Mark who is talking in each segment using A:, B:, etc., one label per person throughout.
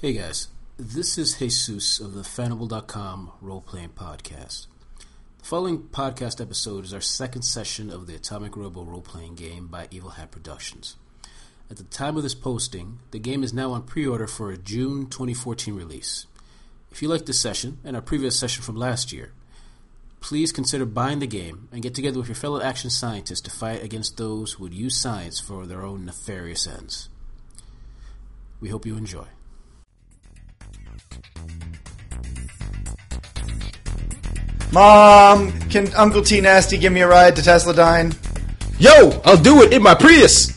A: Hey guys, this is Jesus of the Fanable.com role playing podcast. The following podcast episode is our second session of the Atomic Robo role playing game by Evil Hat Productions. At the time of this posting, the game is now on pre order for a June 2014 release. If you like this session and our previous session from last year, please consider buying the game and get together with your fellow action scientists to fight against those who would use science for their own nefarious ends. We hope you enjoy.
B: Mom, can Uncle T Nasty give me a ride to Tesla Dine?
C: Yo, I'll do it in my Prius.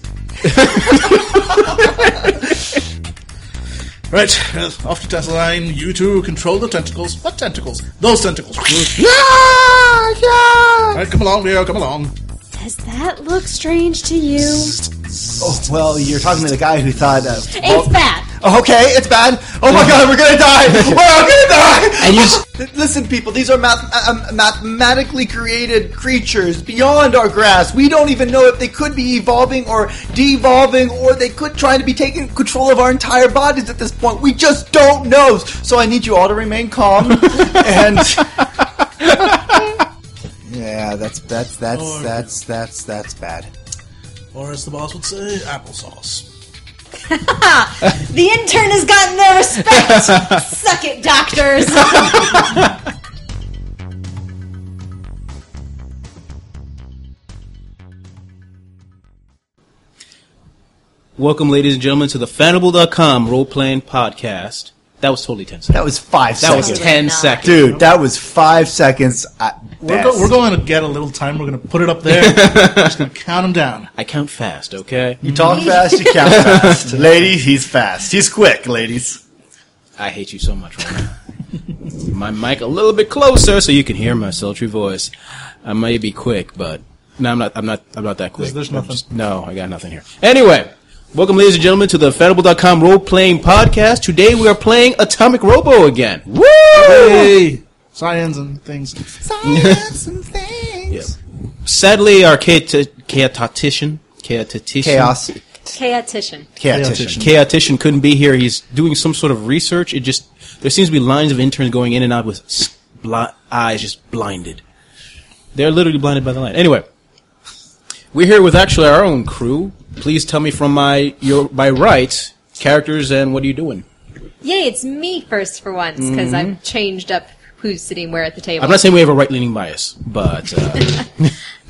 D: Right, uh, off to Tesla Line. You two control the tentacles. What tentacles? Those tentacles. All
C: Ah, yeah.
D: right, come along, Leo. Come along.
E: Does that look strange to you? It's
B: Oh, well, you're talking to the guy who thought. Uh,
E: bad.
B: oh, okay, it's bad. Oh my god, we're gonna die! We're all gonna die!
A: And you s-
B: Listen, people, these are math- uh, um, mathematically created creatures beyond our grasp. We don't even know if they could be evolving or devolving, or they could try to be taking control of our entire bodies at this point. We just don't know. So I need you all to remain calm and. Yeah, that's that's that's that's that's that's bad.
D: Or as the boss would say, applesauce.
E: The intern has gotten their respect. Suck it, doctors.
A: Welcome, ladies and gentlemen, to the Fanable.com role playing podcast. That was totally tense.
B: That was five
A: That was
B: seconds.
A: 10
E: not.
A: seconds.
B: Dude, that was five seconds. At
D: We're, go-
B: best.
D: we're going to get a little time. We're going to put it up there. We're just going to count them down.
A: I count fast, okay?
B: You talk fast, you count fast. ladies, he's fast. He's quick, ladies.
A: I hate you so much right now. My mic a little bit closer so you can hear my sultry voice. I may be quick, but no, I'm not. I'm not. I'm not that quick.
D: There's- there's
A: I'm
D: nothing.
A: no, I got nothing here. Anyway, welcome, ladies and gentlemen, to the Fanable.com role playing podcast. Today we are playing Atomic Robo again. Woo!
D: Hey, science and things.
A: Yeah. Sadly, our chaot- chaotician, chaotician,
B: Chaos.
E: Chaotician.
B: Chaotician.
A: chaotician couldn't be here. He's doing some sort of research. It just there seems to be lines of interns going in and out with s- bli- eyes just blinded. They're literally blinded by the light. Anyway, we're here with actually our own crew. Please tell me from my your my right characters and what are you doing?
E: Yay, it's me first for once because I've changed up who's sitting where at the table.
A: I'm not saying we have a right leaning bias, but uh,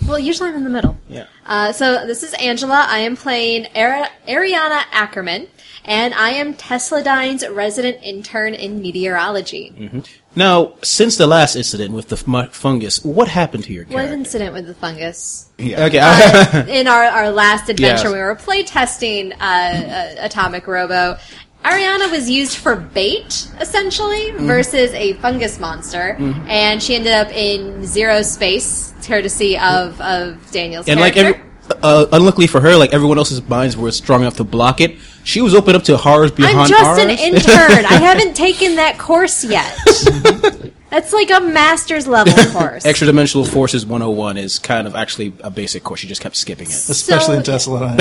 E: well, usually I'm in the middle.
A: yeah.
E: Uh, so this is Angela. I am playing Ari- Ariana Ackerman, and I am Tesladine's resident intern in meteorology.
A: Now, since the last incident with the f- mu- fungus, what happened to your
E: What
A: character?
E: incident with the fungus?
A: Okay,
E: in our, our last adventure,
A: Yes.
E: we were playtesting uh, uh, Atomic Robo. Ariana was used for bait, essentially,
A: Mm-hmm.
E: versus a fungus monster, and she ended up in zero space, courtesy of, of Daniel's
A: and like
E: character.
A: every, uh, unluckily for her, like everyone else's minds were strong enough to block it. She was open up to horrors beyond
E: I'm just an
A: ours.
E: intern. I haven't taken that course yet. That's like a master's level course.
A: Extra dimensional forces 101 is kind of actually a basic course. She just kept skipping it.
D: Especially in
E: So-
D: Tesla Line.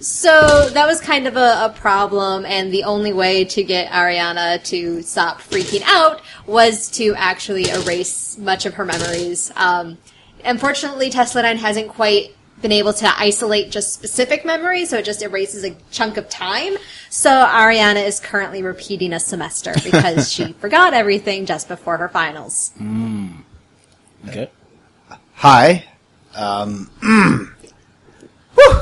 E: So that was kind of a, a problem, and the only way to get Ariana to stop freaking out was to actually erase much of her memories. Um, unfortunately, Tesladine hasn't quite been able to isolate just specific memories, so it just erases a chunk of time. So Ariana is currently repeating a semester because she forgot everything just before her finals.
A: Okay.
B: Hi. Um, Whew.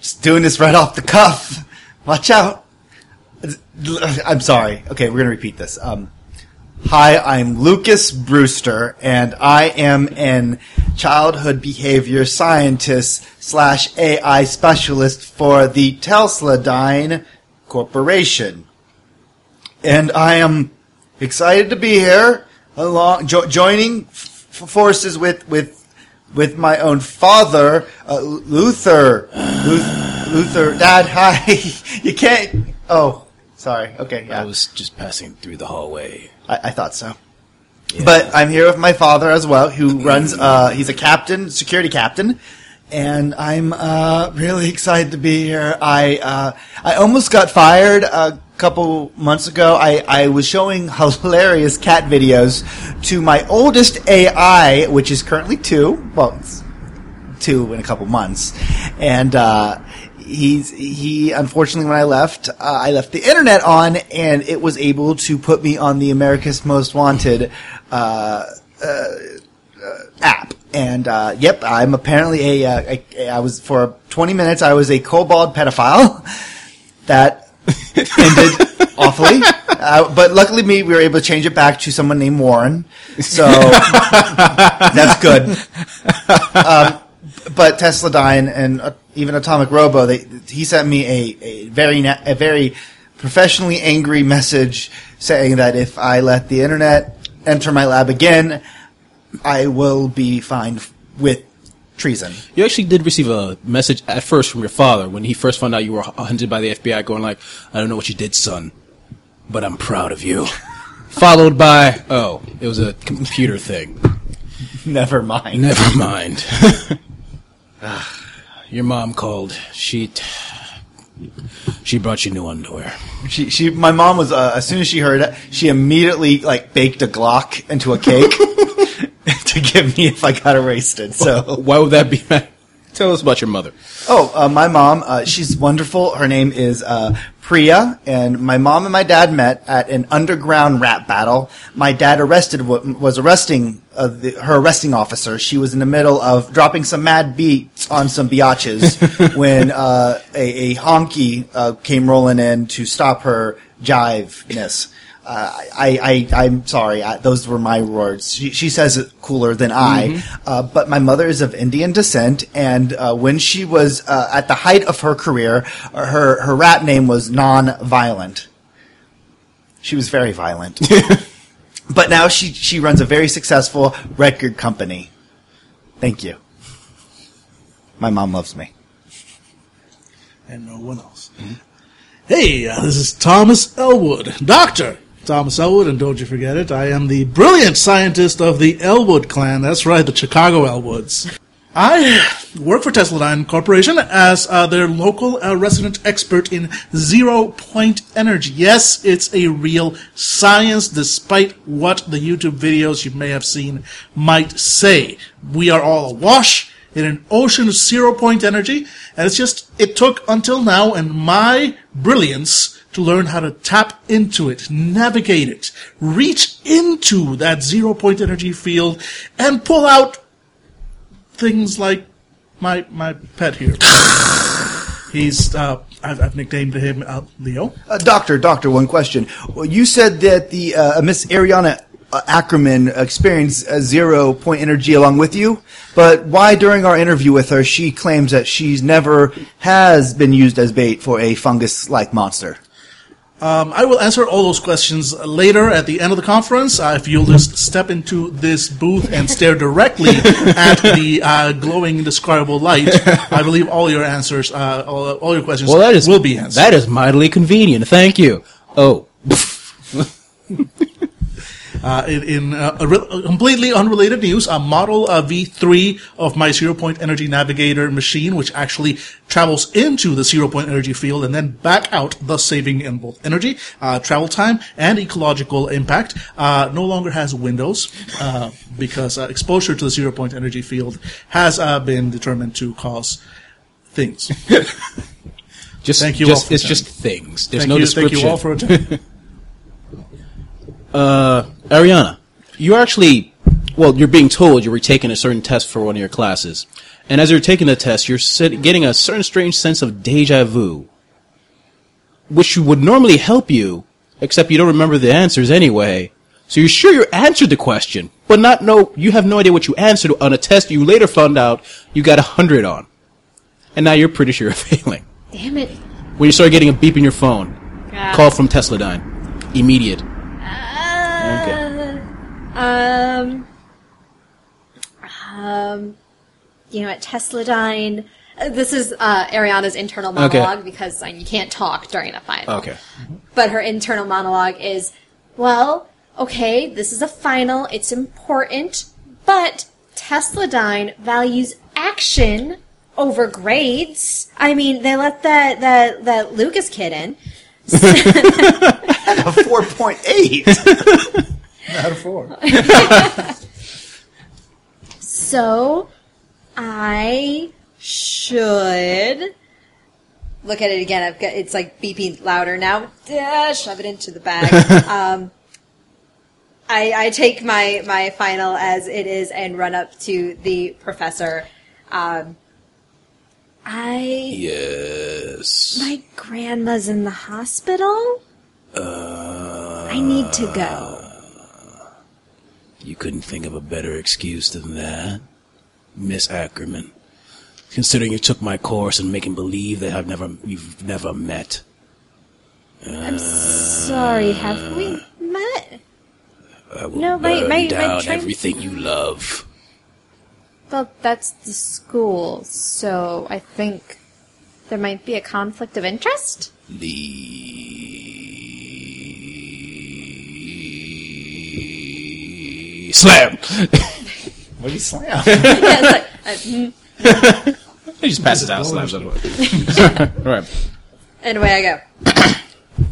B: Just doing this right off the cuff. Watch out. I'm sorry. Okay, we're gonna repeat this. Um, hi, I'm Lucas Brewster, and I am an childhood behavior scientist slash AI specialist for the Tesladine Corporation. and I am excited to be here, along jo- joining f- f- forces with with with my own father, uh, L- Luther. Luth- Luther, Dad, hi. you can't. Oh, sorry. Okay, yeah,
A: I was just passing through the hallway.
B: I, I thought so. But I'm here with my father as well, who runs. Uh, he's a captain, security captain, and I'm uh, really excited to be here. I uh, I almost got fired a couple months ago. I, I was showing hilarious cat videos to my oldest AI, which is currently two. Well, it's two in a couple months, and uh, he's he unfortunately when I left, uh, I left the internet on, and it was able to put me on the America's Most Wanted. Uh, app. And uh, yep, I'm apparently a, uh, a. I was for 20 minutes. I was a kobold pedophile. That ended awfully. Uh, but luckily, me, we were able to change it back to someone named Warren. So that's good. Um, but Tesla Dyne and uh, even Atomic Robo, they, he sent me a, a very na- a very professionally angry message saying that if I let the internet enter my lab again, I will be fined with treason.
F: You actually did receive a message at first from your father when he first found out you were hunted by the FBI, going like, "I don't know what you did, son, but I'm proud of you." Followed by, "Oh, it was a computer thing.
B: Never mind.
F: Never mind." Ah, your mom called. She t- she brought you new underwear.
B: She, she, my mom was uh, as soon as she heard it, she immediately like baked a Glock into a cake to give me if I got arrested. So,
F: Why would that be? Tell us about your mother.
B: oh, uh, my mom, uh, she's wonderful. Her name is uh, Priya, and my mom and my dad met at an underground rap battle. My dad arrested wa- was arresting uh, the, her arresting officer. She was in the middle of dropping some mad beats on some biatches when uh, a, a honky uh, came rolling in to stop her jiveness. Uh, I, I, I'm sorry. I, those were my words. She, she says it cooler than I. Uh, but my mother is of Indian descent, and uh, when she was uh, at the height of her career, uh, her her rap name was Non-Violent. She was very violent, but now she she runs a very successful record company. Thank you. My mom loves me.
D: and no one else. Hey, uh, this is Thomas Elwood, Doctor Thomas Elwood, and don't you forget it, I am the brilliant scientist of the Elwood clan. That's right, the Chicago Elwoods. I work for Tesladine Corporation as uh, their local uh, resident expert in zero point energy. Yes, it's a real science, despite what the YouTube videos you may have seen might say. We are all awash in an ocean of zero point energy, and it's just, it took until now and my brilliance to learn how to tap into it, navigate it, reach into that zero point energy field, and pull out things like my my pet here. He's, uh, I've, I've nicknamed him uh, Leo.
B: Uh, doctor, doctor, one question. Well, you said that the uh, Miss Ariana uh, Ackerman experienced uh, zero point energy along with you, but why during our interview with her she claims that she's never has been used as bait for a fungus-like monster?
D: Um, I will answer all those questions later at the end of the conference. Uh, if you'll just step into this booth and stare directly at the uh, glowing, indescribable light, I believe all your answers, uh, all, all your questions
F: Well, that is
D: will be answered.
F: That is mightily convenient. Thank you. Oh,
D: Uh, in in uh, a re- a completely unrelated news, a model uh, V3 of my zero point energy navigator machine, which actually travels into the zero point energy field and then back out, thus saving in both energy, uh, travel time, and ecological impact, uh, no longer has windows uh, because uh, exposure to the zero point energy field has uh, been determined to cause things.
F: just
D: Thank you
F: just-
D: all for
F: it's
D: that.
F: just things. There's
D: thank
F: no
D: you,
F: description.
D: Thank you all for attending.
F: Uh, Ariana, you're actually, well, you're being told you're retaking a certain test for one of your classes. And as you're taking the test, you're sit- getting a certain strange sense of deja vu, which would normally help you, except you don't remember the answers anyway. So you're sure you answered the question, but not know, you have no idea what you answered on a test you later found out you got a 100 on. And now you're pretty sure you're failing.
E: Damn it.
F: When you start getting a beep in your phone,
E: Ah.
F: call from Tesladine. Immediate.
E: Uh, um, um, you know, at TeslaDyne, uh, this is uh, Ariana's internal
F: Okay.
E: monologue because uh, you can't talk during a final.
F: Okay.
E: But her internal monologue is, well, okay, this is a final, it's important, but TeslaDyne values action over grades. I mean, they let that that that Lucas kid in. So-
B: A four point eight. Out of four.
E: So I should look at it again. I've got it's like beeping louder now. Ah, shove it into the bag. um, I, I take my my final as it is and run up to the professor. Um, I
A: Yes.
E: my grandma's in the hospital.
F: Uh,
E: I need to go.
A: You couldn't think of a better excuse than that, Miss Ackerman. Considering you took my course in making believe that I've never, you've never met.
E: I'm sorry. Have we met?
A: I will
E: No, my-
A: burn
E: my- my
A: down
E: train-
A: everything you love.
E: Well, that's the school, so I think there might be a conflict of interest.
A: The slam.
B: What do you slam?
E: uh,
F: He just passes out, slaps it away. All right.
E: And away I go.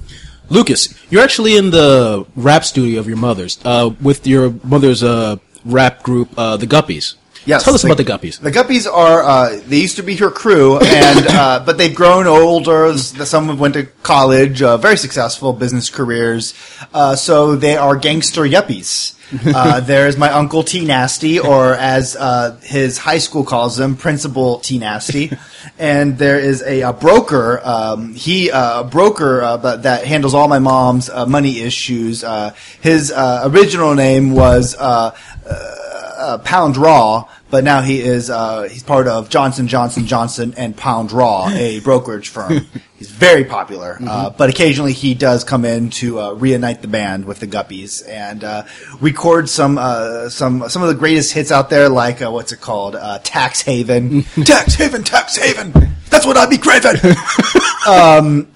F: Lucas, you're actually in the rap studio of your mother's uh, with your mother's uh, rap group, uh, the Guppies.
B: Yes,
F: Tell us about the Guppies.
B: The Guppies are uh, they used to be her crew, and uh, but they've grown older. S- Some went to college, uh, very successful business careers. Uh, so they are gangster yuppies. Uh, there's my uncle T Nasty, or as uh, his high school calls him, Principal T Nasty, and there is a, uh broker. Um, he uh, a broker uh, but that handles all my mom's uh, money issues. Uh, his uh, original name was. Uh, uh, Pound Raw, but now he is uh, he's part of Johnson Johnson Johnson and Pound Raw, a brokerage firm. he's very popular, uh, but occasionally he does come in to uh, reunite the band with the Guppies and uh, record some uh, some some of the greatest hits out there, like uh, what's it called, uh, Tax Haven, Tax Haven, Tax Haven. That's what I be craving.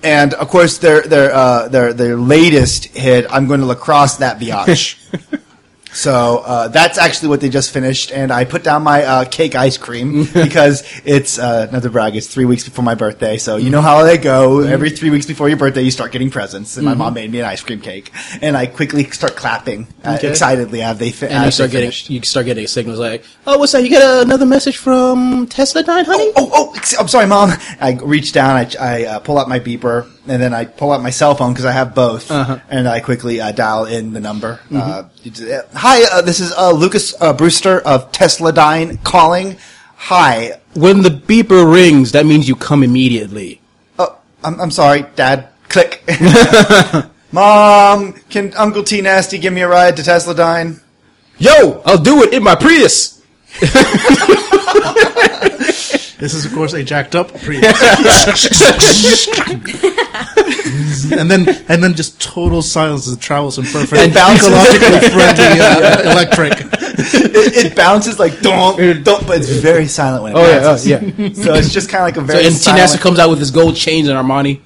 B: and of course, their their uh, their their latest hit, "I'm Going to Lacrosse That Biatch." So uh, that's actually what they just finished, and I put down my uh, cake ice cream because it's uh, another brag. It's three weeks before my birthday, so you know how they go.
F: Mm-hmm.
B: Every three weeks before your birthday, you start getting presents, and my mom made me an ice cream cake, and I quickly start clapping uh, excitedly as they, fi-
F: And you
B: as they
F: start getting
B: finished.
F: you start getting signals like, "Oh, what's that? You got another message from Tesla Nine, honey?"
B: oh, oh, ex- I'm sorry, mom. I reach down, I, I uh, pull out my beeper, and then I pull out my cell phone because I have both,
F: Uh-huh.
B: and I quickly uh, dial in the number.
F: Mm-hmm.
B: Uh, it's, uh, hi, uh, this is uh, Lucas uh, Brewster of Tesladyne calling. Hi,
C: oh.
F: When the beeper rings, that means you come immediately.
B: oh, I'm, I'm sorry, Dad. Click. Mom, can Uncle T Nasty give me a ride to Tesladyne?
C: Yo, I'll do it in my Prius.
D: This is, of course, a jacked up Prius.
F: Oh,
D: and then, and then just total silence as it travels in perfect
B: It bounces.
D: ecologically friendly uh, electric.
B: It, it bounces like donk, donk, but it's very silent when it
F: yeah, oh,
B: bounces.
F: yeah.
B: So it's just kind of like a very
F: and T
B: silent.
F: Nasser comes out with his gold chains and Armani,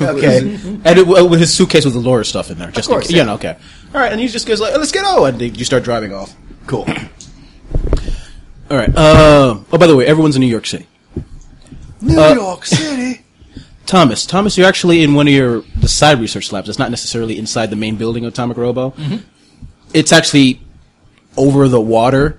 B: okay.
F: and it, with his suitcase with the Laura stuff in there. Just
B: course,
F: in, ca-
B: yeah.
F: you know, okay. All right, and he just goes like, "Let's get on," and they- you start driving off.
B: Cool.
F: All right. Uh, oh, by the way, everyone's in New York City.
B: New
F: Uh,
B: York City.
F: Thomas, Thomas, you're actually in one of your the side research labs. It's not necessarily inside the main building of Atomic Robo. It's actually over the water,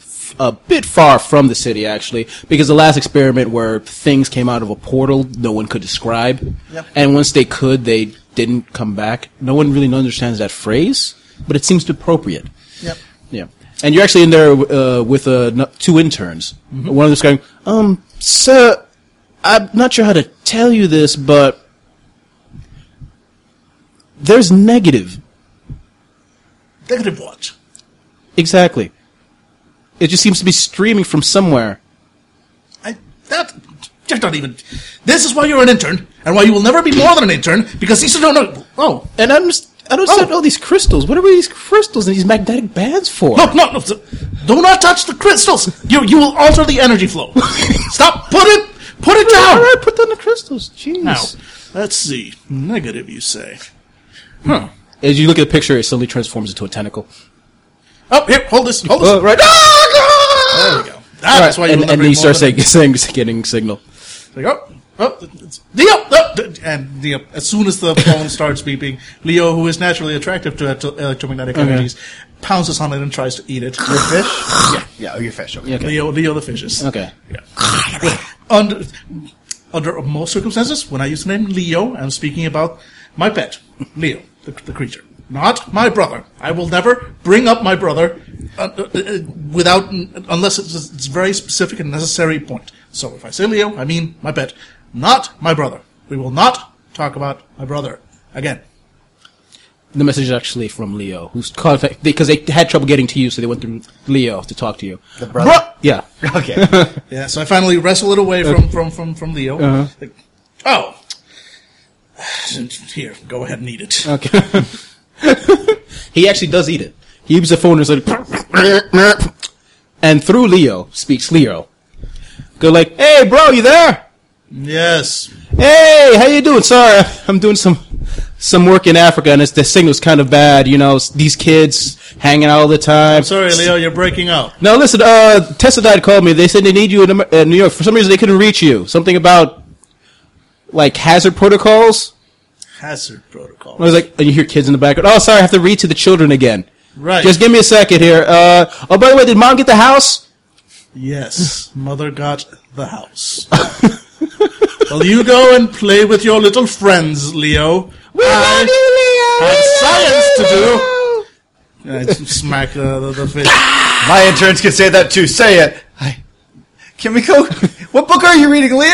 F: f- a bit far from the city actually, because the last experiment where things came out of a portal no one could describe, and once they could, they didn't come back. No one really understands that phrase, but it seems appropriate.
D: Yep.
F: Yeah. And you're actually in there uh, with uh, n- two interns.
D: Mm-hmm.
F: One of them's going, um, sir, I'm not sure how to tell you this, but there's negative.
D: Negative watch.
F: Exactly. It just seems to be streaming from somewhere.
D: I, that, just not even. This is why you're an intern, and why you will never be more than an intern, because these are no, no, oh,
F: And I'm just, I don't understand all these crystals. What are these crystals and these magnetic bands for?
D: no, no, no, so- do not touch the crystals. You, you will alter the energy flow. Stop, put it, put it
F: All
D: down.
F: right, put down the crystals. Jeez.
D: Now, let's see. Negative, you say.
F: As you look at the picture, it suddenly transforms into a tentacle.
D: Oh, here, hold this, hold this.
F: right.
D: There we go. Ah, that's why you
F: and,
D: remember
F: and then you
D: more
F: start
D: than-
F: saying, saying getting signal.
D: Like, oh, oh, it's Leo! Oh, d- and Leo, as soon as the phone starts beeping, Leo, who is naturally attractive to electro- electromagnetic energies, pounces on it and tries to eat it.
B: Your fish? yeah. Yeah, oh, your fish. Okay.
F: Okay.
D: Leo, Leo the fishes.
F: Okay.
D: Under, under most circumstances, when I use the name Leo, I'm speaking about my pet, Leo, the, the creature. Not my brother. I will never bring up my brother uh, uh, uh, without, unless it's a it's a very specific and necessary point. So if I say Leo, I mean my pet, not my brother. We will not talk about my brother again.
F: The message is actually from Leo, who's contact because they had trouble getting to you, so they went through Leo to talk to you.
B: The brother.
F: Yeah.
B: Okay.
D: Yeah, so I finally wrestle it away from from from from Leo. Like, oh, here, go ahead and eat it.
F: Okay. he actually does eat it. He uses the phone and is like, and through Leo speaks Leo. Go like, hey, bro, you there?
D: Yes,
F: Hey, how you doing? Sorry, I'm doing some some work in Africa, and it's, the signal's kind of bad. You know, s- these kids hanging out all the time.
D: sorry, Leo, you're breaking up.
F: Now listen, uh, Tessodide called me. They said they need you in Amer- uh, New York. For some reason, they couldn't reach you. Something about like hazard protocols.
D: Hazard protocol.
F: I was like, and you hear kids in the background. Oh, sorry, I have to read to the children again.
D: Right.
F: Just give me a second here. Uh, oh, by the way, did mom get the house?
D: yes, mother got the house. well, you go and play with your little friends, Leo.
F: We love you, Leo.
D: have science to do.
F: Leo.
D: I smack uh, the, the fish.
B: My interns can say that too. Say it. I, can we go? What book are you reading, Leo?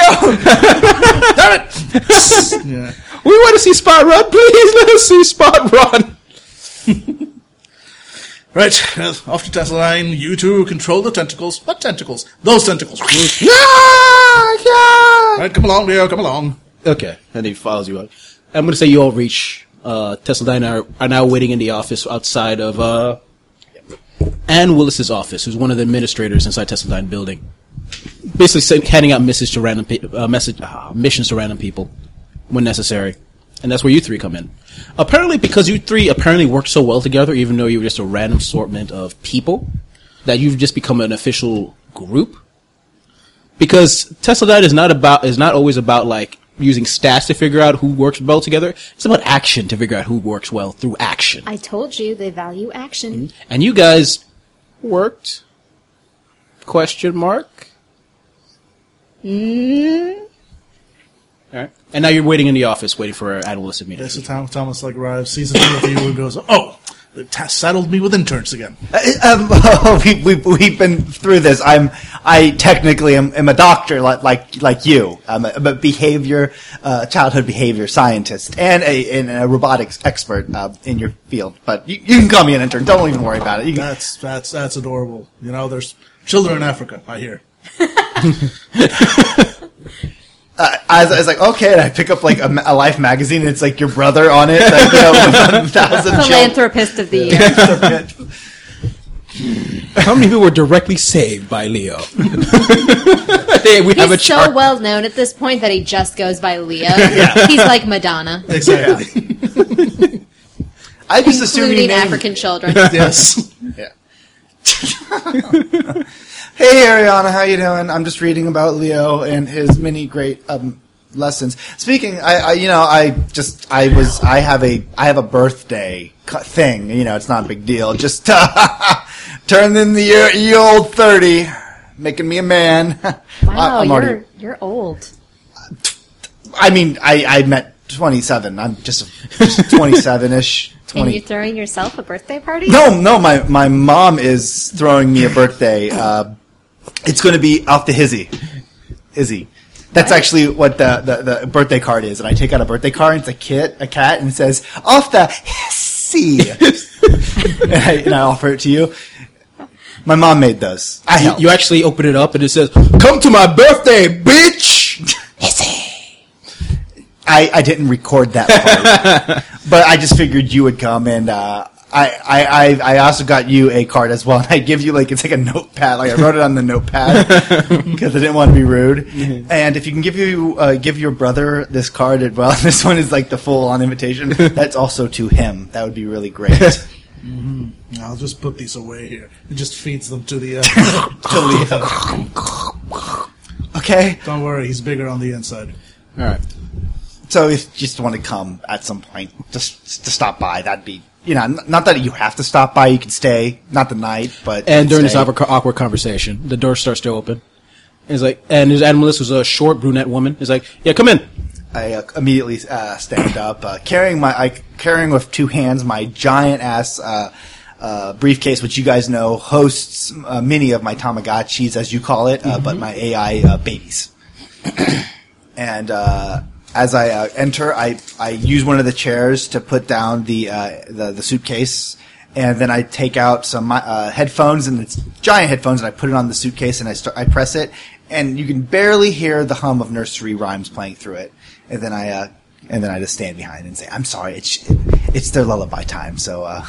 B: Damn it!
D: Yeah.
F: We want to see Spot Run. Please let us see Spot Run.
D: Right, well, off to Tesseline. You two control the tentacles. What tentacles? Those tentacles.
F: Yeah,
D: Right, come along, Leo. Come along.
F: yeah. Okay, and he follows you out. I'm gonna say you all reach. Uh, Tesla Dine are, are now waiting in the office outside of uh, Ann Willis's office, who's one of the administrators inside Tesla Dine building. Basically, say, handing out messages to random pe- uh, message uh, missions to random people when necessary, and that's where you three come in. Apparently, because you three apparently worked so well together, even though you were just a random assortment of people, that you've just become an official group because Tesla Diet is not about is not always about like using stats to figure out who works well together. It's about action to figure out who works well through action.
E: I told you they value action.
F: And you guys worked? Question mark. Mm-hmm. Mm. All right. And now you're waiting in the office, waiting for Adam Willis to meet.
D: That's the time Thomas like arrives, sees a few of you, and goes, "Oh, they t- saddled me with interns again."
B: Uh, um, we, we, we've been through this. I'm, I technically am, am a doctor like, like, like you. I'm a, I'm a behavior, uh, childhood behavior scientist and a, and a robotics expert, uh, in your field. But you, you can call me an intern. Don't even worry about it. You can,
D: That's that's that's adorable. You know, there's children in Africa. I hear.
B: I, was, I was like, okay. And I pick up like a, ma- a life magazine and it's like your brother on it. Like, you know, with a thousand children.
E: Philanthropist of the year.
F: How many people were directly saved by Leo? hey, we have a
E: He's
F: chart.
E: so well known at this point that he just goes by Leo. He's like Madonna,
D: Exactly.
B: I just assume you
E: including
B: named
E: African children.
D: yes.
B: Yeah. hey Ariana, how you doing? I'm just reading about Leo and his many great um, lessons. Speaking, I, I you know I just I was I have a I have a birthday cu- thing. You know, it's not a big deal. Just uh, turned in the year ye old thirty, making me a man.
E: Wow,
B: I, am
E: you're
B: already.
E: you're old.
B: I mean, I I met 27. I'm just 27 ish.
E: And
B: 20.
E: you're throwing yourself a birthday party?
B: No, no, my, my mom is throwing me a birthday. Uh, it's going to be off the hizzy. Izzy. That's actually what the, the, the birthday card is. And I take out a birthday card, and it's a kit, a cat, and it says, off the hizzy. and, I, and I offer it to you. My mom made those. I
F: You,
B: helped.
F: you actually open it up and it says, "Come to my birthday, bitch."
B: I, I didn't record that part, but I just figured you would come, and uh, I, I, I I also got you a card as well. And I give you like it's like a notepad, like I wrote it on the notepad because I didn't want to be rude.
F: Mm-hmm.
B: And if you can give you uh, give your brother this card as well, this one is like the full on invitation. That's also to him. That would be really great.
D: I'll just put these away here. It just feeds them to the. Uh,
B: Okay.
D: don't worry, he's bigger on the inside.
F: All right.
B: So if you just want to come at some point, just to stop by, that'd be you know, n- not that you have to stop by. You can stay, not the night, but you can
F: And during this
B: stay.
F: awkward, awkward conversation, the door starts to open. And it's like, and his animalist was a short brunette woman. It's like, yeah, come in.
B: I uh, immediately uh, stand up, uh, carrying my I, carrying with two hands my giant ass uh, uh, briefcase, which you guys know hosts uh, many of my Tamagotchis, as you call it, uh, but my AI uh, babies. and uh, as I uh, enter, I I use one of the chairs to put down the uh, the, the suitcase. And then I take out some uh, headphones and it's giant headphones, and I put it on the suitcase and I start, I press it, and you can barely hear the hum of nursery rhymes playing through it. And then I, uh, and then I just stand behind and say, "I'm sorry, it's it's their lullaby time." So uh,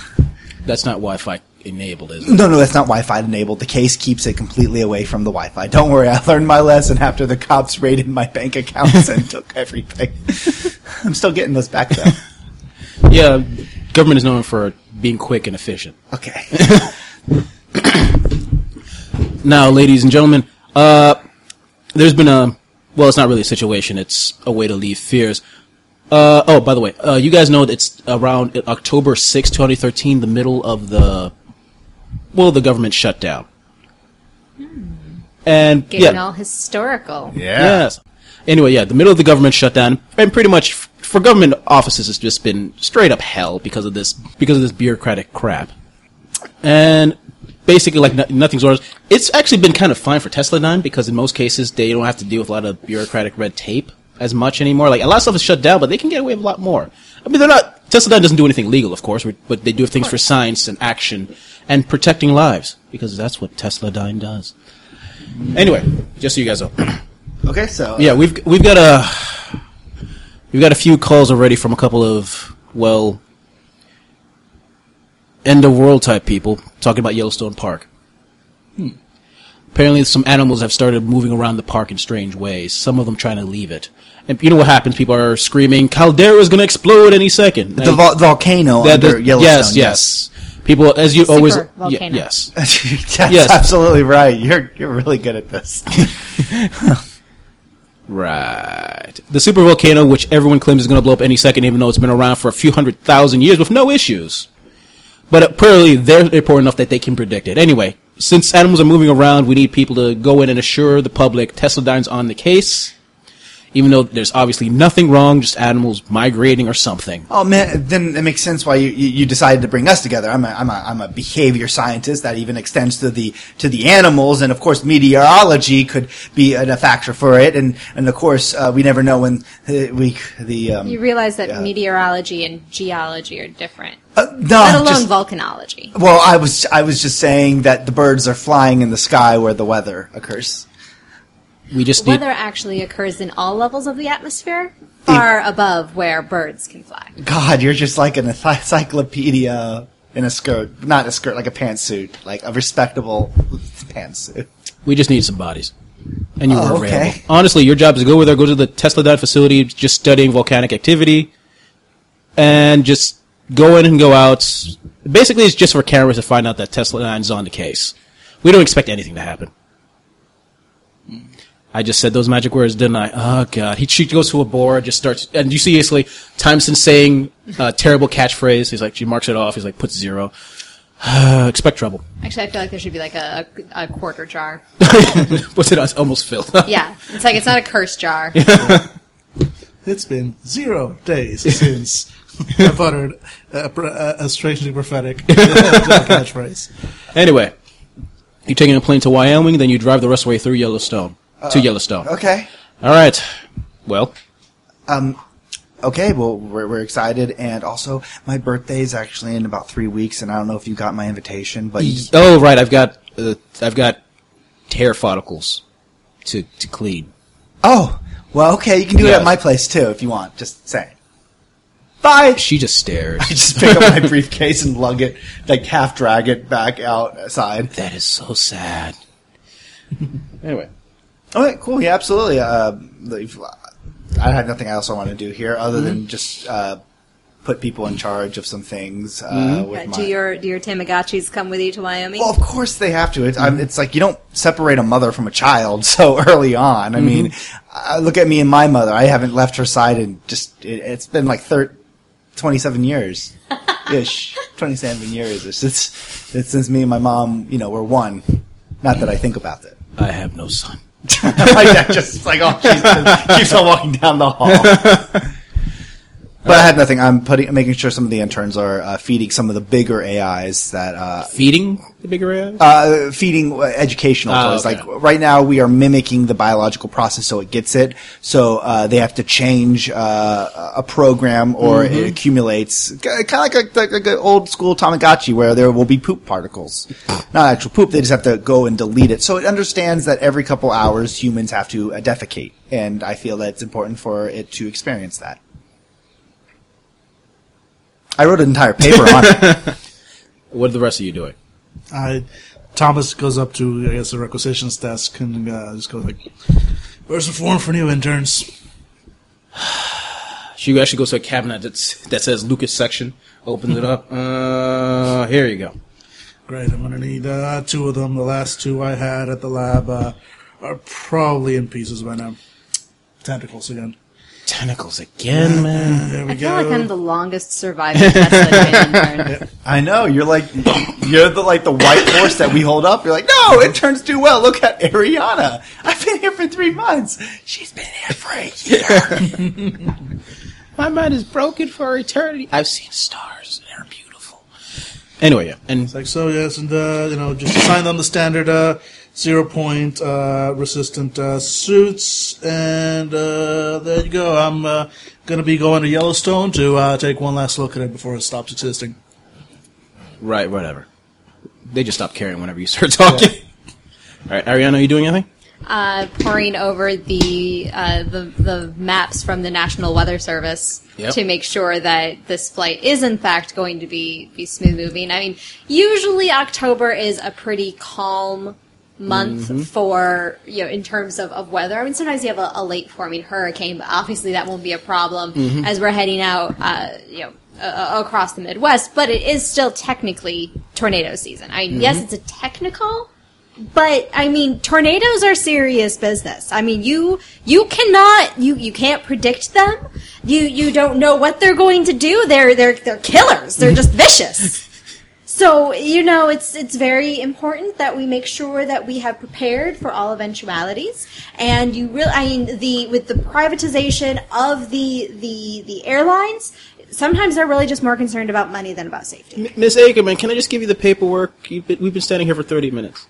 F: That's not Wi-Fi enabled, is it?
B: no, no, that's not Wi-Fi enabled. The case keeps it completely away from the Wi-Fi. Don't worry, I learned my lesson after the cops raided my bank accounts and took everything. I'm still getting those back though.
F: Yeah, government is known for being quick and efficient.
B: Okay.
F: Now, ladies and gentlemen, uh, there's been a well, it's not really a situation; it's a way to leave fears. Uh, oh, by the way, uh, you guys know that it's around October sixth, 2013, the middle of the well, the government shutdown, and
E: Hmm. Getting
F: yeah,
E: all historical.
F: yes. Anyway, yeah, the middle of the government shutdown, and pretty much f- for government offices, it's just been straight up hell because of this because of this bureaucratic crap, and basically like no, nothing's orders. It's actually been kind of fine for Tesla Nine because in most cases they don't have to deal with a lot of bureaucratic red tape as much anymore. Like a lot of stuff is shut down, but they can get away with a lot more. I mean, they're not Tesla Nine doesn't do anything legal, of course, but they do things for science and action and protecting lives because that's what Tesla Nine does. Anyway, just so you guys know.
B: Okay, so uh,
F: Yeah, we've we've got a we've got a few calls already from a couple of well end of world type people talking about Yellowstone Park.
B: Hmm.
F: Apparently, some animals have started moving around the park in strange ways. Some of them trying to leave it, and you know what happens? People are screaming, "Caldera is going to explode any second.
B: uh, the vol- volcano
F: That-
B: under
F: that-
B: Yellowstone.
F: Yes, yes. People, as you
E: Super
F: always, y-
E: volcano.
F: yes.
B: yes,
F: Yes.
B: absolutely right. You're you're really good at this.
F: Right. The super volcano, which everyone claims is going to blow up any second, even though it's been around for a few hundred thousand years with no issues. But apparently, they're important enough that they can predict it. Anyway, since animals are moving around, we need people to go in and assure the public Tesladyne's on the case. Even though there's obviously nothing wrong, just animals migrating or something.
B: Oh man, then it makes sense why you, you, you decided to bring us together. I'm a, I'm a I'm a behavior scientist that even extends to the to the animals, and of course meteorology could be a, a factor for it, and and of course uh, we never know when uh, we the um,
E: You realize that meteorology and geology are different,
B: uh, no
E: let alone
B: just-
E: volcanology.
B: well I was I was just saying that the birds are flying in the sky where the weather occurs.
F: We just need.
E: Weather actually occurs in all levels of the atmosphere, far above where birds can fly.
B: God, you're just like an encyclopedia in a skirt, not a skirt, like a pantsuit, like a respectable pantsuit.
F: We just need some bodies. And you
B: Oh,
F: were
B: okay.
F: available. Honestly, your job is to go over there, go to the Tesla Dot facility, just studying volcanic activity, and just go in and go out. Basically, it's just for cameras to find out that Tesla 9 is on the case. We don't expect anything to happen. I just said those magic words, didn't I? Oh, God. He, she goes to a board, just starts, and you see basically Timeson saying a terrible catchphrase. He's like, she marks it off. He's like, put zero. expect trouble.
E: Actually, I feel like there should be like a, a quarter jar.
F: What's it? It's almost filled.
E: Yeah, it's like it's not a curse jar.
D: It's been zero days since I've uttered a, pr- a, a strangely prophetic catchphrase.
F: Anyway, you're taking a plane to Wyoming, then you drive the rest of the way through Yellowstone. to Yellowstone.
B: Uh, Okay.
F: All right. Well,
B: Um, Okay, well, we're, we're excited, and also my birthday is actually in about three weeks, and I don't know if you got my invitation, but you just-
F: oh right, I've got uh, I've got hair follicles to to clean.
B: oh, well, okay, you can do it
F: Yes.
B: at my place too if you want. Just saying.
F: Bye. She just stares.
B: I just pick up my briefcase and lug it, like half drag it back outside.
F: that is so sad. anyway,
B: All right, cool. Yeah, Mm-hmm. absolutely. Uh, if- I have nothing else I want to do here other than just uh, put people in charge of some things. Uh, with
E: Uh,
B: my,
E: do your do your Tamagotchis come with you to Wyoming?
B: well, of course they have to. It's, I'm it's like you don't separate a mother from a child so early on. I mean, uh, look at me and my mother. I haven't left her side in just it, it's been like thir- 27 years ish, 27 years ish. It's, it's since me and my mom, you know, were one. Not that I think about it.
F: I have no son.
B: my dad just like oh, she's, keeps on walking down the hall. but I have nothing. I'm putting, making sure some of the interns are uh, feeding some of the bigger AIs that uh,
F: Feeding the bigger AI?
B: uh, feeding uh, educational
F: Ah,
B: toys.
F: okay.
B: Like right now, we are mimicking the biological process, so it gets it. So uh, they have to change uh, a program, or it accumulates, kind of like a, like like an old school Tamagotchi, where there will be poop particles, not actual poop. They just have to go and delete it. So it understands that every couple hours, humans have to uh, defecate, and I feel that it's important for it to experience that. I wrote an entire paper on it.
F: what are the rest of you doing?
D: I, Thomas goes up to, I guess, the requisitions desk and uh, just goes like, "Where's the form for new interns?"
F: She actually goes to a cabinet that's, that says Lucas section, opens it up. Uh, here you go.
D: Great. I'm gonna need uh, two of them. The last two I had at the lab uh, are probably in pieces by now. Tentacles again.
F: Tentacles again, man.
D: There we
E: I
D: go.
E: feel like I'm the longest surviving Tesla train intern.
B: I know you're like you're the like the white horse that we hold up. You're like, no, it turns too well. Look at Ariana. I've been here for three months. She's been here for a year.
F: My mind is broken for eternity. I've seen stars. They're beautiful. Anyway, yeah. And
D: It's like so, yes, and uh, you know, just assign them the standard uh, zero point uh, resistant uh, suits, and uh, there you go. I'm uh, gonna be going to Yellowstone to uh, take one last look at it before it stops existing.
F: right, whatever. They just stop caring whenever you start talking. All right, Ariana, are you doing anything?
E: uh, poring over the, uh, the the maps from the National Weather Service
F: Yep.
E: to make sure that this flight is in fact going to be be smooth moving. I mean, usually October is a pretty calm month for you know in terms of, of weather. I mean, sometimes you have a, a late forming hurricane, but obviously that won't be a problem as we're heading out. Uh, you know. Uh, across the Midwest, but it is still technically tornado season. I yes, it's a technical, but I mean, tornadoes are serious business. I mean, you you cannot you you can't predict them. You you don't know what they're going to do. They're they're they're killers. They're just vicious. So you know, it's it's very important that we make sure that we have prepared for all eventualities. And you really, I mean, the with the privatization of the the the airlines, sometimes they're really just more concerned about money than about safety.
F: Miss Ackerman, can I just give you the paperwork? You've been, we've been standing here for 30 minutes.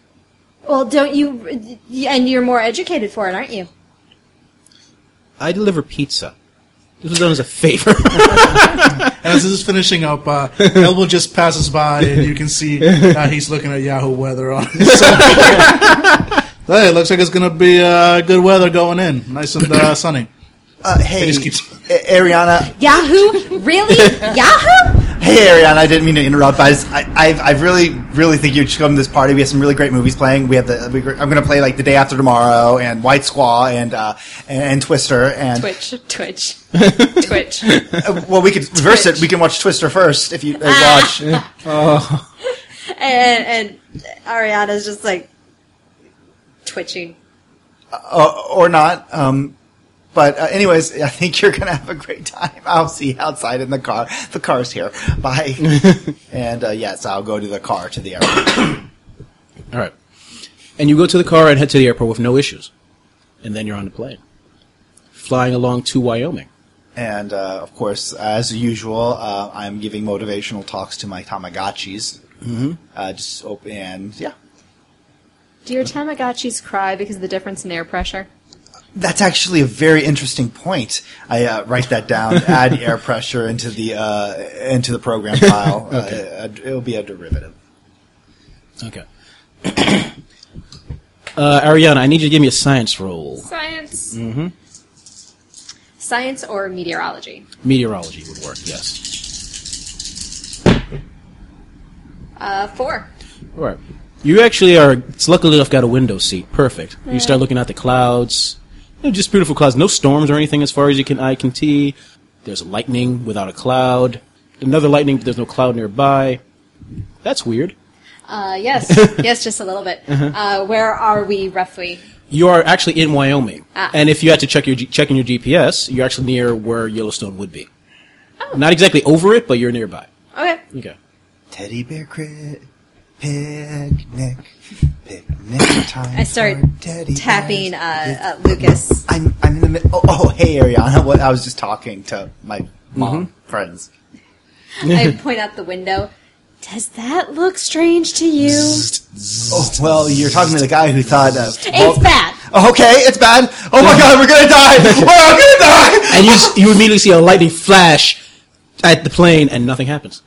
E: Well, don't you? And you're more educated for it, aren't you?
F: I deliver pizza. This was done as a favor.
D: And as this is finishing up, uh, Elwood just passes by, and you can see uh, he's looking at Yahoo Weather on his cell phone. Hey, it looks like it's going to be uh, good weather going in. Nice and uh, sunny.
B: Uh, hey,
D: just keeps-
B: A- Ariana.
E: Yahoo? Really? Yahoo?
B: Hey, Ariana. I didn't mean to interrupt. I, just, I I've, I really really think you should come to this party. We have some really great movies playing. We have the we, I'm going to play like the day after tomorrow and White Squaw and uh, and, and Twister and
G: Twitch, Twitch, Twitch.
B: uh, well we could reverse it. We can watch Twister first if you uh, watch.
E: And, and Ariana's just like twitching.
B: uh, or not. Um, but uh, anyways, I think you're gonna have a great time. I'll see you outside in the car. The car's here. Bye. and uh, yes, I'll go to the car to the airport.
F: All right. And you go to the car and head to the airport with no issues. And then you're on the plane. Flying along to Wyoming.
B: and uh, of course, as usual, uh, I'm giving motivational talks to my Tamagotchis. Mm-hmm. Uh, just op- and yeah,
E: Do your Tamagotchis cry because of the difference in air pressure?
B: That's actually a very interesting point. I uh, write that down. add air pressure into the uh, into the program file. uh, it'll be a derivative.
F: Okay. uh, Ariana, I need you to give me a science roll.
E: Science. Mm-hmm. Science or meteorology?
F: Meteorology would work, yes.
E: Uh, four.
F: All right. You actually are, it's luckily enough, got a window seat. Perfect. You start looking at the clouds. You know, just beautiful clouds. No storms or anything as far as you can eye can see. There's lightning without a cloud. Another lightning, but there's no cloud nearby. That's weird.
E: Uh, yes, yes, just a little bit.
B: Uh-huh.
E: Uh, where are we roughly?
F: You are actually in Wyoming, and if you had to check your G- check in your GPS, you're actually near where Yellowstone would be. Not exactly over it, but you're nearby.
E: Okay.
F: Okay.
B: Teddy bear crit. Picnic. Picnic time.
E: I start
B: for teddy
E: tapping uh,
B: bears.
E: uh, Lucas.
B: I'm, I'm in the mid- oh, oh, hey, Ariana. What, I was just talking to my mom
F: Mm-hmm.
B: friends.
E: I point out the window. Does that look strange to you? it's
B: Oh, well, you're talking to the guy who thought. Uh, well-
E: bad.
B: Oh, okay, it's bad. Oh my god, we're gonna die. We're all gonna die.
F: And you s- you immediately see a lightning flash at the plane, and nothing happens.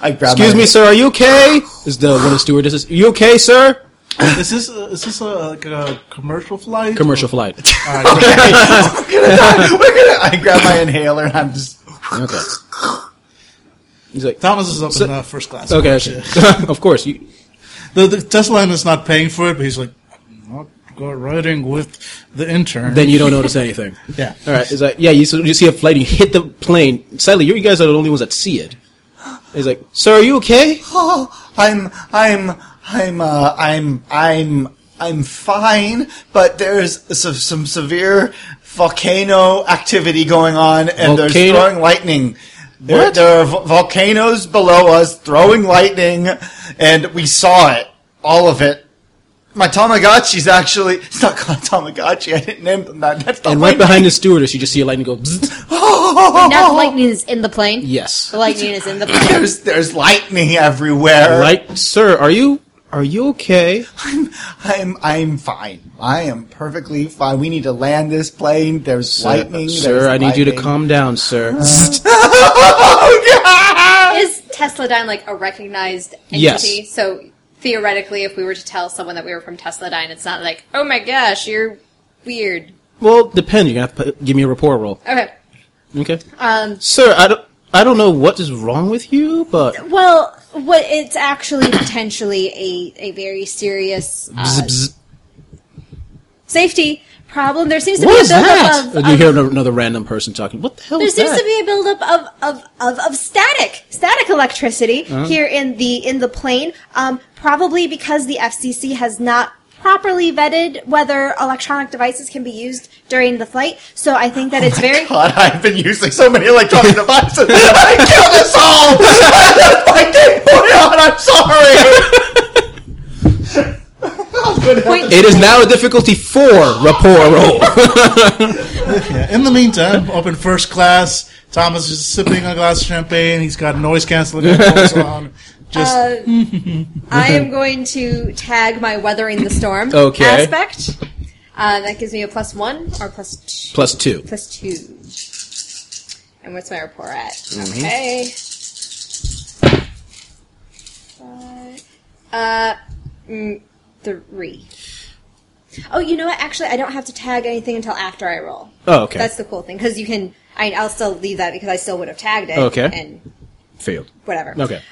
B: I grabbed
F: Excuse me, sir. Are you okay? Is the one of the stewardesses? You okay, sir?
D: Is this a, is this a, like a commercial flight?
F: Commercial flight.
B: We're gonna. I grabbed my inhaler and I'm just.
F: Okay. He's like,
D: Thomas is up in uh, first class.
F: okay, sure. of course. You,
D: The, the Tesla is not paying for it, but he's like, I'm not go- riding with the intern.
F: then you don't notice anything.
D: yeah.
F: All right. He's like, yeah. You, s- you see a flight. You hit the plane. Sadly, you guys are the only ones that see it. He's like, sir, are you okay?
B: Oh, I'm. I'm. I'm. Uh, I'm. I'm. I'm fine, but there's some, some severe volcano activity going on, and there's
F: Volcano-
B: throwing lightning. There,
F: What?
B: there are vo- volcanoes below us throwing lightning, and we saw it, all of it. My Tamagotchi's actually—it's not called Tamagotchi. I didn't name them that. That's the
F: And right
B: lightning.
F: behind the stewardess, you just see a lightning go. bzzzt.
E: Now the lightning is in the plane.
F: oh, Yes.
E: The lightning is in the plane.
B: There's there's lightning everywhere.
F: Right, sir. Are you are you okay?
B: I'm I'm fine. I am perfectly fine. We need to land this plane. There's lightning.
F: sir,
B: there's
F: I need you to
B: lightning.
F: calm down, sir.
E: Is Tesladine like a recognized entity?
F: Yes.
E: So theoretically, if we were to tell someone that we were from Tesladine, it's not like, oh my gosh, you're weird.
F: well, depends. You're gonna have to put- give me a rapport roll.
E: Okay.
F: Okay.
E: Um,
F: Sir, I don't I don't know what is wrong with you, but
E: well, what it's actually potentially a, a very serious uh,
F: Bzz, bzz.
E: safety problem. There seems to
F: what
E: be a
F: is that?
E: buildup of,
F: And
E: of
F: you hear another, another random person talking. What the hell
E: there
F: is
E: seems
F: that?
E: to be a buildup of, of, of, of static static electricity
F: Uh-huh.
E: here in the in the plane. Um, probably because the FCC has not properly vetted whether electronic devices can be used during the flight. So I think that
F: Oh
E: it's very
B: God, I've been using so many electronic devices. I killed us
F: Oh!
B: all. I didn't put it on. I'm sorry.
F: it is now a difficulty four rapport roll.
D: In the meantime, up in first class, Thomas is sipping a glass of champagne. He's got noise canceling headphones on. Just
E: I am going to tag my weathering the storm
F: Okay.
E: aspect. Uh, that gives me a plus one or plus two.
F: Plus two.
E: plus two. And what's my rapport at?
F: Mm-hmm.
E: Okay. Uh, mm, three. Oh, you know what? Actually, I don't have to tag anything until after I roll.
F: Oh, okay.
E: That's the cool thing because you can. I mean, I'll still leave that because I still would have tagged it.
F: Okay.
E: And
F: Failed.
E: whatever.
F: Okay.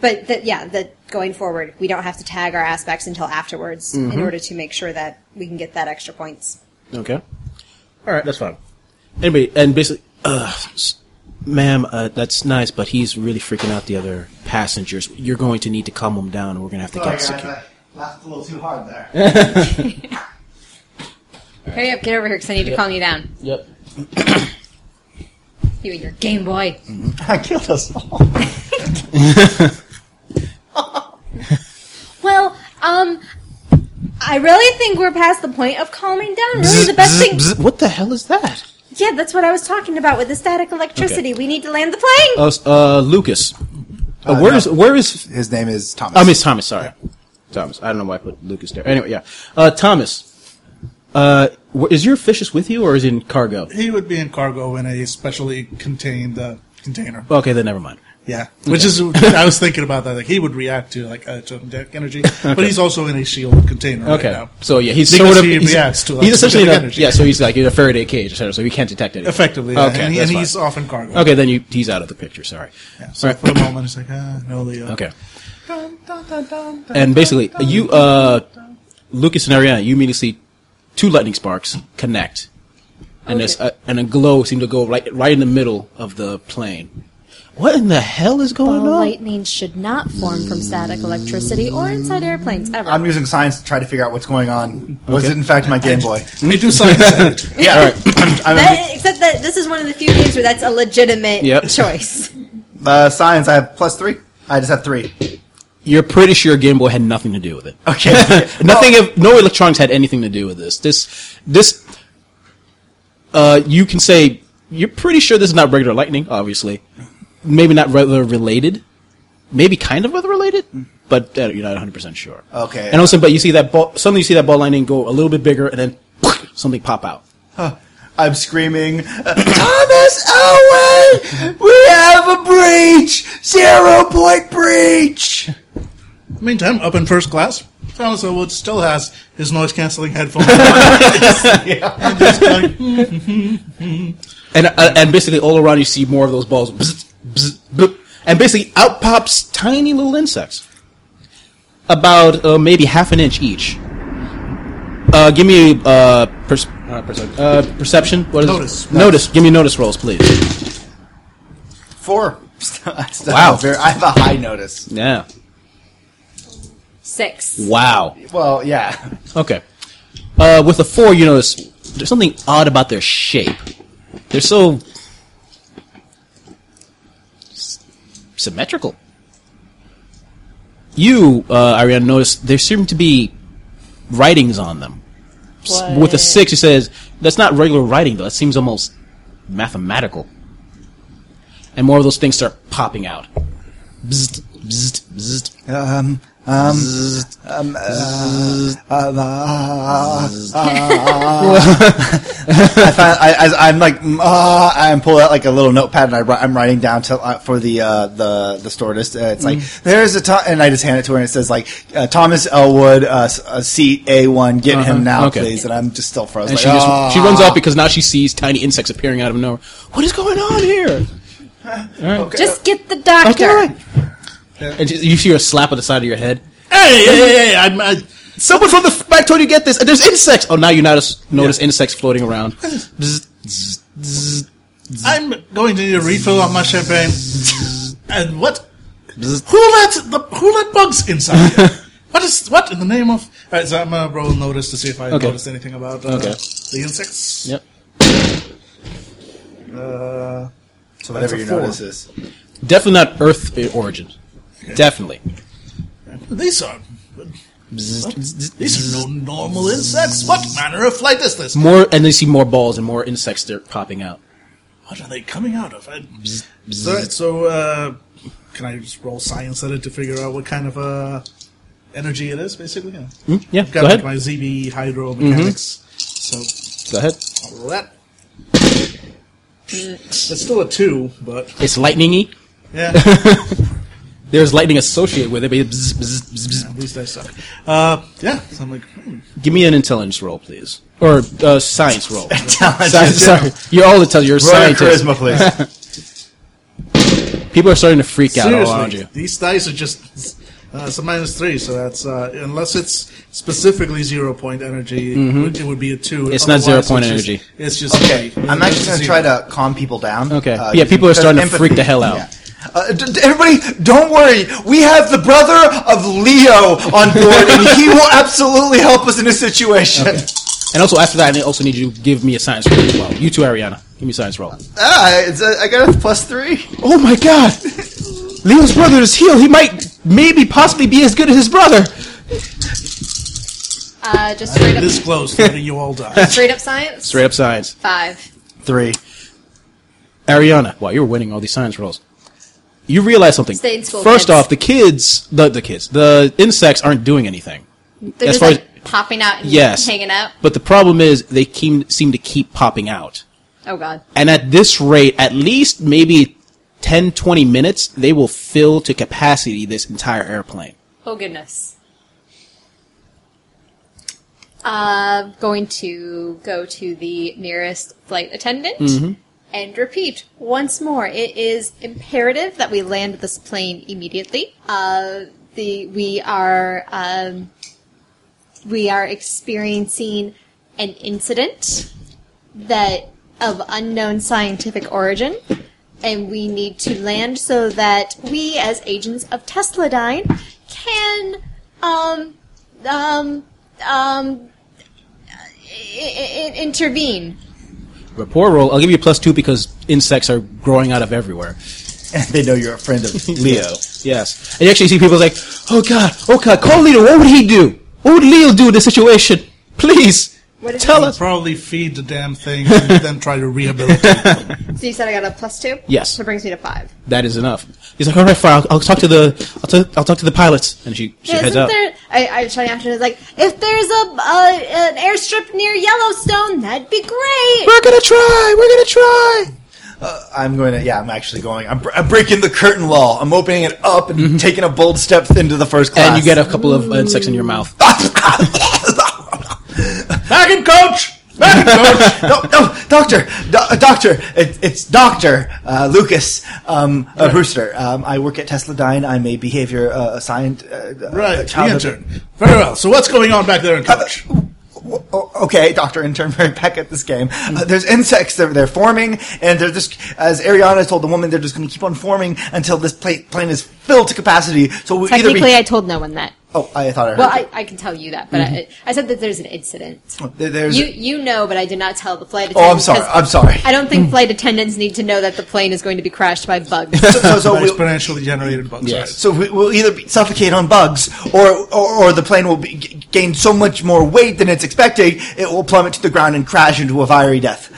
E: But that, yeah, that going forward, we don't have to tag our aspects until afterwards
F: Mm-hmm.
E: in order to make sure that we can get that extra points.
F: Okay. All right, that's fine. Anyway, and basically, uh, s- ma'am, uh, that's nice, but he's really freaking out the other passengers. You're going to need to calm him down, and we're going to have to get secure.
B: Laughed a little too hard there.
E: Hurry up, get over here because I need to calm you down.
F: Yep.
E: You and your Game Boy.
B: I killed us all.
E: Well, um, I really think we're past the point of calming down. Really, the best thing.
F: What the hell is that?
E: Yeah, that's what I was talking about with the static electricity. We need to land the plane.
F: Uh, s- uh Lucas. Uh, where
B: no.
F: is where is
B: His name is Thomas.
F: I Miss Thomas? Sorry, Thomas. I don't know why I put Lucas there. Anyway, yeah. Uh, Thomas, uh, wh- is your fishes with you or is it in cargo?
D: he would be in cargo in a specially contained uh, container.
F: Okay, then never mind.
D: Yeah, which is I was thinking about that. Like he would react to like uh, to kinetic energy, but he's also in a shield container
F: Okay,
D: right now.
F: so yeah, he's
D: Because
F: sort of
D: he
F: he's,
D: reacts to, like,
F: he's essentially in a,
D: kinetic energy.
F: yeah, so he's like in a Faraday cage, etc. So he can't detect anything
D: effectively. Yeah.
F: Okay,
D: and, he-
F: that's
D: and
F: fine.
D: he's off in cargo.
F: Okay, then you he's out of the picture. Sorry.
D: Yeah, so for the moment, it's like ah, no, the uh,
F: Okay. And basically, you, uh, Lucas and Ariana, you immediately see two lightning sparks connect, and there's
E: Okay.
F: a, and a glow seemed to go right right in the middle of the plane. What in the hell is going
E: Ball
F: on?
E: lightning should not form from static electricity or inside airplanes ever.
B: I'm using science to try to figure out what's going on. Was it in fact my Game Boy?
D: Me too, science.
B: Yeah. I'm,
E: That- except that this is one of the few games where that's a legitimate
F: Yep.
E: choice.
B: uh, science. I have plus three. I just have three.
F: You're pretty sure Game Boy had nothing to do with it.
B: Okay.
F: Nothing. Of, no electronics had anything to do with this. This. This. Uh, you can say you're pretty sure this is not regular lightning. Obviously, maybe not regular related. Maybe kind of weather related, but uh, you're not 100 percent sure.
B: Okay.
F: And also, but you see that ball. Suddenly, you see that ball lightning go a little bit bigger, and then something pop out.
B: I'm screaming, uh, Thomas Owen! We have a breach! Zero point breach!
D: Meantime, up in first class, Thomas Elwood still has his noise canceling headphones. I'm just like, hmm,
F: And uh, and basically, all around you see more of those balls, bzz, bzz, bloop, and basically out pops tiny little insects, about uh, maybe half an inch each. Uh, give me uh, pers- uh, pers- uh, perception. What is
D: Notice.
F: It? Notice. Give me notice rolls, please.
B: Four. I still
F: Wow.
B: have a very- I have a high notice.
F: Yeah.
E: Six.
F: Wow.
B: Well, yeah.
F: Okay. Uh, with a four, you notice there's something odd about their shape. They're so s- symmetrical. You, uh, Ariana, noticed there seem to be writings on them. S- With a six, it says that's not regular writing though. That seems almost mathematical. And more of those things start popping out. Bzzzt, bzzzt, bzzzt.
B: Um, um, um, uh, um, uh, I find, I, I, I'm like, mm, uh, I pull out like a little notepad and I, wri- I'm writing down to, uh, for the, uh, the, the stewardess. Uh, it's
F: Mm.
B: like, there's a, to-, and I just hand it to her and it says like, uh, Thomas Elwood, uh, s- uh, seat A1, get him now,
F: Uh-huh. Okay.
B: please. And I'm just still frozen.
F: And
B: Like,
F: she just
B: "Ah."
F: she runs off because now she sees tiny insects appearing out of nowhere. What is going on here?
E: Just get the doctor.
F: And she- you hear a slap on the side of your head.
D: hey, hey, hey, hey, I'm, I,
F: Someone from the f- back told you get this. And there's insects. Oh, now you notice notice insects floating around. Bzz, bzz, bzz,
D: I'm going to need a refill on my champagne. And what? Who let the who let bugs inside? here? what is what in the name of? All right, so I'm gonna roll notice to see if I
F: Okay.
D: noticed anything about uh,
F: Okay.
D: the insects.
F: Yep.
D: Uh,
B: So whatever
D: That's
B: you
D: a four.
B: notice is.
F: Definitely not Earth i- origin. Definitely.
D: these are these are no normal insects. What manner of flight is this?
F: More and they see more balls and more insects that are popping out.
D: What are they coming out of? I, All right, so uh, can I just roll science at it to figure out what kind of uh, energy it is? Basically, yeah.
F: Mm-hmm. Yeah,
D: Got
F: go
D: like,
F: ahead. Mm-hmm.
D: my ZB hydro mechanics. So
F: Go ahead.
D: Roll that. It's still a two, but
F: It's lightningy.
D: yeah,
F: There's lightning associated with it. But bzz, bzz, bzz, bzz.
D: at least I suck. Uh, yeah, so I'm like, hmm.
F: Give me an intelligence roll, please, or uh, science roll. Sorry,
B: Science.
F: sorry. You're all intelligent. You're a
B: Roll your
F: scientist.
B: charisma, please.
F: People are starting to freak out all around
D: seriously,
F: you.
D: these dice are just uh, it's a minus three, so that's uh, unless it's specifically zero point energy, it would- it would be a two.
F: Mm-hmm. It's not zero
D: Otherwise,
F: point
D: it's
F: energy.
D: Just, it's just
B: Okay,
D: three.
B: I'm
D: It's
B: actually
D: just
B: going to try
D: zero.
B: to calm people down.
F: Okay.
B: Uh,
F: Yeah, people are starting to
B: because
F: freak the hell out.
B: Uh, d- d- everybody, don't worry. We have the brother of Leo on board, and he will absolutely help us in this situation.
F: And also after that, I also need you to give me a science roll as well. You too, Ariana. Give me a science roll.
B: Ah, it's a, I got a plus three.
F: Oh my God! Leo's brother is healed. He might, maybe, possibly be as good as his brother.
E: Uh, just straight
D: This
E: up,
D: close, letting you all die.
E: straight up science.
F: Straight up science.
E: Five.
B: Three.
F: Ariana, wow, you're winning all these science rolls. You realize something.
E: Stay in school,
F: First
E: kids.
F: off, the kids, the the kids, the insects aren't doing anything.
E: They're
F: As
E: just
F: far
E: like
F: as-
E: popping out and
F: Yes,
E: hanging out.
F: But the problem is they keem, seem to keep popping out.
E: Oh god.
F: And at this rate, at least maybe 10, 20 minutes, they will fill to capacity this entire airplane.
E: Oh goodness. Uh, going to go to the nearest flight attendant and repeat once more. It is imperative that we land this plane immediately. Uh, the we are um, we are experiencing an incident that of unknown scientific origin, and we need to land so that we, as agents of Tesladine, can um um um I- I- intervene.
F: Rapport roll. I'll give you plus two because insects are growing out of everywhere.
B: And they know you're a friend of Leo.
F: Yes. And you actually see people like, oh god, oh god, call Leo. What would he do? What would Leo do in this situation? Please
E: What is
F: tell
E: it?
F: us.
D: Probably feed the damn thing and then try to rehabilitate.
E: So you said I got a plus two.
F: Yes.
E: So it brings me to five.
F: That is enough. He's like, all right, fine. I'll, I'll talk to the, I'll, t- I'll talk to the pilots. And she, she
E: Yeah,
F: heads
E: isn't
F: out.
E: there? I, I was trying after. It's like if there's a, a an airstrip near Yellowstone, that'd be great.
F: We're gonna try. We're gonna try.
B: I'm going to, yeah, I'm actually going. I'm, br- I'm breaking the curtain wall. I'm opening it up and taking a bold step into the first class.
F: Mm-hmm. And you get a couple of insects in your mouth.
B: Back in coach! Back in coach! no, no, doctor! Do- doctor! It, it's Dr. Uh, Lucas um, uh, Brewster. Um, I work at Tesla Dyne. I'm a behavior uh, science. Uh, uh,
D: right, the
B: childhood-
D: intern. Very well. So what's going on back there in coach?
B: uh, W- o- Okay, Doctor Intern, we're back at this game. Uh, there's insects; they're, they're forming, and they're just as Ariana told the woman, they're just going to keep on forming until this plate, plane is filled to capacity. So we either
E: Technically,
B: be,
E: I told no one that.
B: oh, I thought I heard.
E: Well, I, I can tell you that, but I, I said that there's an incident.
B: There- Oh, there's-
E: You you know, but I did not tell the flight
B: oh, I'm
E: attendants.
B: sorry.
E: because
B: I'm Mm. sorry.
E: I don't think flight attendants need to know that the plane is going to be crashed by bugs.
B: So, so, so
D: By
B: we'll,
D: exponentially generated bugs. Right.
B: So we, we'll either be suffocate on bugs, or or, or the plane will be, g- gain so much more weight than it's expecting, it will plummet to the ground and crash into a fiery death.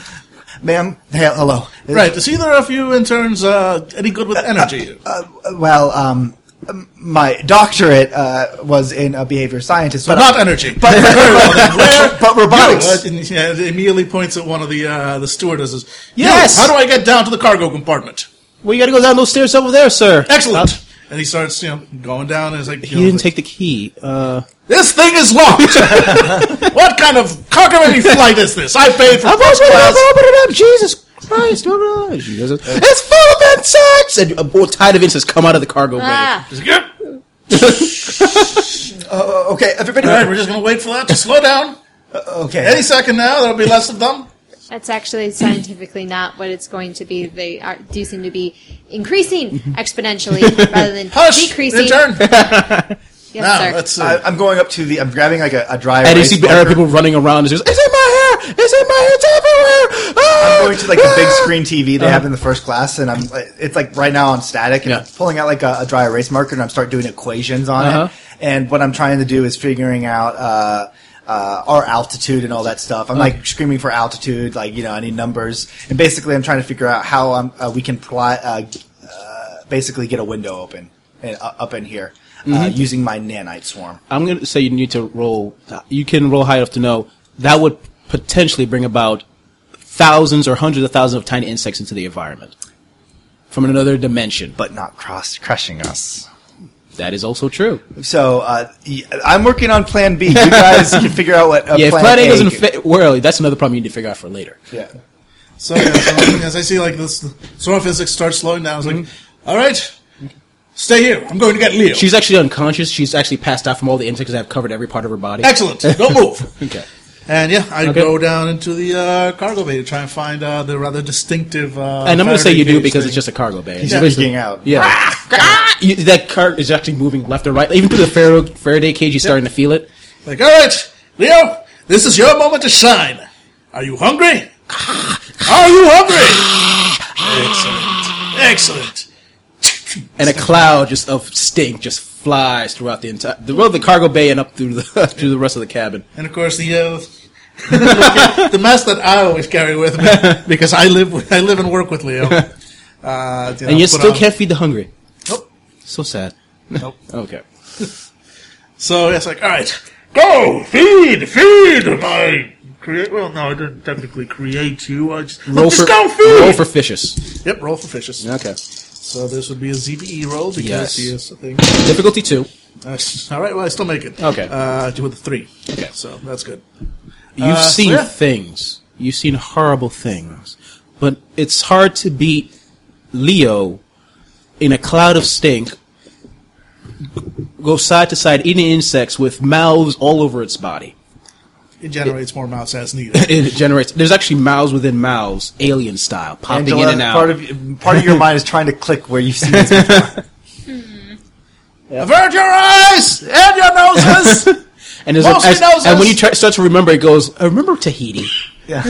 B: Ma'am, he- hello. Uh,
D: Right. Is either of you interns uh, any good with energy?
B: uh, Well, um, m- my doctorate uh, was in uh, behavior scientist,
D: but
B: but
D: not energy.
B: but, but, but robotics.
D: Uh, and, yeah, it immediately points at one of the uh, the stewardesses. "You,
F: Yes!
D: how do I get down to the cargo compartment?
F: Well, you gotta go down those stairs over there, sir.
D: Excellent. and he starts, you know, going down. And he's like, you
F: You
D: know,
F: didn't take
D: like,
F: the key. Uh,
D: this thing is locked. what kind of cargo flight is this? I paid for
F: I'm
D: first
F: open it up,
D: class.
F: open it up, Jesus Christ. open it up. She goes, It's full of insects! And a whole tide of insects come out of the cargo bay.
E: ah,
D: He's like, yep.
B: Uh, okay, everybody.
D: All right, we're just gonna wait for that to slow down. Any
B: okay,
D: second now, there'll be less of them.
E: that's actually scientifically not what it's going to be. They are, do seem to be increasing exponentially rather than
D: Mm-hmm. Hush, Ah,
E: decreasing.
D: intern.
E: Yes,
D: Now
E: sir.
D: let's see.
B: I, I'm going up to the. I'm grabbing like a, a dry.
F: And you
B: erase
F: see Arab
B: marker.
F: people running around. It's just, It's in my hair! It's in my hair! It's everywhere! Ah!
B: I'm going to like the big
F: Ah!"
B: screen TV they have in the first class, and I'm it's like right now on static, and
F: Yeah.
B: I'm pulling out like a, a dry erase marker, and I'm start doing equations on
F: Uh-huh.
B: it. And what I'm trying to do is figuring out uh, uh, our altitude and all that stuff. I'm
F: Uh-huh.
B: like screaming for altitude, like you know, I need numbers, and basically I'm trying to figure out how um, uh, we can plot, uh, uh, basically get a window open and, uh, up in here uh,
F: Mm-hmm.
B: using my nanite swarm.
F: I'm going to say you need to roll. You can roll high enough to know that would potentially bring about thousands or hundreds of thousands of tiny insects into the environment from another dimension. But
B: But not cross crushing us.
F: that is also true.
B: So uh, y- I'm working on Plan B. You guys can figure out what uh,
F: yeah, if Plan A doesn't
B: could-
F: fit, well, that's another problem you need to figure out for later.
B: Yeah.
D: So yeah, so as I see like this, solar physics starts slowing down. I was like, all right, stay here. I'm going to get Leo.
F: Mm-hmm. She's actually unconscious. She's actually passed out from all the insects that have covered every part of her body.
D: excellent. Don't move.
F: Okay.
D: And yeah, I
F: Okay.
D: go down into the uh, cargo bay to try and find uh, the rather distinctive. Uh,
F: And I'm going to say you do because
D: thing.
F: it's just a cargo bay.
B: He's
F: Yeah.
B: freaking out.
F: Yeah. Ah, You- that car is actually moving left and right. Even through the Faro- Faraday cage, you're starting to feel it.
D: like, all right, Leo, this is your moment to shine. Are you hungry? Are you hungry? Excellent. Excellent.
F: and a cloud just of stink just flies throughout the entire the well, the cargo bay and up through the through the rest of the cabin.
D: And of course, the uh, the mask that I always carry with me because I live with, I live and work with Leo. Uh, you know,
F: And you
D: put
F: still
D: on-
F: can't feed the hungry.
D: Nope.
F: So sad.
D: Nope.
F: Okay.
D: So it's like, all right, go feed, feed my. Create, well, no, I didn't technically create you. I just
F: Roll
D: just
F: for
D: go feed.
F: roll for fishes.
D: yep, roll for fishes.
F: Okay.
D: So this would be a ZBE roll because
F: Yes.
D: he is a thing.
F: Difficulty two.
D: Uh, all right, well, I still make it.
F: Okay.
D: uh, with a three.
F: Okay.
D: so that's good.
F: You've
D: Uh,
F: seen
D: yeah.
F: things. You've seen horrible things. But it's hard to beat Leo in a cloud of stink go side to side eating insects with mouths all over its body.
D: It generates more mouse as needed.
F: It generates. There's actually mouths within mouths, alien style, popping
B: Angela,
F: in and out.
B: Part of part of your mind is trying to click where you've seen this before.
D: Avert your eyes and your noses.
F: and, there's a-
D: Mostly
F: as-
D: noses.
F: and when you try, start to remember, it goes. I remember Tahiti.
D: yeah,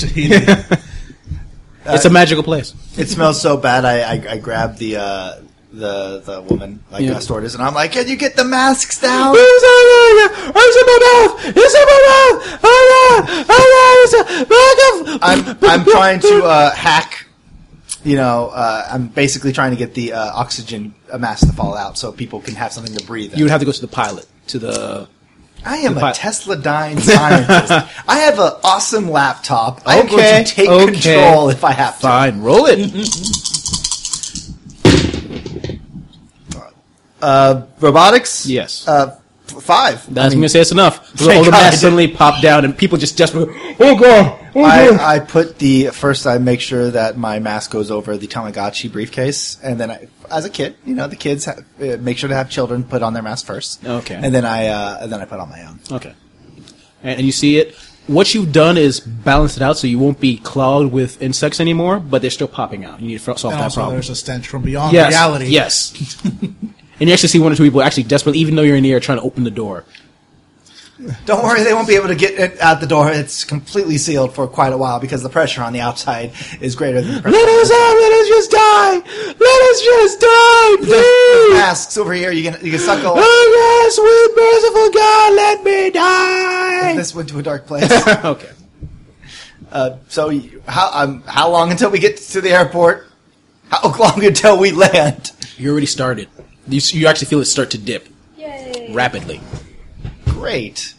D: Tahiti.
B: Uh,
F: it's a magical place.
B: it smells so bad. I I, I grabbed the uh, the the woman like
F: Yeah.
B: uh, stored this, and I'm like, "Can you get the masks down?" Oh, I'm I'm trying to uh, hack. You know, uh, I'm basically trying to get the uh, oxygen uh, mask to fall out so people can have something to breathe. In.
F: You would have to go to the pilot to the.
B: I am
F: pi-
B: a Tesla dyne scientist. I have an awesome laptop. I am going
F: Okay,
B: to take
F: okay.
B: control if I have to.
F: Fine, roll it.
B: Uh, robotics?
F: Yes.
B: Uh, f- five. I,
F: That's
B: mean,
F: gonna say it's enough. The
B: Thank
F: older
B: God.
F: man suddenly popped down, and people just desperately, oh god, oh god.
B: I, I put the first. I make sure that my mask goes over the Tamagotchi briefcase, and then I, as a kid, you know, the kids have, uh, make sure to have children put on their mask first.
F: Okay.
B: And then I, uh, and then I put on my own.
F: Okay. And, and you see it. What you've done is balance it out so you won't be clogged with insects anymore, but they're still popping out. You need to fro- solve
D: and
F: that
D: also,
F: problem.
D: there's a stench from beyond
F: Yes.
D: reality.
F: Yes. and you actually see one or two people actually desperate, even though you're in the air, trying to open the door.
B: Don't worry, they won't be able to get it out the door. It's completely sealed for quite a while because the pressure on the outside is greater than the pressure.
F: us out! Let us just die! Let us just die,
B: masks over here. You can you can suckle
F: yes, sweet Oh, merciful God, let me die!
B: this into a dark place.
F: okay.
B: Uh, so you- how um, how long until we get to the airport? How long until we land?
F: You already started. You, s- you actually feel it start to dip
E: Yay.
F: rapidly.
B: Great.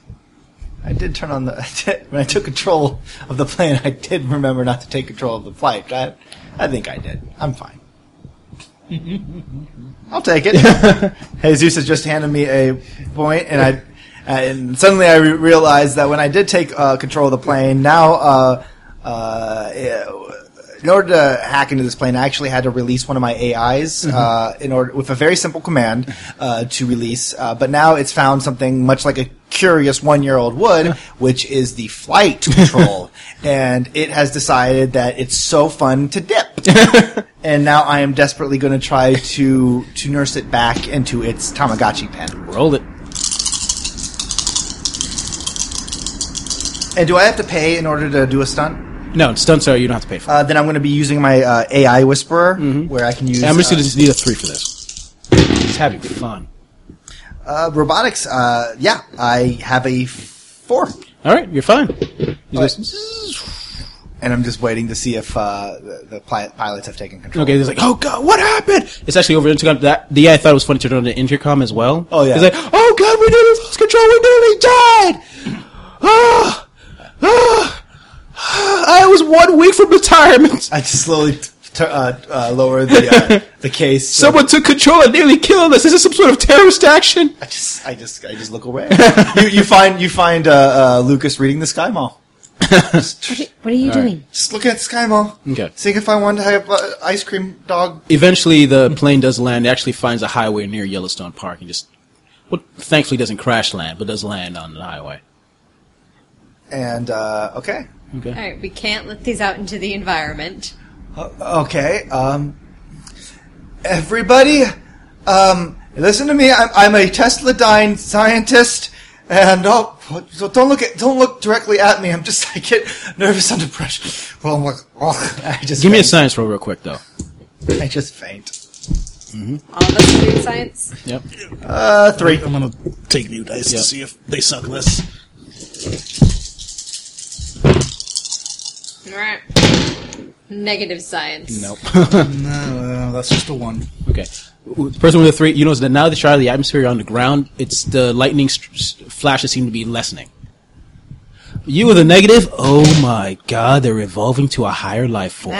B: I did turn on the I did- when I took control of the plane. I did remember not to take control of the flight. I I think I did. I'm fine. I'll take it. Jesus has just handed me a point, and I uh, and suddenly I re- realized that when I did take uh, control of the plane, now uh, uh, in order to hack into this plane, I actually had to release one of my AIs uh, in order with a very simple command uh, to release. Uh, but now it's found something much like a curious one-year-old would, which is the flight control, and it has decided that it's so fun to dip. and now I am desperately going to try to to nurse it back into its Tamagotchi pen.
F: Roll it.
B: And do I have to pay in order to do a stunt?
F: No, stunts are you don't have to pay for. it.
B: Uh, then I'm going to be using my uh, AI Whisperer, where I can use
F: Mm-hmm. I'm just
B: uh,
F: gonna just need a three for this. It's having fun.
B: uh, robotics. Uh, yeah, I have a four,
F: All right, you're fine. You
B: Alright.
F: just-
B: and I'm just waiting to see if uh, the, the pli- pilots have taken control.
F: Okay, it's like, oh god, what happened? It's actually over the intercom. That the AI thought it was funny to turn on the intercom as well.
B: Oh, yeah.
F: It's like, oh god, we nearly lost control. We nearly died. Ah, ah, ah, I was one week from retirement.
B: I just slowly t- t- uh, uh, lower the uh, the case. so-
F: Someone took control and nearly killed us. Is this some sort of terrorist action?
B: I just, I just, I just look away. you, you find, you find uh, uh, Lucas reading the Sky Mall.
E: What are you doing?
B: Just looking at Sky Mall.
F: Okay.
B: Seeing if I want to have uh, ice cream dog.
F: Eventually, the plane does land. It actually finds a highway near Yellowstone Park and just, well, thankfully doesn't crash land, but does land on the highway.
B: And uh, okay,
E: All right, we can't let these out into the environment.
B: Uh, okay. Um, everybody, um, listen to me. I'm, I'm a Tesla dyne scientist, and oh, so don't look at, don't look directly at me. I'm just, I get nervous under pressure. Well, I'm like, oh, I just
F: Give me a
B: faint.
F: science roll, real quick, though.
B: I just faint.
E: All of us do science.
F: Yep.
B: Uh, three.
D: I'm gonna take new dice
F: Yeah.
D: to see if they suck less.
E: All right. Negative science.
F: Nope.
D: No, uh, that's just a one.
F: Okay. The person with the three, you notice that now that you're out of the atmosphere, you're on the ground, it's the lightning st- st- flashes seem to be lessening. You with a negative? Oh my god, they're evolving to a higher life form.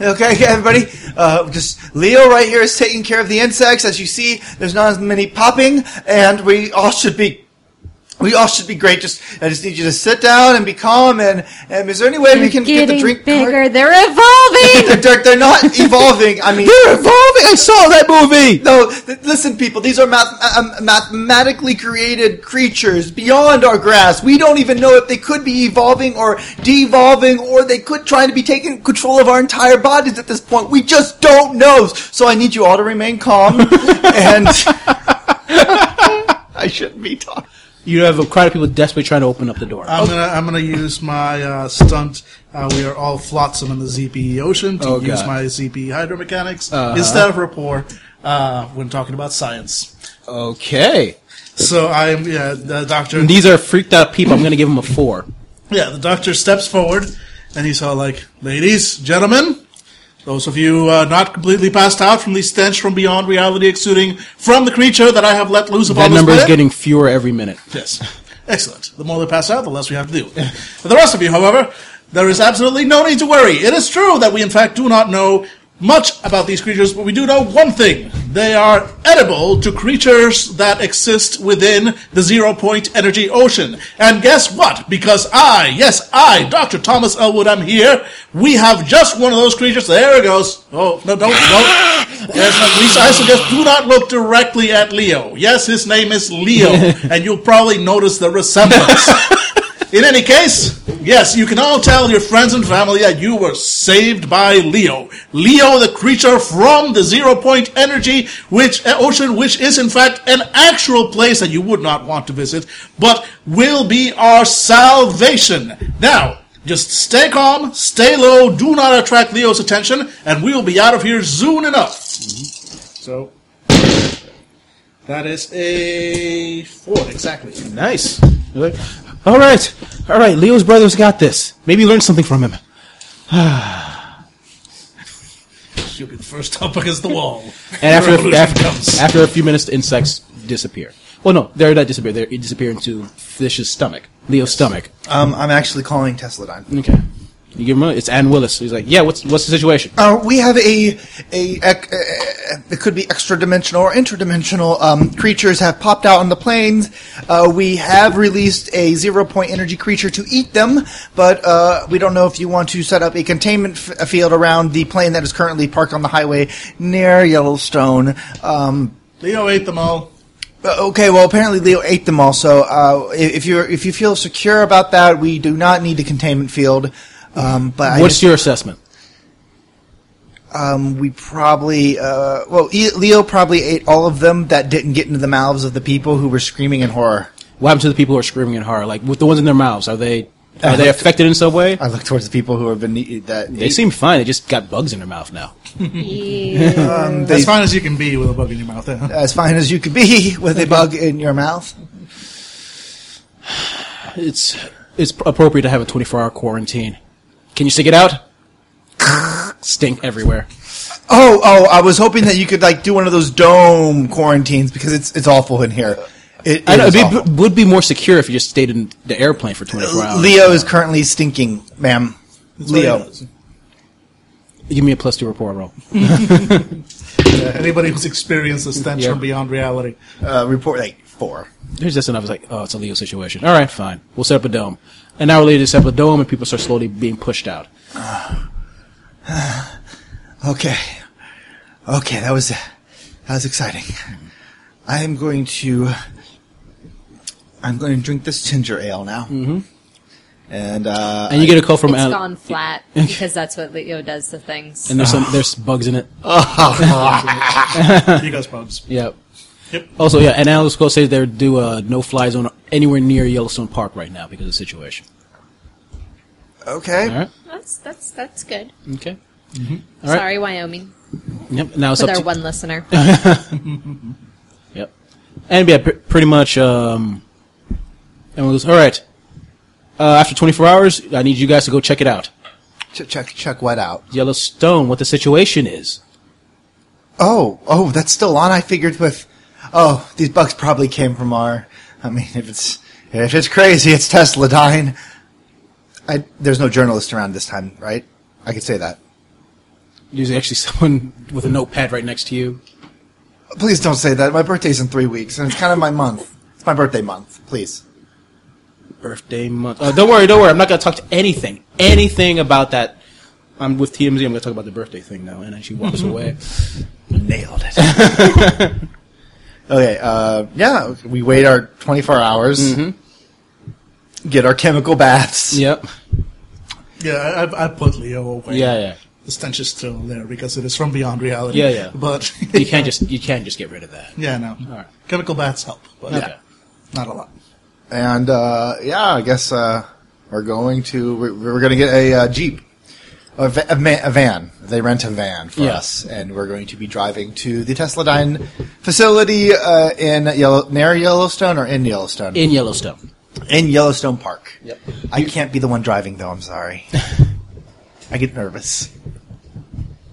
B: Okay, okay, everybody. Uh, just Leo right here is taking care of the insects. As you see, there's not as many popping, and we all should be We all should be great. Just I just need you to sit down and be calm. And, and is there any way we can get the drink
E: bigger.
B: cart-
E: They're evolving.
B: They're, they're, they're not evolving. I mean,
F: They're evolving. I saw that movie.
B: no. Th- listen, people. These are math- uh, um, mathematically created creatures beyond our grasp. We don't even know if they could be evolving or devolving, or they could try to be taking control of our entire bodies at this point. We just don't know. So I need you all to remain calm. and I shouldn't be talking.
F: You have a crowd of people desperately trying to open up the door.
D: I'm gonna I'm gonna use my uh, stunt. Uh, we are all flotsam in the ZPE ocean to
F: Oh,
D: use
F: God. Uh-huh.
D: my ZPE hydromechanics instead of rapport uh, when talking about science.
F: okay.
D: So I'm yeah the doctor.
F: And these are freaked out people. I'm going to give them a four.
D: Yeah, the doctor steps forward and he's all like, "Ladies, gentlemen." Those of you uh, not completely passed out from the stench from beyond reality exuding from the creature that I have let loose upon
F: That
D: this
F: number is
D: planet."
F: getting fewer every minute.
D: Yes. Excellent. The more they pass out, the less we have to deal with. For the rest of you, however, there is absolutely no need to worry. It is true that we, in fact, do not know much about these creatures, but we do know one thing. They are edible to creatures that exist within the zero point energy ocean. And guess what? Because I, yes, I, Dr. Thomas Elwood, I'm here, we have just one of those creatures. There it goes. Oh, no, don't, don't. There's no, Lisa, I suggest do not look directly at Leo. Yes, his name is Leo, and you'll probably notice the resemblance. In any case, yes, you can all tell your friends and family that you were saved by Leo. Leo, the creature from the zero point energy which uh, ocean, which is in fact an actual place that you would not want to visit, but will be our salvation. Now, just stay calm, stay low, do not attract Leo's attention, and we will be out of here soon enough. So, that is a four, exactly.
F: Nice. All right. All right. Leo's brother's got this. Maybe learn something from him.
D: She'll be the first up against the wall.
F: And after
D: Revolution
F: a, after,
D: comes.
F: after a few minutes, the insects disappear. Well, no, they're not disappear. They disappear into Fish's stomach, Leo's stomach.
B: Um, I'm actually calling Tesla Dime.
F: Okay. You give him a, it's Ann Willis. He's like, yeah, what's what's the situation?
B: Uh, we have a a ec- uh, it could be extra dimensional or interdimensional um, creatures have popped out on the plains. Uh, we have released a zero point energy creature to eat them, but uh, we don't know if you want to set up a containment f- a field around the plane that is currently parked on the highway near Yellowstone. Um,
D: Leo ate them all.
B: but okay, well apparently Leo ate them all, so uh, i- if you are if you feel secure about that, we do not need a containment field. Um, but I
F: what's
B: just-
F: your assessment?
B: um, we probably uh, well e- leo probably ate all of them that didn't get into the mouths of the people who were screaming in horror
F: What happened to the people who are screaming in horror? Like with the ones in their mouths, are they are
B: Uh-huh.
F: they affected in some way?
B: i look towards the people who have been e- that
F: They seem fine. They just got bugs in their mouth now.
B: um, they,
D: As fine as you can be with a bug in your mouth. eh?
B: as fine as you could be with a bug in your mouth
F: It's it's appropriate to have a 24 hour quarantine. Can you stick it out? Stink everywhere.
B: oh oh i was hoping that you could like do one of those dome quarantines because it's it's awful in here it,
F: I know,
B: it is
F: it'd be,
B: awful. Uh,
F: would be more secure if you just stayed in the airplane for 24 hours.
B: leo is currently stinking ma'am leo
F: Give me a plus two rapport roll.
D: Anybody who's experienced the stench from beyond reality.
B: uh, report like four
F: There's just enough. It's like, oh, it's a Leo situation. All right, fine. We'll set up a dome. An hour later, they set up a dome, and people start slowly being pushed out.
B: Okay. Okay, that was that was exciting. I am going to I'm going to drink this ginger ale now. Mm-hmm. And uh
F: And you get a call from
E: It's
F: Al-
E: gone flat because that's what Leo does to things.
F: And there's some there's bugs in it.
D: You guys bugs.
F: Yep.
D: Yep.
F: Also, yeah, and Alice Cole says they would do a no fly zone anywhere near Yellowstone Park right now because of the situation.
B: okay.
F: All right.
E: That's that's that's good.
F: Okay. All right.
E: Sorry, Wyoming,
F: Yep. Now it's
E: with
F: up to Uh-huh.
E: our one listener.
F: Yep. And yeah, pr- pretty much. Um, and we'll all right. Uh, after 24 hours, I need you guys to go check it out.
B: Ch- check check what out.
F: Yellowstone, what the situation is.
B: Oh, oh, that's still on. I figured with Oh, these bugs probably came from our I mean, if it's if it's crazy, it's Tesla dying. I there's no journalist around this time, right? I could say that.
F: There's actually someone with a notepad right next to you.
B: Please don't say that. My birthday's in 3 weeks and it's kind of my month. It's my birthday month. Please.
F: birthday month. Uh, don't worry, don't worry. I'm not going to talk to anything, anything about that. I'm with TMZ. I'm going to talk about the birthday thing now. And then she walks away.
B: Nailed it. okay, uh, yeah, we wait our 24 hours, get our chemical baths.
F: Yep.
D: Yeah, I, I- I put Leo away.
F: Yeah, yeah.
D: The stench is still there because it is from beyond reality.
F: Yeah, yeah.
D: But
F: You can't just you can't just get rid of that.
D: yeah, no.
F: right.
D: Chemical baths help, but
F: Okay.
D: not a lot.
B: And uh, yeah, I guess uh, we're going to, we're, we're going to get a uh, Jeep. A, va- a, ma- a van. They rent a van for
F: Yeah.
B: us, and we're going to be driving to the Tesladine facility uh, in Yellow- near Yellowstone or in Yellowstone
F: In Yellowstone.
B: in Yellowstone Park.
F: Yep.
B: I can't be the one driving though. I'm sorry. I get nervous.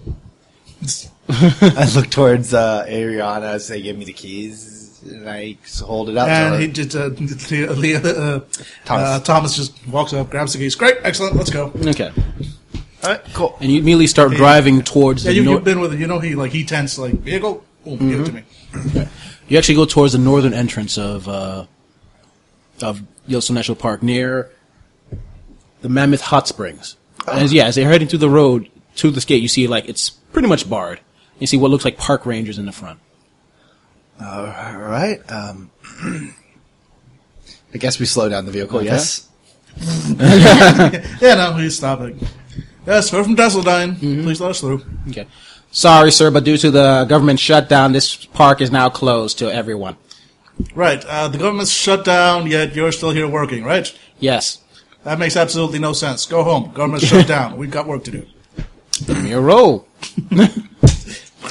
B: I look towards uh, Ariana as they give me the keys, and I s- hold it out to
D: And
B: her.
D: he just uh, Leo, Leo, uh,
B: Thomas.
D: Uh, Thomas just walks up, grabs the keys. Great, excellent. Let's go.
F: Okay.
B: All right, cool.
F: And you immediately start driving towards
D: Yeah,
F: the
D: you,
F: nor-
D: you've been with it. You know, he like he tensed like vehicle. Boom,
F: Mm-hmm.
D: give it to me.
F: You actually go towards the northern entrance of uh, of Yellowstone National Park near the Mammoth Hot Springs. And as, yeah, as they're heading through the road to this gate, you see like it's pretty much barred. You see what looks like park rangers in the front.
B: All right. Um, I guess we slow down the vehicle.
F: Okay.
B: Yes.
D: Yeah, no, he's stopping. Yes, we're from Dasseldine.
F: Mm-hmm.
D: Please let us through.
F: Okay. Sorry, sir, but due to the government shutdown, this park is now closed to everyone.
D: Right, uh, the government's shut down, yet you're still here working, right?
F: Yes.
D: That makes absolutely no sense. Go home. Government's shut down. We've got work to do.
F: Give me a roll.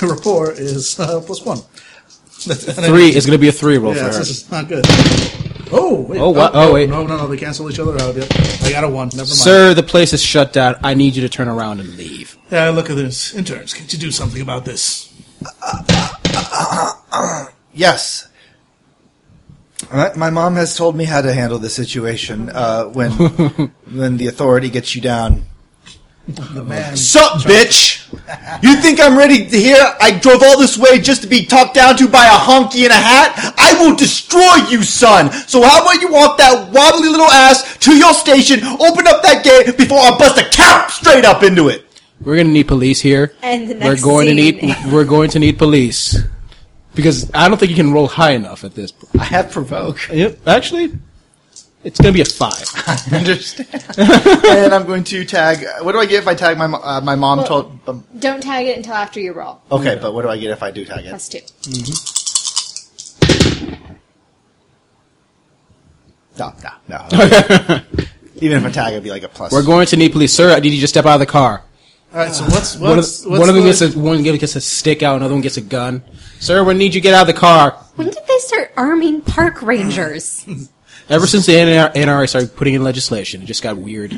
D: The rapport is uh, plus one.
F: Three is going to be a three roll
D: Yeah,
F: for her.
D: this is not good. Oh, wait.
F: Oh, what? Oh,
D: no,
F: wait.
D: No, no, no. They cancel each other out. Yep. I got a one. Never mind.
F: Sir, the place is shut down. I need you to turn around and leave.
D: Yeah, look at this. Interns, can't you do something about this?
B: Yes. All right, My mom has told me how to handle the situation uh, when when the authority gets you down.
D: The man.
B: Sup, bitch? You think I'm ready to hear I drove all this way just to be talked down to by a honky in a hat? I will destroy you, son! So how about you walk that wobbly little ass to your station, open up that gate before I bust a cap straight up into it?
F: We're gonna need police here.
E: And the
F: we're
E: next
F: going to
E: scene.
F: need we're going to need police because I don't think you can roll high enough at this.
B: I have provoke.
F: Yep. Actually, it's gonna be a five.
B: I understand. and I'm going to tag. What do I get if I tag my mo- uh, my mom? told. Um,
E: Don't tag it until after you roll.
B: okay, but what do I get if I do tag it?
E: Plus two.
B: No, no, no. Even if I tag, it'd be like a plus.
F: We're going to need police, sir. I need you to step out of the car.
D: All right, so what's,
F: One of,
D: what's, what's
F: one of them
D: the-
F: gets a one gets a stick out. Another one gets a gun. Sir, we need you to get out of the car.
E: When did they start arming park rangers?
F: Ever since the NR NRA started putting in legislation, it just got weird.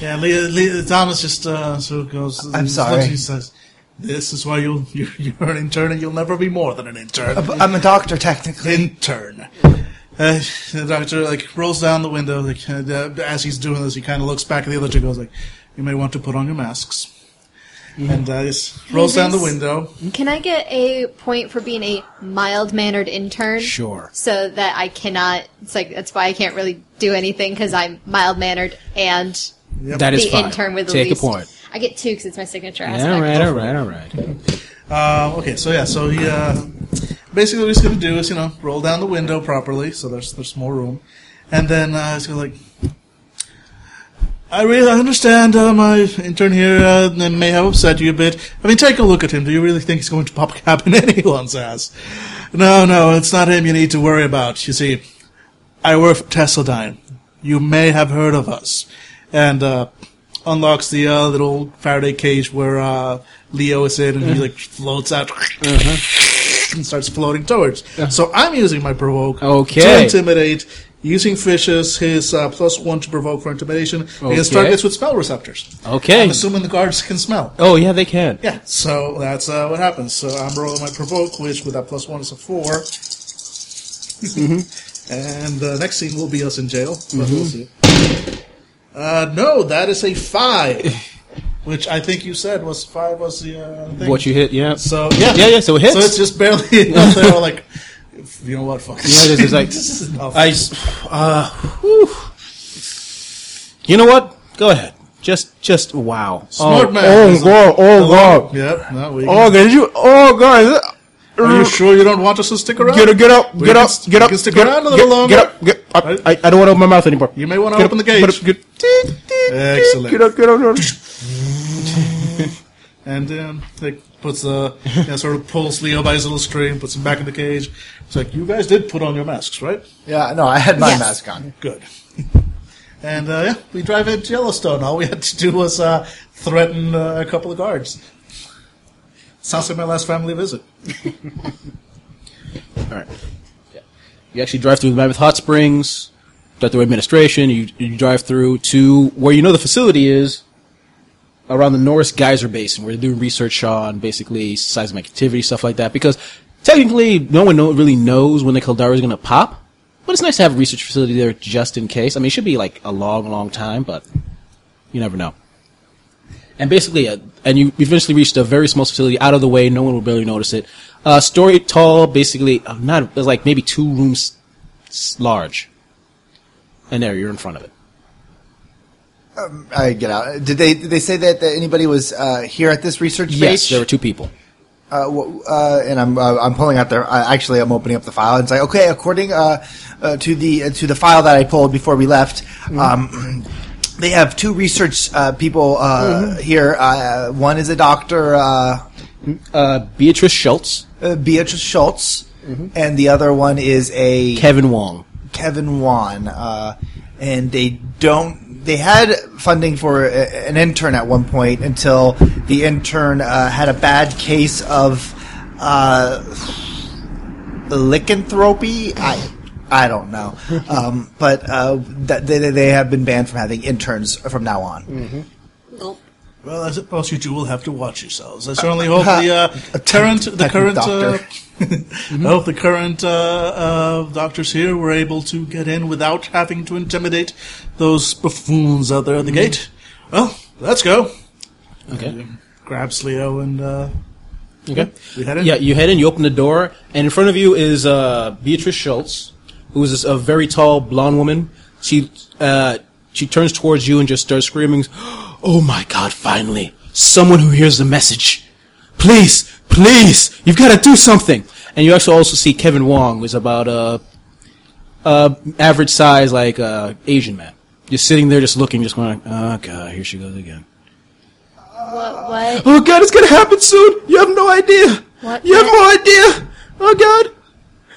D: Yeah, Leah, Leah, Thomas just uh, so goes.
B: I'm
D: looks-
B: sorry.
D: He says, "This is why you'll you're, you're an intern, and you'll never be more than an intern."
B: Uh, I'm a doctor, technically.
D: intern. Uh, the doctor like rolls down the window. Like uh, uh, as he's doing this, he kind of looks back at the other two. Goes like, "You may want to put on your masks." And uh, just rolls down the
E: Yes.
D: window.
E: Can I get a point for being a mild mannered intern?
F: Sure.
E: So that I cannot. It's like that's why I can't really do anything because I'm mild mannered and
F: That is
E: the
F: fine.
E: intern with the
F: Take
E: least.
F: a point.
E: I get two because it's my signature
F: all
E: aspect.
F: right, all right, all right.
D: Uh, okay, so yeah, so he uh, basically what he's going to do is you know roll down the window properly, so there's there's more room, and then uh, he's going to like. I really I understand uh, my intern here uh, may have upset you a bit. I mean, take a look at him. Do you really think he's going to pop a cap in anyone's ass? No, no, it's not him you need to worry about. You see, I work for Tesladine. You may have heard of us. And uh, unlocks the uh, little Faraday cage where uh, Leo is in, and he like floats out and starts floating towards. So I'm using my provoke to
F: Okay.
D: intimidate. Using fishes, his uh, plus one to provoke for intimidation against
F: Okay.
D: targets with smell receptors.
F: Okay.
D: I'm assuming the guards can smell.
F: Oh yeah, they can.
D: Yeah, so that's uh, what happens. So I'm rolling my provoke, which with that plus one is a 4
F: Mm-hmm.
D: and the next scene will be us in jail, but we'll see. Uh, no, that is a five, which I think you said was five was the uh, thing.
F: What you hit? Yeah.
D: So yeah,
F: Yeah, yeah, so it hits.
D: So it's just barely enough. They're all like, You know what? Fuck.
F: know, this is like-
D: this is enough.
F: I, s- uh, whew. you know what? Go ahead. Just, just wow.
D: Smart
F: oh,
D: man.
F: Oh god! Oh god!
D: yep. No, we
F: Oh, did you? Oh god!
D: Are you sure you don't want us to stick around?
F: Get up! Get up!
D: We
F: Get
D: can
F: up!
D: st-
F: Get
D: we
F: up!
D: can stick
F: get up,
D: around a
F: get
D: little
F: up,
D: longer.
F: Get up! Get
D: Right?
F: up! I, I, I don't want to open my mouth anymore.
D: You may wanna
F: Get
D: open
F: up,
D: the gate.
F: Get up, get- ding, ding, ding.
D: Excellent.
F: Get up! Get up! Get up.
D: And then like puts uh, you know, sort of pulls Leo by his little string, puts him back in the cage. It's like you guys did put on your masks, right?
B: Yeah, no, I had my
E: Yes.
B: mask on.
D: Good. And uh, yeah, we drive into Yellowstone. All we had to do was uh, threaten uh, a couple of guards. Sounds like my last family visit.
F: All right. You actually drive through the Mammoth Hot Springs, drive through administration. You, you drive through to where you know the facility is, around the Norris Geyser Basin, where they're doing research on basically seismic activity stuff like that. Because technically, no one know, really knows when the Caldera is going to pop. But it's nice to have a research facility there just in case. I mean, it should be like a long, long time, but you never know. And basically, uh, and you eventually reached a very small facility out of the way. No one would barely notice it. Uh, story tall, basically, uh, not it was like maybe two rooms s- large. And there, you're in front of it.
B: Um, I get out. Did they did they say that, that anybody was uh, here at this research
F: Yes,
B: stage?
F: there were two people.
B: uh, w- uh, and I'm uh, I'm pulling out their. Uh, actually, I'm opening up the file. and It's like okay, according uh, uh, to the uh, to the file that I pulled before we left. Um, They have two research uh, people uh, here. Uh, one is a doctor, uh,
F: Uh, Beatrice Schultz,
B: uh, Beatrice Schultz, and the other one is a
F: Kevin Wong.
B: Kevin Wan, uh, and they don't. They had funding for a, an intern at one point until the intern uh, had a bad case of uh, lycanthropy. I I don't know, um, but uh, that, they, they have been banned from having interns from now on.
E: Nope.
D: Well, I suppose you two will have to watch yourselves. I certainly hope the uh, current, the current, uh,
B: doctor.
D: I hope the current uh, uh, doctors here were able to get in without having to intimidate those buffoons out there at the
E: Mm-hmm.
D: gate. Well, let's go. Um,
F: Okay.
D: Grabs Leo and uh,
F: Okay.
D: we head in.
F: Yeah, you head in, you open the door, and in front of you is uh, Beatrice Schultz, who is this, a very tall blonde woman. She uh, she turns towards you and just starts screaming, "Oh my God! Finally, someone who hears the message! Please, please, you've got to do something!" And you actually also see Kevin Wong, who's about uh, uh, average size, like uh, Asian man, just sitting there, just looking, just going, "Oh God, here she goes again."
E: What? What?
F: Oh god, it's gonna happen soon! You have no idea!
E: What?
F: You have no idea! Oh god!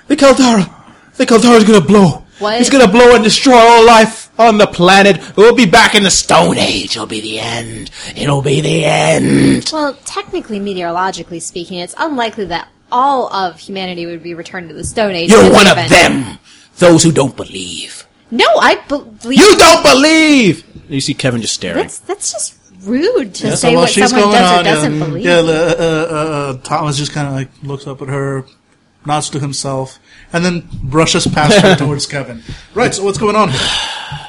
F: The Caldara! The Caldara's gonna blow!
E: What?
F: It's gonna blow and destroy all life on the planet! We'll be back in the Stone Age! It'll be the end! It'll be the end!
E: Well, technically, meteorologically speaking, it's unlikely that all of humanity would be returned to the Stone Age.
F: You're
E: in
F: one of
E: heaven.
F: them! Those who don't believe!
E: No, I believe
F: You don't believe! You see Kevin just staring.
E: That's that's just rude to
D: So
E: say
D: while
E: what
D: she's
E: someone
D: going
E: does
D: on,
E: or doesn't
D: yeah,
E: believe.
D: yeah, uh, uh, uh, uh, Thomas just kind of like looks up at her, nods to himself, and then brushes past her towards Kevin. Right. So what's going on? here?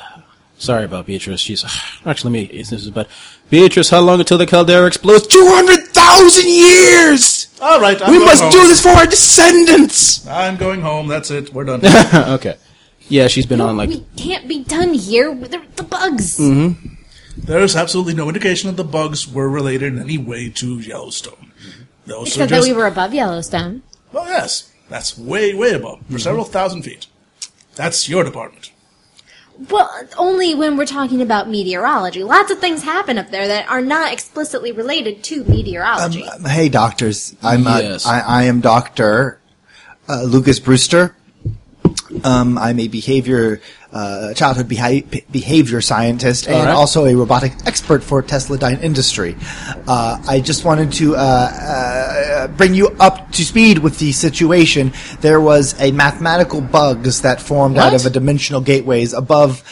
F: Sorry about Beatrice. She's actually let me. This is but Beatrice. How long until the caldera explodes? Two hundred thousand years.
D: All right, I'm
F: we
D: going
F: must
D: home.
F: do this for our descendants.
D: I'm going home. That's it. We're done.
F: okay. Yeah, she's been on like
E: we can't be done here. The, the bugs.
F: Mm,
D: there is absolutely no indication that the bugs were related in any way to Yellowstone.
F: Mm-hmm.
D: Those
E: Except that we were above Yellowstone.
D: Well, yes, that's way, way above
F: Mm-hmm.
D: for several thousand feet. That's your department.
E: Well, only when we're talking about meteorology. Lots of things happen up there that are not explicitly related to meteorology.
B: Um, hey, doctors. I'm uh,
F: Yes.
B: I, I am Doctor uh, Lucas Brewster. Um, I'm a behavior uh, childhood behi- behavior scientist and
F: right.
B: also a robotic expert for Tesla Dyne Industry. Uh, I just wanted to uh, uh, bring you up to speed with the situation. There was a mathematical bugs that formed out of a dimensional gateways above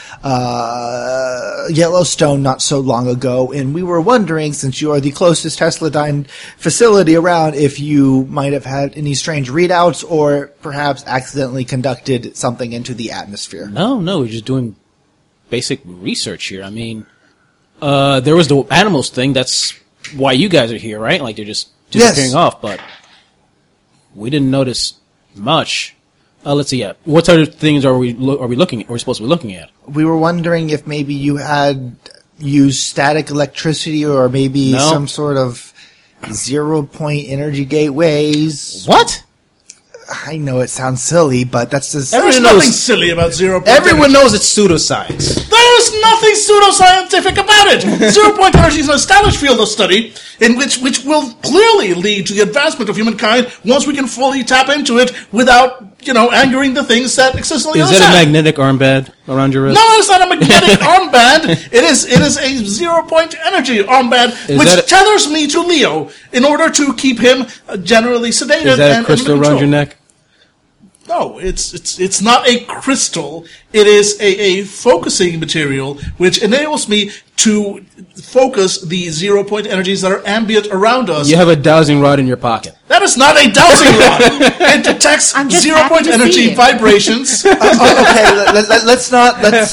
B: uh, Yellowstone not so long ago, and we were wondering, since you are the closest Tesla Dyne facility around, if you might have had any strange readouts or perhaps accidentally conducted something into the atmosphere.
F: no, no. We're just doing basic research here. I mean, uh, there was the animals thing. That's why you guys are here, right? Like they're just
B: Yes.
F: disappearing off. But we didn't notice much. Uh, let's see. Yeah, what type of things are we lo- are we looking? Are we supposed to be looking at?
B: We were wondering if maybe you had used static electricity or maybe
F: No.
B: some sort of zero point energy gateways.
F: What?
B: I know it sounds silly, but that's just
D: There's
F: Everyone
D: nothing
F: knows.
D: silly about zero. point
F: Everyone
D: energy.
F: knows it's pseudoscience.
D: There's nothing pseudoscientific about it. Zero point energy is an established field of study in which which will clearly lead to the advancement of humankind once we can fully tap into it without you know angering the things that exist on the
F: Is
D: other
F: that a
D: side.
F: magnetic armband around your wrist?
D: no, it's not a magnetic armband. It is it is a zero point energy armband,
F: Is
D: which
F: that a-
D: tethers me to Leo in order to keep him uh, generally sedated.
F: Is that
D: and
F: a crystal
D: under
F: around
D: control.
F: your neck?
D: No, it's it's it's not a crystal. It is a, a focusing material which enables me to focus the zero point energies that are ambient around us.
F: You have a dowsing rod in your pocket.
D: That is not a dowsing rod. It detects
H: I'm just
D: zero
H: happy
D: point
H: to see
D: energy
H: you.
D: vibrations.
B: oh, okay, let, let, us not let's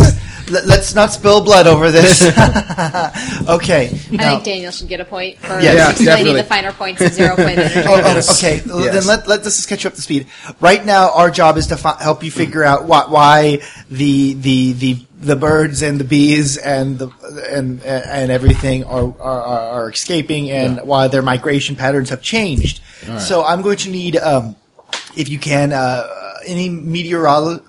B: let, us not spill blood over this. uh, oh, okay.
H: I
B: now-
H: think Daniel should get a point for
B: Yeah, yeah,
H: explaining
E: definitely.
H: the finer points of zero point energy.
B: oh, oh, okay. L- Then
I: Yes.
B: let, let this just catch you up to speed. Right now, our job is to fi- help you figure out why, why the the the the birds and the bees and the and and everything are are, are are escaping and why their migration patterns have changed. So I'm going to need, um, if you can, uh, any meteorolo-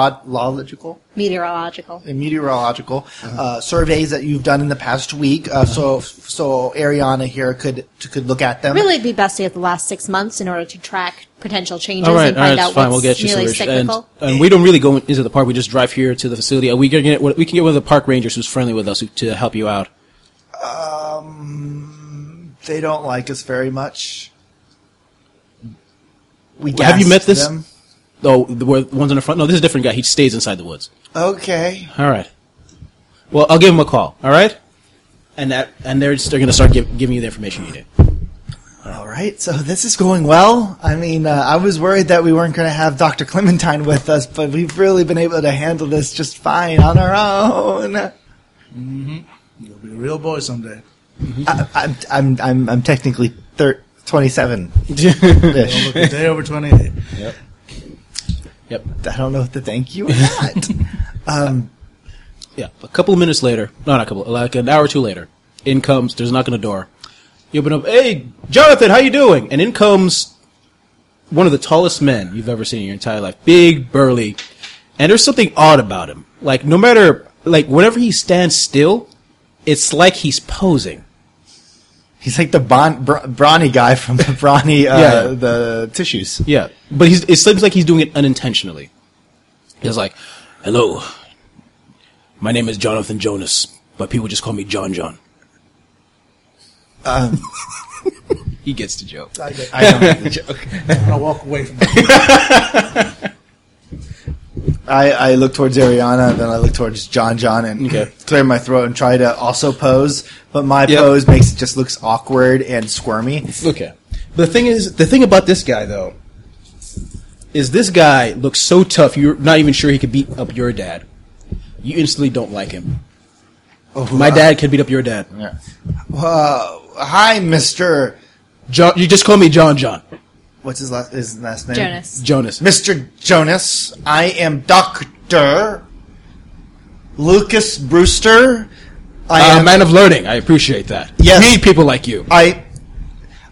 B: meteorological
H: Meteorological.
F: Mm.
B: and meteorological uh, surveys that you've done in the past week, uh, so so Ariana here could could look at them.
H: Really, it'd be best to get the last six months in order to track potential changes
F: All right,
H: and
F: all right,
H: find
F: it's
H: out
F: fine. We'll
H: what's
F: get you
H: really
F: solution. And,
H: cyclical.
F: and we don't really go into the park. We just drive here to the facility. Uh, We can get we can get one of the park rangers who's friendly with us who- to help you out.
B: Um, They don't like us very much. We
F: Have you met
B: gassed
F: this-
B: Them.
F: Oh, the where- the ones in the front. No, this is a different guy. He stays inside the woods.
B: Okay.
F: All right. Well, I'll give him a call. All right. And that and they're just, they're going to start give, giving you the information you need.
B: All right. So this is going well. I mean, uh, I was worried that we weren't going to have Dr. Clementine with us, but we've really been able to handle this just fine on our own. I,
D: You'll be a real boy someday.
B: I'm, I'm, I'm, I'm technically thir- 27 ish.
D: Look, a day over twenty eight.
F: Yep.
B: I don't know if to thank you or not.
F: Yeah. A couple of minutes later, not a couple, like an hour or two later, in comes. There's a knock on the door. You open up. Hey, Jonathan, how you doing? And in comes one of the tallest men you've ever seen in your entire life. Big, burly, and there's something odd about him. Like no matter like whenever he stands still, it's like he's posing.
B: He's like the bon- br- brawny guy from the brawny, uh,
F: Yeah.
B: the tissues.
F: Yeah, but he's, it seems like he's doing it unintentionally. He's like, "Hello, my name is Jonathan Jonas, but people just call me John John." Um. he gets the joke.
B: I don't get the joke.
D: I'll walk away from that.
B: I, I look towards Ariana, and then I look towards John John and
F: Okay.
B: clear my throat and try to also pose, but my
F: Yep.
B: pose makes it just looks awkward and squirmy.
F: Okay, but the thing is, the thing about this guy though, is this guy looks so tough. You're not even sure he could beat up your dad. You instantly don't like him. my dad could beat up your dad.
B: Uh, hi, Mister.
F: John, you just call me John John
B: What's his last his last name?
H: Jonas.
F: Jonas.
B: Mister Jonas. I am Doctor Lucas Brewster. I
F: Uh,
B: am
F: man of learning. I appreciate that.
B: Yes.
F: We need people like you.
B: I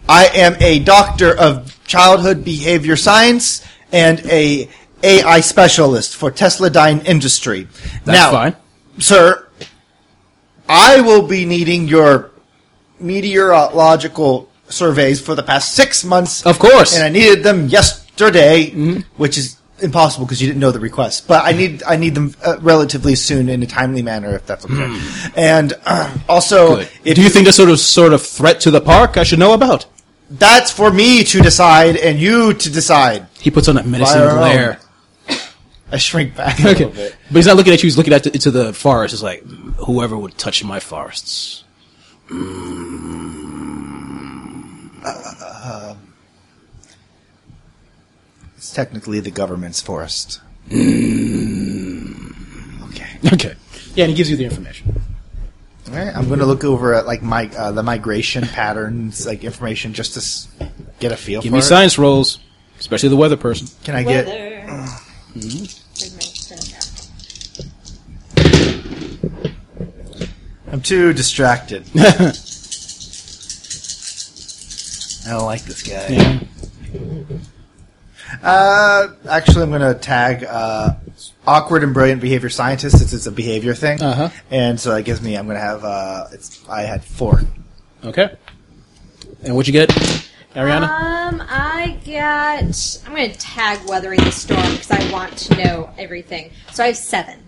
B: I am a doctor of childhood behavior science and a AI specialist for Tesladine Industry.
F: That's
B: now,
F: fine.
B: sir, I will be needing your meteorological surveys for the past six months.
F: Of course.
B: and
F: Mm-hmm.
B: I needed them yesterday, which is impossible because you didn't know the request. But I need I need them uh, relatively soon in a timely manner, if that's okay. And uh, also,
F: Hmm. Good.
B: if
F: Do you think a sort of sort of threat to the park I should know about?
B: that's for me to decide and you to decide.
F: He puts on a menacing
B: Fire
F: glare.
B: I shrink back a
F: Okay.
B: little bit.
F: But he's not looking at you. He's looking at the, into the forest. It's like whoever would touch my forests.
B: It's technically the government's forest.
F: Hmm.
B: okay.
F: Okay. Yeah, and he gives you the information.
B: All right. I'm going to look over at like my uh, the migration patterns, like information, just to s- get a feel
F: Give
B: for
F: me
B: it.
F: science rolls, especially the weather person.
B: Can I get?
H: Weather.
B: I'm too distracted. I don't like this guy. Uh, actually, I'm going to tag uh, awkward and brilliant behavior scientist since it's a behavior thing,
F: Uh-huh.
B: and so that gives me. I'm going to have. Uh, it's I had four.
F: Okay. And what you get, Ariana?
E: Um, I got. I'm going to tag weathering the storm because I want to know everything. So I have seven,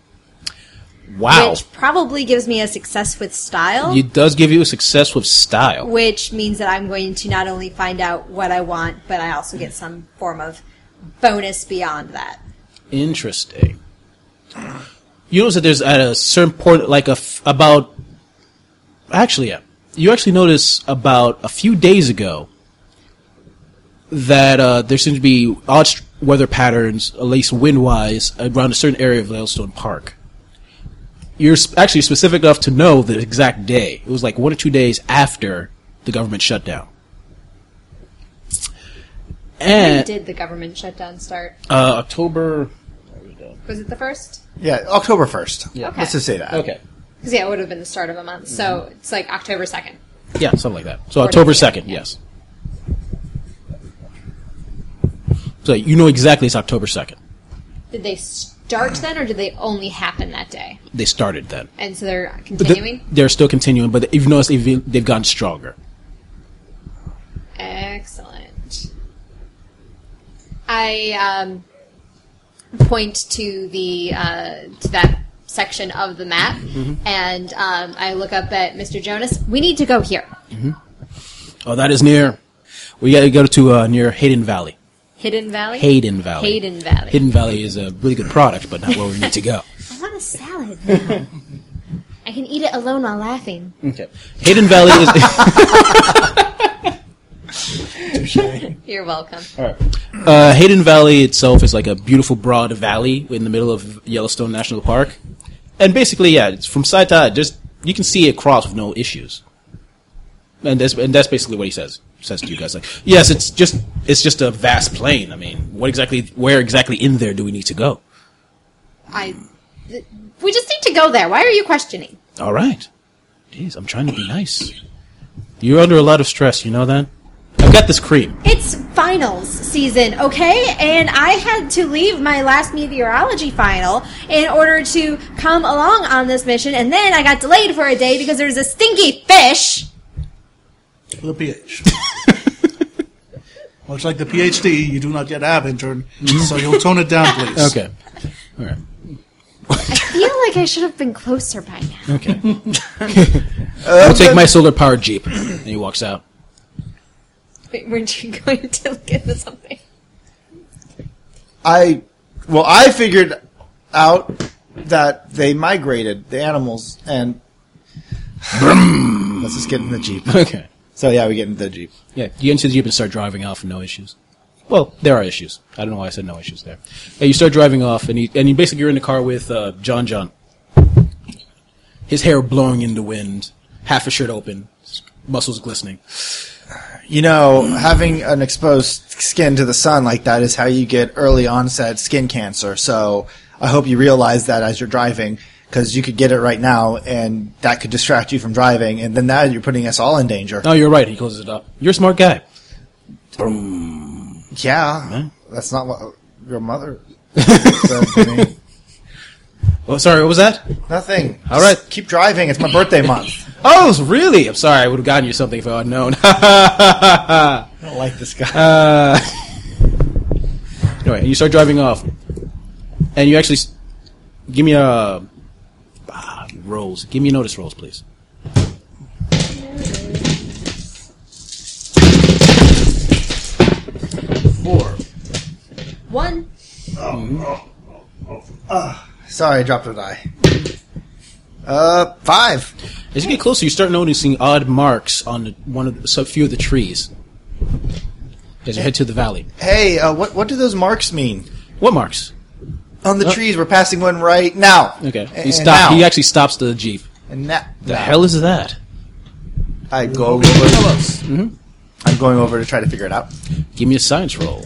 F: wow.
E: which probably gives me a success with style.
F: It does give you a success with style.
E: which means that I'm going to not only find out what I want, but I also get some form of bonus beyond that.
F: Interesting. You notice that there's at a certain point, like a f- about actually, yeah, you actually notice about a few days ago that uh, there seems to be odd str- weather patterns, at least wind-wise, around a certain area of Yellowstone Park. You're sp- actually specific enough to know the exact day. It was like one or two days after the government shutdown.
E: When
F: And
E: did the government shutdown start?
F: uh, October. where we go?
E: Was it the first?
B: Yeah, October first. Yeah.
E: Okay.
B: Let's just say that.
F: Okay.
E: Because yeah, it would have been the start of a month. So it's like October second.
F: Yeah, something like that. So October
E: days, yeah.
F: second, yes. So you know exactly it's October second.
E: Did they start then, or did they only happen that day?
F: They started then.
E: And so they're
F: But
E: continuing.
F: They're still continuing, but you've noticed they've, they've gotten stronger.
E: Excellent. I um, point to the uh, to that section of the map,
F: Mm-hmm.
E: and um, I look up at Mr. Jonas. We need to go here.
F: Oh, that is near. We got to go to uh, near Hayden Valley.
E: Hidden Valley.
F: Hayden Valley.
E: Hayden Valley.
F: Hayden Valley is a really good product, but not where we need to go.
E: I want a salad now. I can eat it alone while laughing.
F: Okay. Hayden Valley is
E: You're welcome.
F: uh, Hayden Valley itself is like a beautiful broad valley in the middle of Yellowstone National Park, and basically, yeah, it's from side to side. Just you can see it across with no issues, and that's and that's basically what he says says to you guys. Like, yes, it's just it's just a vast plain. I mean, what exactly? Where exactly in there do we need to go?
E: I. th- We just need to go there. Why are you questioning?
F: All right, jeez, I'm trying to be nice. You're under a lot of stress, you know that. I've got this cream.
E: It's finals season, okay? And I had to leave my last meteorology final in order to come along on this mission, and then I got delayed for a day because there's a stinky fish.
D: With a pH. Much like the PhD, you do not yet have intern, so you'll tone it down, please.
F: Okay, all right,
E: I feel like I should have been closer by now.
F: okay. I'll take my solar powered jeep, and he walks out.
E: Wait, weren't you going to look into something?
B: I well, I figured out that they migrated the animals, and let's just get in the jeep.
F: Okay.
B: So yeah, we get in the jeep.
F: Yeah, you get into the Jeep and start driving off, no issues. Well, there are issues. I don't know why I said no issues there. And you start driving off, and you, and you basically you're in the car with uh, John John. His hair blowing in the wind, half a shirt open, muscles glistening.
B: You know, having an exposed skin to the sun like that is how you get early onset skin cancer. So I hope you realize that as you're driving, because you could get it right now, and that could distract you from driving, and then now you're putting us all in danger.
F: Oh, you're right. He closes it up. You're a smart guy.
B: yeah, that's not what your mother said to me.
F: Oh, sorry, what was that?
B: Nothing.
F: All right.
B: Just keep driving. It's my birthday month.
F: Oh, it's really? I'm sorry. I would have gotten you something if I had known.
B: I don't like this guy.
F: Uh, anyway, you start driving off, and you actually s- give me a ah, rolls. Give me notice rolls, please.
E: One.
B: Sorry, I dropped a die. Uh, five.
F: As you get closer, you start noticing odd marks on the, one of the, so few of the trees as you head to the valley.
B: Hey, uh, what what do those marks mean?
F: What marks?
B: On the trees, we're passing one right now.
F: Okay,
B: A-
F: he
B: and
F: stop.
B: now.
F: He actually stops the jeep.
B: And now,
F: The hell is that?
B: I go over.
F: Mm-hmm.
B: I'm going over to try to figure it out.
F: Give me a science roll.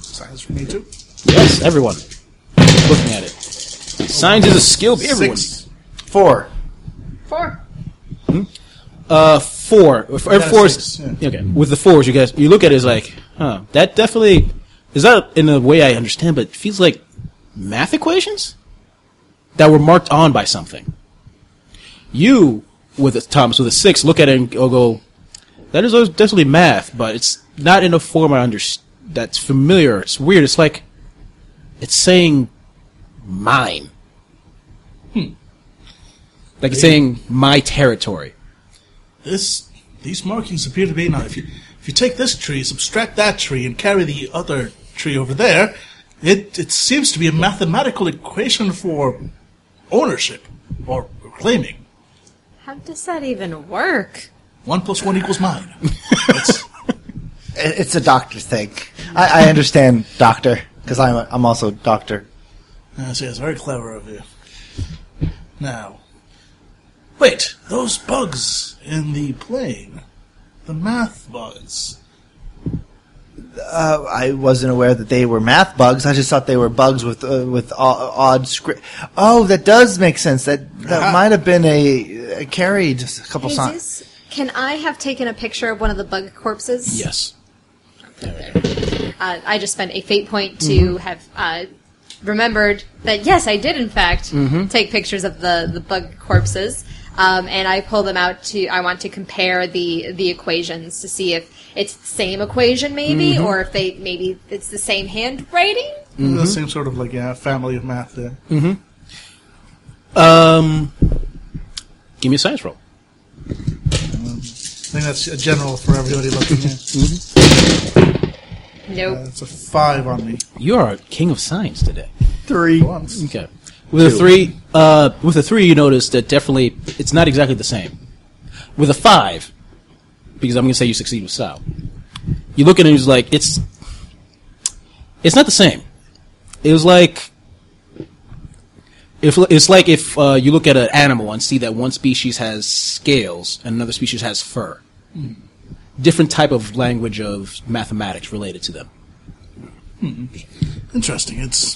D: Silence for me, too.
F: Yeah. Science, everyone. Looking at it. Science is a skill of everyone's.
B: Four.
E: Four.
F: Uh, four. If- if
D: a
F: four is-
D: six,
F: Okay. With the fours, you guys, you look at it as like, huh, that definitely is not in a way I understand, but it feels like math equations that were marked on by something. You, with a, Thomas, with a six, look at it and go, go that is definitely math, but it's not in a form I understand. That's familiar. It's weird. It's like it's saying mine. Like it's saying my territory.
D: This, these markings appear to be now. If you if you take this tree, subtract that tree, and carry the other tree over there, it it seems to be a mathematical equation for ownership or claiming.
E: How does that even work?
D: One plus one equals mine.
B: It- It's a doctor thing. I, I understand doctor because I'm a, I'm also doctor.
D: I see, that's very clever of you. Now, wait, those bugs in the plane, the math bugs.
B: Uh, I wasn't aware that they were math bugs. I just thought they were bugs with uh, with o- odd script. Oh, that does make sense. That that might have been a, a carry just a couple signs.
E: Jesus, can I have taken a picture of one of the bug corpses?
F: Yes.
E: Uh, I just spent a fate point to have uh, remembered that yes, I did in fact take pictures of the the bug corpses, um, and I pull them out to. I want to compare the the equations to see if it's the same equation maybe, or if they maybe it's the same handwriting.
D: The same sort of like yeah, family of math there.
F: Um, give me a science roll.
D: I think that's a general for everybody looking in.
E: Nope.
D: That's a five on me.
F: You are a king of science today.
B: Three.
D: Once.
F: Okay. With a three, uh, with a three, you notice that definitely it's not exactly the same. With a five, because I'm going to say you succeed with Sal. You look at it and it's like it's, it's not the same. It was like, if it's like if uh, you look at an animal and see that one species has scales and another species has fur. Different type of language of mathematics related to them.
D: Interesting. It's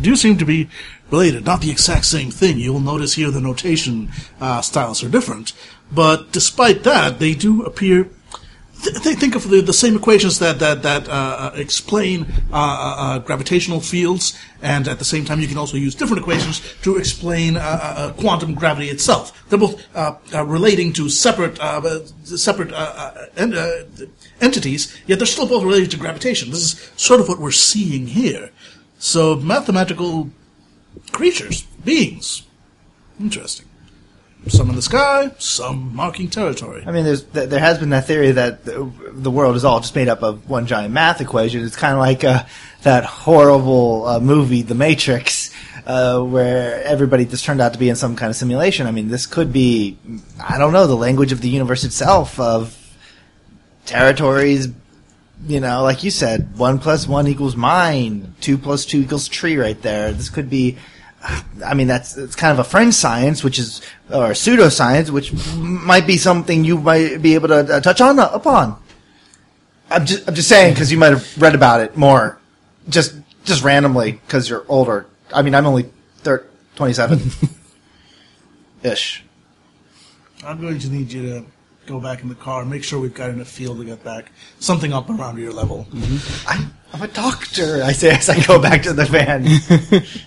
D: do seem to be related, not the exact same thing. You'll notice here the notation uh, styles are different, but despite that, they do appear. Th- th- think of the, the same equations that that that uh, uh, explain uh, uh, uh, gravitational fields, and at the same time, you can also use different equations to explain uh, uh, uh, quantum gravity itself. They're both uh, uh, relating to separate uh, uh, separate uh, uh, en- uh, entities, yet they're still both related to gravitation. This is sort of what we're seeing here. So mathematical creatures, beings. Interesting. Some in the sky, some marking territory.
B: I mean, there's th- there has been that theory that the, the world is all just made up of one giant math equation. It's kind of like uh, that horrible uh, movie, The Matrix, uh, where everybody just turned out to be in some kind of simulation. I mean, this could be, I don't know, the language of the universe itself of territories. You know, like you said, one plus one equals mine. Two plus two equals tree. Right there. This could be. I mean, that's it's kind of a French science, which is or pseudoscience, which m- might be something you might be able to uh, touch on upon. I'm just I'm just saying because you might have read about it more, just just randomly because you're older. I mean, I'm only thir- 27 ish.
D: I'm going to need you to go back in the car, make sure we've got enough fuel to get back. Something up around your level.
B: I'm, I'm a doctor. I say as I go back to the van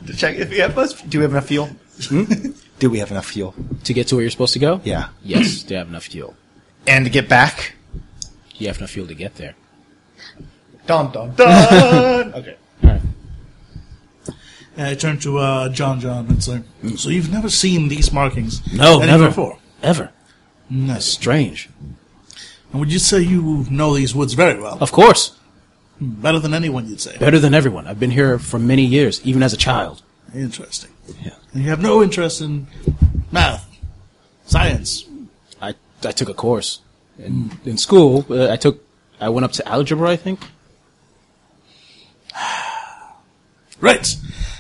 B: to check if we have bus. Do we have enough fuel? Do we have enough fuel?
F: To get to where you're supposed to go?
B: Yeah,
F: Yes, they have enough fuel.
B: and to get back.
F: You have enough fuel to get there.
B: Dum dum dum. okay.
D: And I turn to uh, John John and say, So you've never seen these markings?
F: No,
D: anywhere
F: never.
D: Before?
F: Ever.
D: No.
F: Strange.
D: And would you say you know these woods very well?
F: Of course.
D: Better than anyone, you'd say.
F: Better than everyone. I've been here for many years, even as a child.
D: Interesting.
F: Yeah.
D: And you have no interest in math, science.
F: I, I took a course. In, in school, uh, I took, I went up to algebra, I think.
D: Right.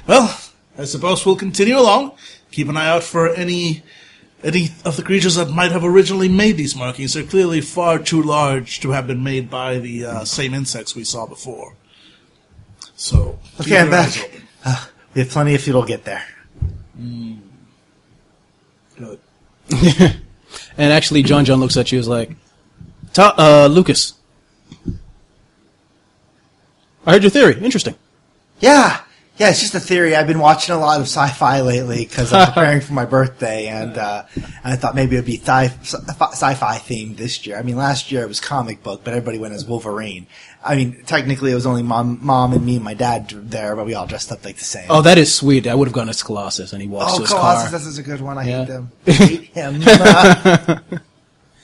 D: Well, I suppose we'll continue along. Keep an eye out for any any of the creatures that might have originally made these markings. They're clearly far too large to have been made by the uh, same insects we saw before. So
B: Okay, I'm
D: keep your eyes
B: back.
D: open.
B: We have plenty of fuel to get there.
D: Good.
F: And actually, John John looks at you is like, Ta- uh, Lucas. I heard your theory. Interesting.
B: Yeah, yeah. It's just a theory. I've been watching a lot of sci-fi lately because I'm preparing for my birthday, and uh, I thought maybe it'd be thi- sci-fi themed this year. I mean, last year it was comic book, but everybody went as Wolverine. I mean, technically it was only mom, mom and me and my dad d- there, but we all dressed up like the same.
F: Oh, that is sweet. I would have gone as Colossus, and he walks to
B: Oh,
F: his
B: Colossus,
F: car.
B: that's such a good one. I
F: Yeah.
B: hate them. I hate him.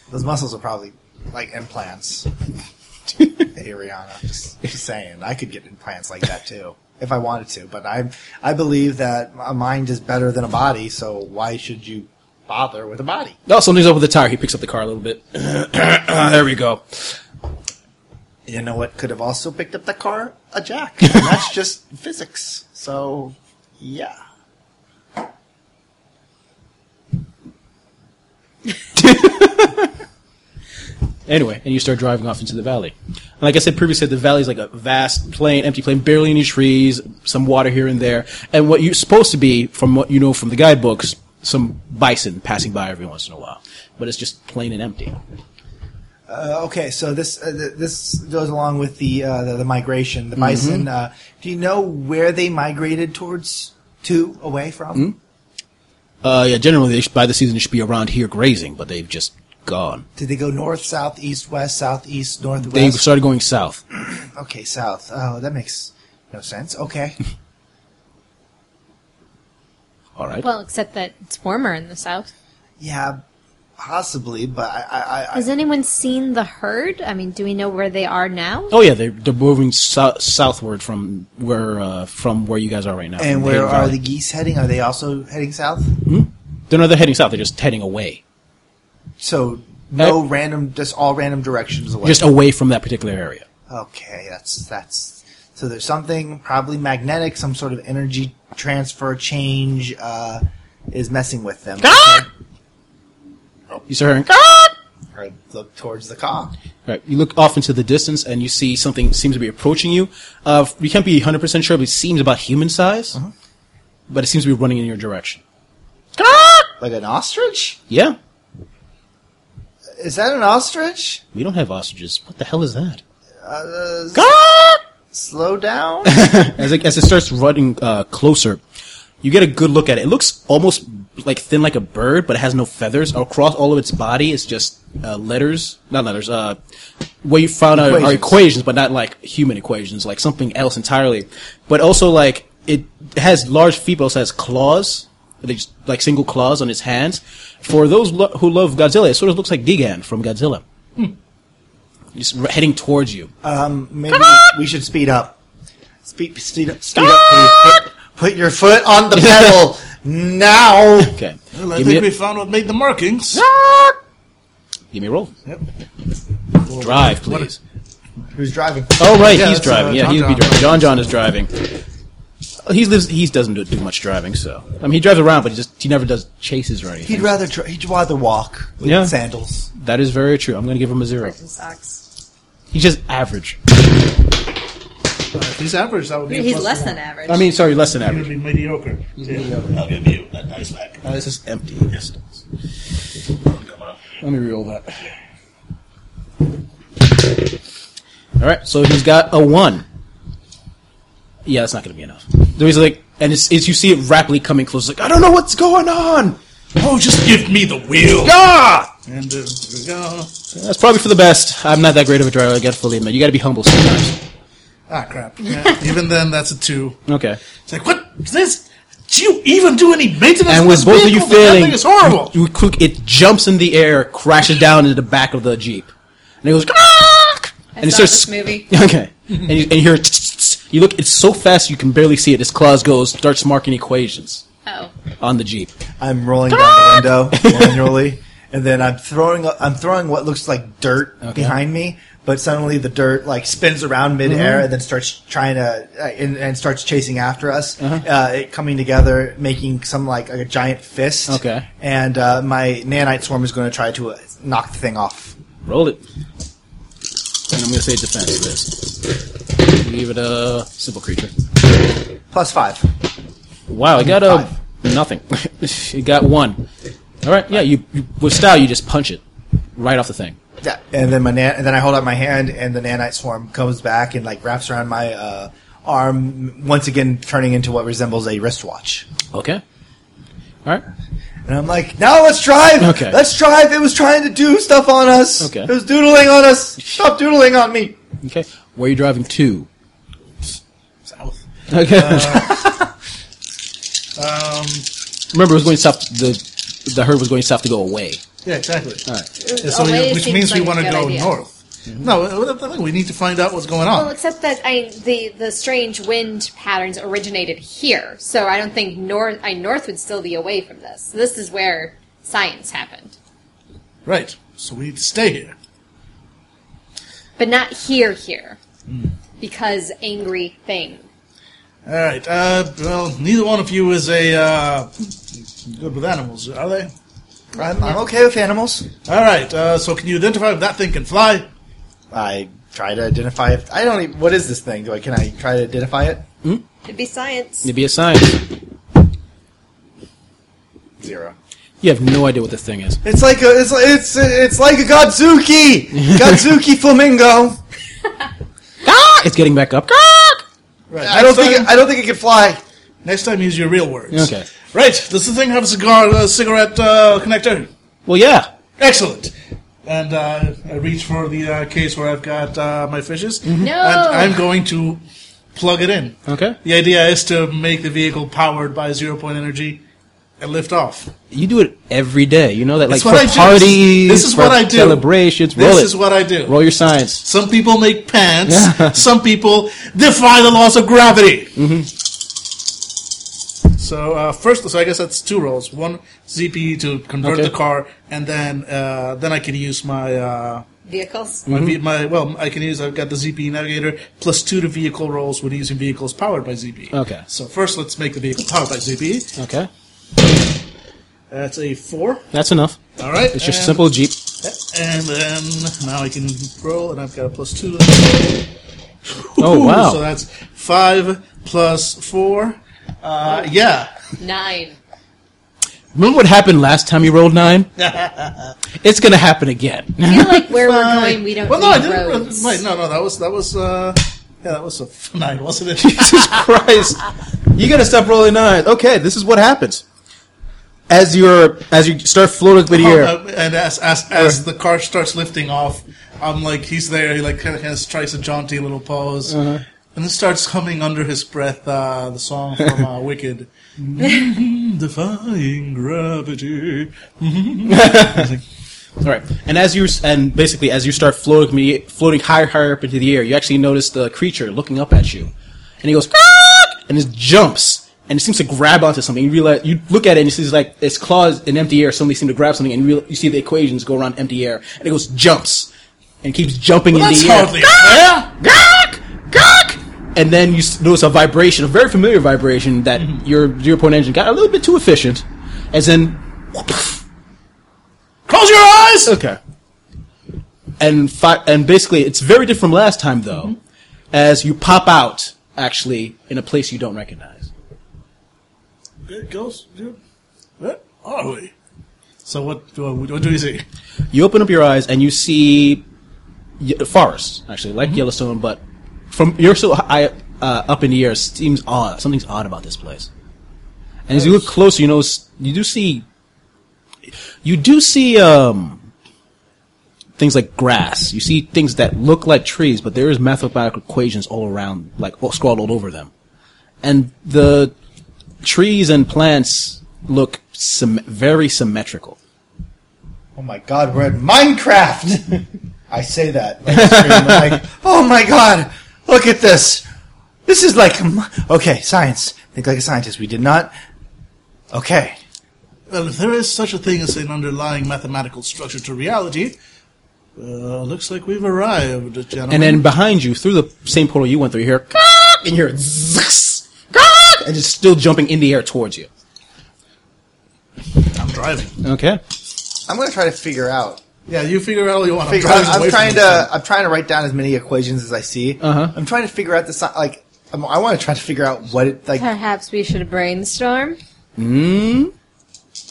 B: Those muscles are probably like implants. hey, Rihanna, just, just saying, I could get implants like that too if I wanted to. But I, I believe that a mind is better than a body. So why should you bother with a body?
F: No, Oh, something's over the tire. He picks up the car a little bit. there we go.
B: You know what could have also picked up the car? A jack. And that's just physics. So, yeah.
F: Anyway, and you start driving off into the valley. And like I said previously, the valley is like a vast plain, empty plain, barely any trees, some water here and there, and what you're supposed to be, from what you know from the guidebooks, some bison passing by every once in a while, but it's just plain and empty.
B: Uh, okay, so this uh, th- this goes along with the uh, the, the migration, the
F: Mm-hmm.
B: bison. Uh, do you know where they migrated towards to away from?
F: Hmm? Uh, yeah, generally they sh- by the season they should be around here grazing, but they've just gone.
B: Did they go north, south, east, west, southeast,
F: They
B: northwest?
F: started going south.
B: okay, south. Oh, that makes no sense. Okay,
F: All right.
E: Well, except that it's warmer in the south.
B: yeah, possibly, but I, I, I
E: Has anyone seen the herd? I mean, do we know where they are now?
F: oh yeah, they're, they're moving sou- southward from where uh, from where you guys are right now. from
B: and
F: the
B: where
F: Hidden
B: are
F: Valley.
B: the geese heading? Are they also heading south?
F: They're not they're heading south. They're just heading away,
B: So no random, just all random directions away.
F: just away from that particular area.
B: Okay, that's that's so. There's something probably magnetic, some sort of energy transfer change uh, is messing with them.
F: Ah!
B: Oh.
F: You start hearing.
B: Ah! I look towards the car.
F: Right. You look off into the distance and you see something seems to be approaching you. Uh, you can't be 100% sure, but it seems about human size. But it seems to be running in your direction.
B: Like an ostrich?
F: Yeah.
B: Is that an ostrich?
F: We don't have ostriches. What the hell is that?
B: Uh, slow down.
F: As it, as it starts running uh, closer, you get a good look at it. It looks almost like thin like a bird, but it has no feathers. Across all of its body, it's just uh, letters. Not letters. Uh, what you found out are
B: Equations.
F: equations, but not like human equations, like something else entirely. But also like it has large feet, but also has claws. They just, like single claws on its hands. For those lo- who love Godzilla, it sort of looks like Gigan from Godzilla. Just r- heading towards you.
B: Um, Maybe we should speed up. Speed, speed up, speed up. please. Put, put your foot on the pedal now.
F: Okay.
D: Well, I
F: Give me
D: think
F: a-
D: we found what made the markings.
F: Give me a roll.
D: Yep.
F: Drive, please.
B: Who's driving?
F: Oh right,
B: Yeah,
F: he's
B: that's,
F: driving.
B: uh,
F: yeah,
B: John
F: he'd be
B: John.
F: driving. John John is driving. He lives. He doesn't do, do much driving, so I mean, he drives around, but he just he never does chases or anything.
B: He'd rather dri- he'd rather walk with
F: Yeah.
B: sandals.
F: that is very true. I'm going to give him a zero.
E: Socks.
F: He's just average.
D: Uh, if he's average, that would be a
E: He's
D: plus
E: less
D: one.
E: than average.
F: I mean, sorry, less than
D: He would
F: average.
D: be mediocre. Yeah.
J: I'll give you a nice back.
F: Uh, this is empty.
J: Come on.
F: Let me re-roll that. All right, so he's got a one. Yeah, that's not going to be enough. There is like, and it's, it's you see it rapidly coming close. Like I don't know what's going on.
D: Oh, just give me the wheel.
F: Ah!
D: And uh, here we go.
F: That's probably for the best. I'm not that great of a driver. I got to fully admit. You got to be humble sometimes.
D: Ah, crap. Yeah, even then, that's a two.
F: Okay.
D: It's like, what is this? Do you even do any maintenance?
F: and
D: on
F: with
D: this
F: both of
D: vehicle?
F: you
D: The damn
F: failing,
D: thing is horrible.
F: You, you quick, it jumps in the air, crashes down into the back of the jeep, and it goes. "Gawk!"
G: I
F: And it
G: saw
F: starts.
G: this movie.
F: Okay, and you, and you hear. it tss, tss, tss. You look. It's so fast you can barely see it. As Claus goes, starts marking equations
E: oh.
F: on the jeep.
B: I'm rolling down the window manually, and then I'm throwing I'm throwing what looks like dirt behind me. But suddenly the dirt like spins around midair and then starts trying to uh, and, and starts chasing after us. uh it coming together, making some like a giant fist.
F: Okay.
B: And uh, my nanite swarm is going to try to uh, knock the thing off.
F: Roll it. And I'm going to say defense list. Leave it a simple creature.
B: Plus five.
F: Wow, I got a nothing. it got one. All right, yeah. You, you with style, you just punch it right off the thing.
B: Yeah. And then my nan- and then I hold out my hand, and the nanite swarm comes back and like wraps around my uh, arm once again, turning into what resembles a wristwatch.
F: Okay. All right.
B: And I'm like, now let's drive.
F: Okay.
B: Let's drive. It was trying to do stuff on us.
F: Okay.
B: It was doodling on us. Stop doodling on me.
F: Okay. Where are you driving to?
D: South.
F: Okay.
D: Uh, Um,
F: Remember, it was going south. The the herd was going south to go away.
D: yeah, exactly. Yeah, so
E: Away
D: you- which
E: seems
D: means we
E: like a
D: want to
E: good
D: go
E: idea.
D: north.
F: Mm-hmm.
D: No, uh, I think we need to find out what's going on.
E: Well, except that I the the strange wind patterns originated here, so I don't think north I north would still be away from this. This is where science happened,
D: Right. So we need to stay here.
E: but not here here
D: Hmm.
E: because angry thing.
D: All right. Uh, well, neither one of you is a uh, good with animals, are they?
B: I'm, I'm okay with animals.
D: All right. Uh, so can you identify if that thing can fly?
B: I try to identify. If, I don't. Even, what is this thing? Do I can I try to identify it?
E: It'd be science.
F: It'd be a sign.
B: Zero.
F: You have no idea what the thing is.
B: It's like a. It's it's it's like a godzuki. godzuki flamingo.
F: Ah! It's getting back up. Ah!
D: Right.
B: I don't
D: next
B: think.
D: time-
B: It, I don't think it can fly.
D: next time, use your real words.
F: Okay.
D: Right. Does the thing have a cigar, uh, cigarette uh, connector?
F: Well, yeah.
D: Excellent. And uh, I reach for the uh, case where I've got uh, my fishes.
F: Mm-hmm.
E: No.
D: And I'm going to plug it in.
F: Okay.
D: The idea is to make the vehicle powered by zero point energy and lift off.
F: You do it every day. You know that, like
D: That's what I
F: for
D: do.
F: parties,
D: This is
F: for
D: what I do.
F: celebrations. Roll
D: this
F: it.
D: is what I do.
F: Roll your science.
D: Some people make pants.
F: Yeah. Mm-hmm.
D: Some people defy the laws of gravity. So uh, first, so I guess that's two rolls. One ZP to convert
F: Okay.
D: the car, and then uh, then I can use my. Uh,
E: Vehicles.
D: my,
F: Mm-hmm.
D: ve- my well, I can use. I've got the ZP navigator plus two to vehicle rolls when using vehicles powered by ZP.
F: Okay.
D: So first, let's make the vehicle powered by ZP.
F: Okay.
D: That's a four.
F: That's enough.
D: All right.
F: It's your
D: and-
F: simple Jeep.
D: And then now I can roll, and I've got a plus two.
F: Oh,
D: Ooh,
F: wow.
D: So that's five plus four. Uh, yeah.
E: Nine.
F: Remember what happened last time you rolled nine? it's going to happen again.
E: I feel like where we're
D: Fine.
E: going, we don't
D: Well, no, I
E: need
D: didn't.
E: roads.
D: Wait, no, no, that was that was. Uh, yeah, that was a f- nine, wasn't it?
F: Jesus Christ. You gotta stop rolling nines. Okay, this is what happens. As you're as you start floating through the air.
D: Oh, no, and as as, as the car starts lifting off, I'm like he's there. He like kind of, kind of strikes a jaunty little pose,
F: Uh-huh.
D: and then starts humming under his breath uh, the song from uh, Wicked, defying gravity.
F: Alright. And as you and basically as you start floating me floating higher higher up into the air, you actually notice the creature looking up at you. And he goes "Caw!" and it jumps and it seems to grab onto something. You realize you look at it and it sees like its claws in empty air suddenly seem to grab something and you, real, you see the equations go around empty air and it goes jumps and keeps jumping in
D: That's
F: the air.
D: hardly a
F: Yeah, gawk, gawk. And then you s- notice a vibration, a very familiar vibration that
D: Mm-hmm.
F: your zero point engine got a little bit too efficient, as in,
D: Close your eyes.
F: okay. And fi- and basically, it's very different from last time though,
D: Mm-hmm.
F: as you pop out actually in a place you don't recognize.
D: It goes. dude. Where are we? So what do I, what do we see?
F: You open up your eyes and you see y- forests, actually, like Yellowstone, but from you're so high uh, up in the air, seems odd. Something's odd about this place. And as you look closer, you know you do see you do see um, things like grass. You see things that look like trees, but there is mathematical equations all around, like all scrawled all over them. And the trees and plants look sym- very symmetrical.
B: Oh my god, we're at Minecraft! I say that. Like, scream, like, oh my god, look at this! This is like. mi- Okay, science. Think like a scientist. We did not. Okay.
D: Well, if there is such a thing as an underlying mathematical structure to reality, uh, looks like we've arrived, gentlemen.
F: And then behind you, through the same portal you went through, you hear "Cock," and you hear "Zzz, cock," and it's still jumping in the air towards you.
D: I'm driving.
F: Okay.
B: I'm gonna try to figure out
D: Yeah, you figure out all you want.
B: Figure-
D: I'm, driving
B: I'm
D: away from
B: trying
D: this
B: to. I'm trying to write down as many equations as I see.
F: Uh-huh.
B: I'm trying to figure out the si- like. I'm, I want to try to figure out what it like.
E: Perhaps we should brainstorm.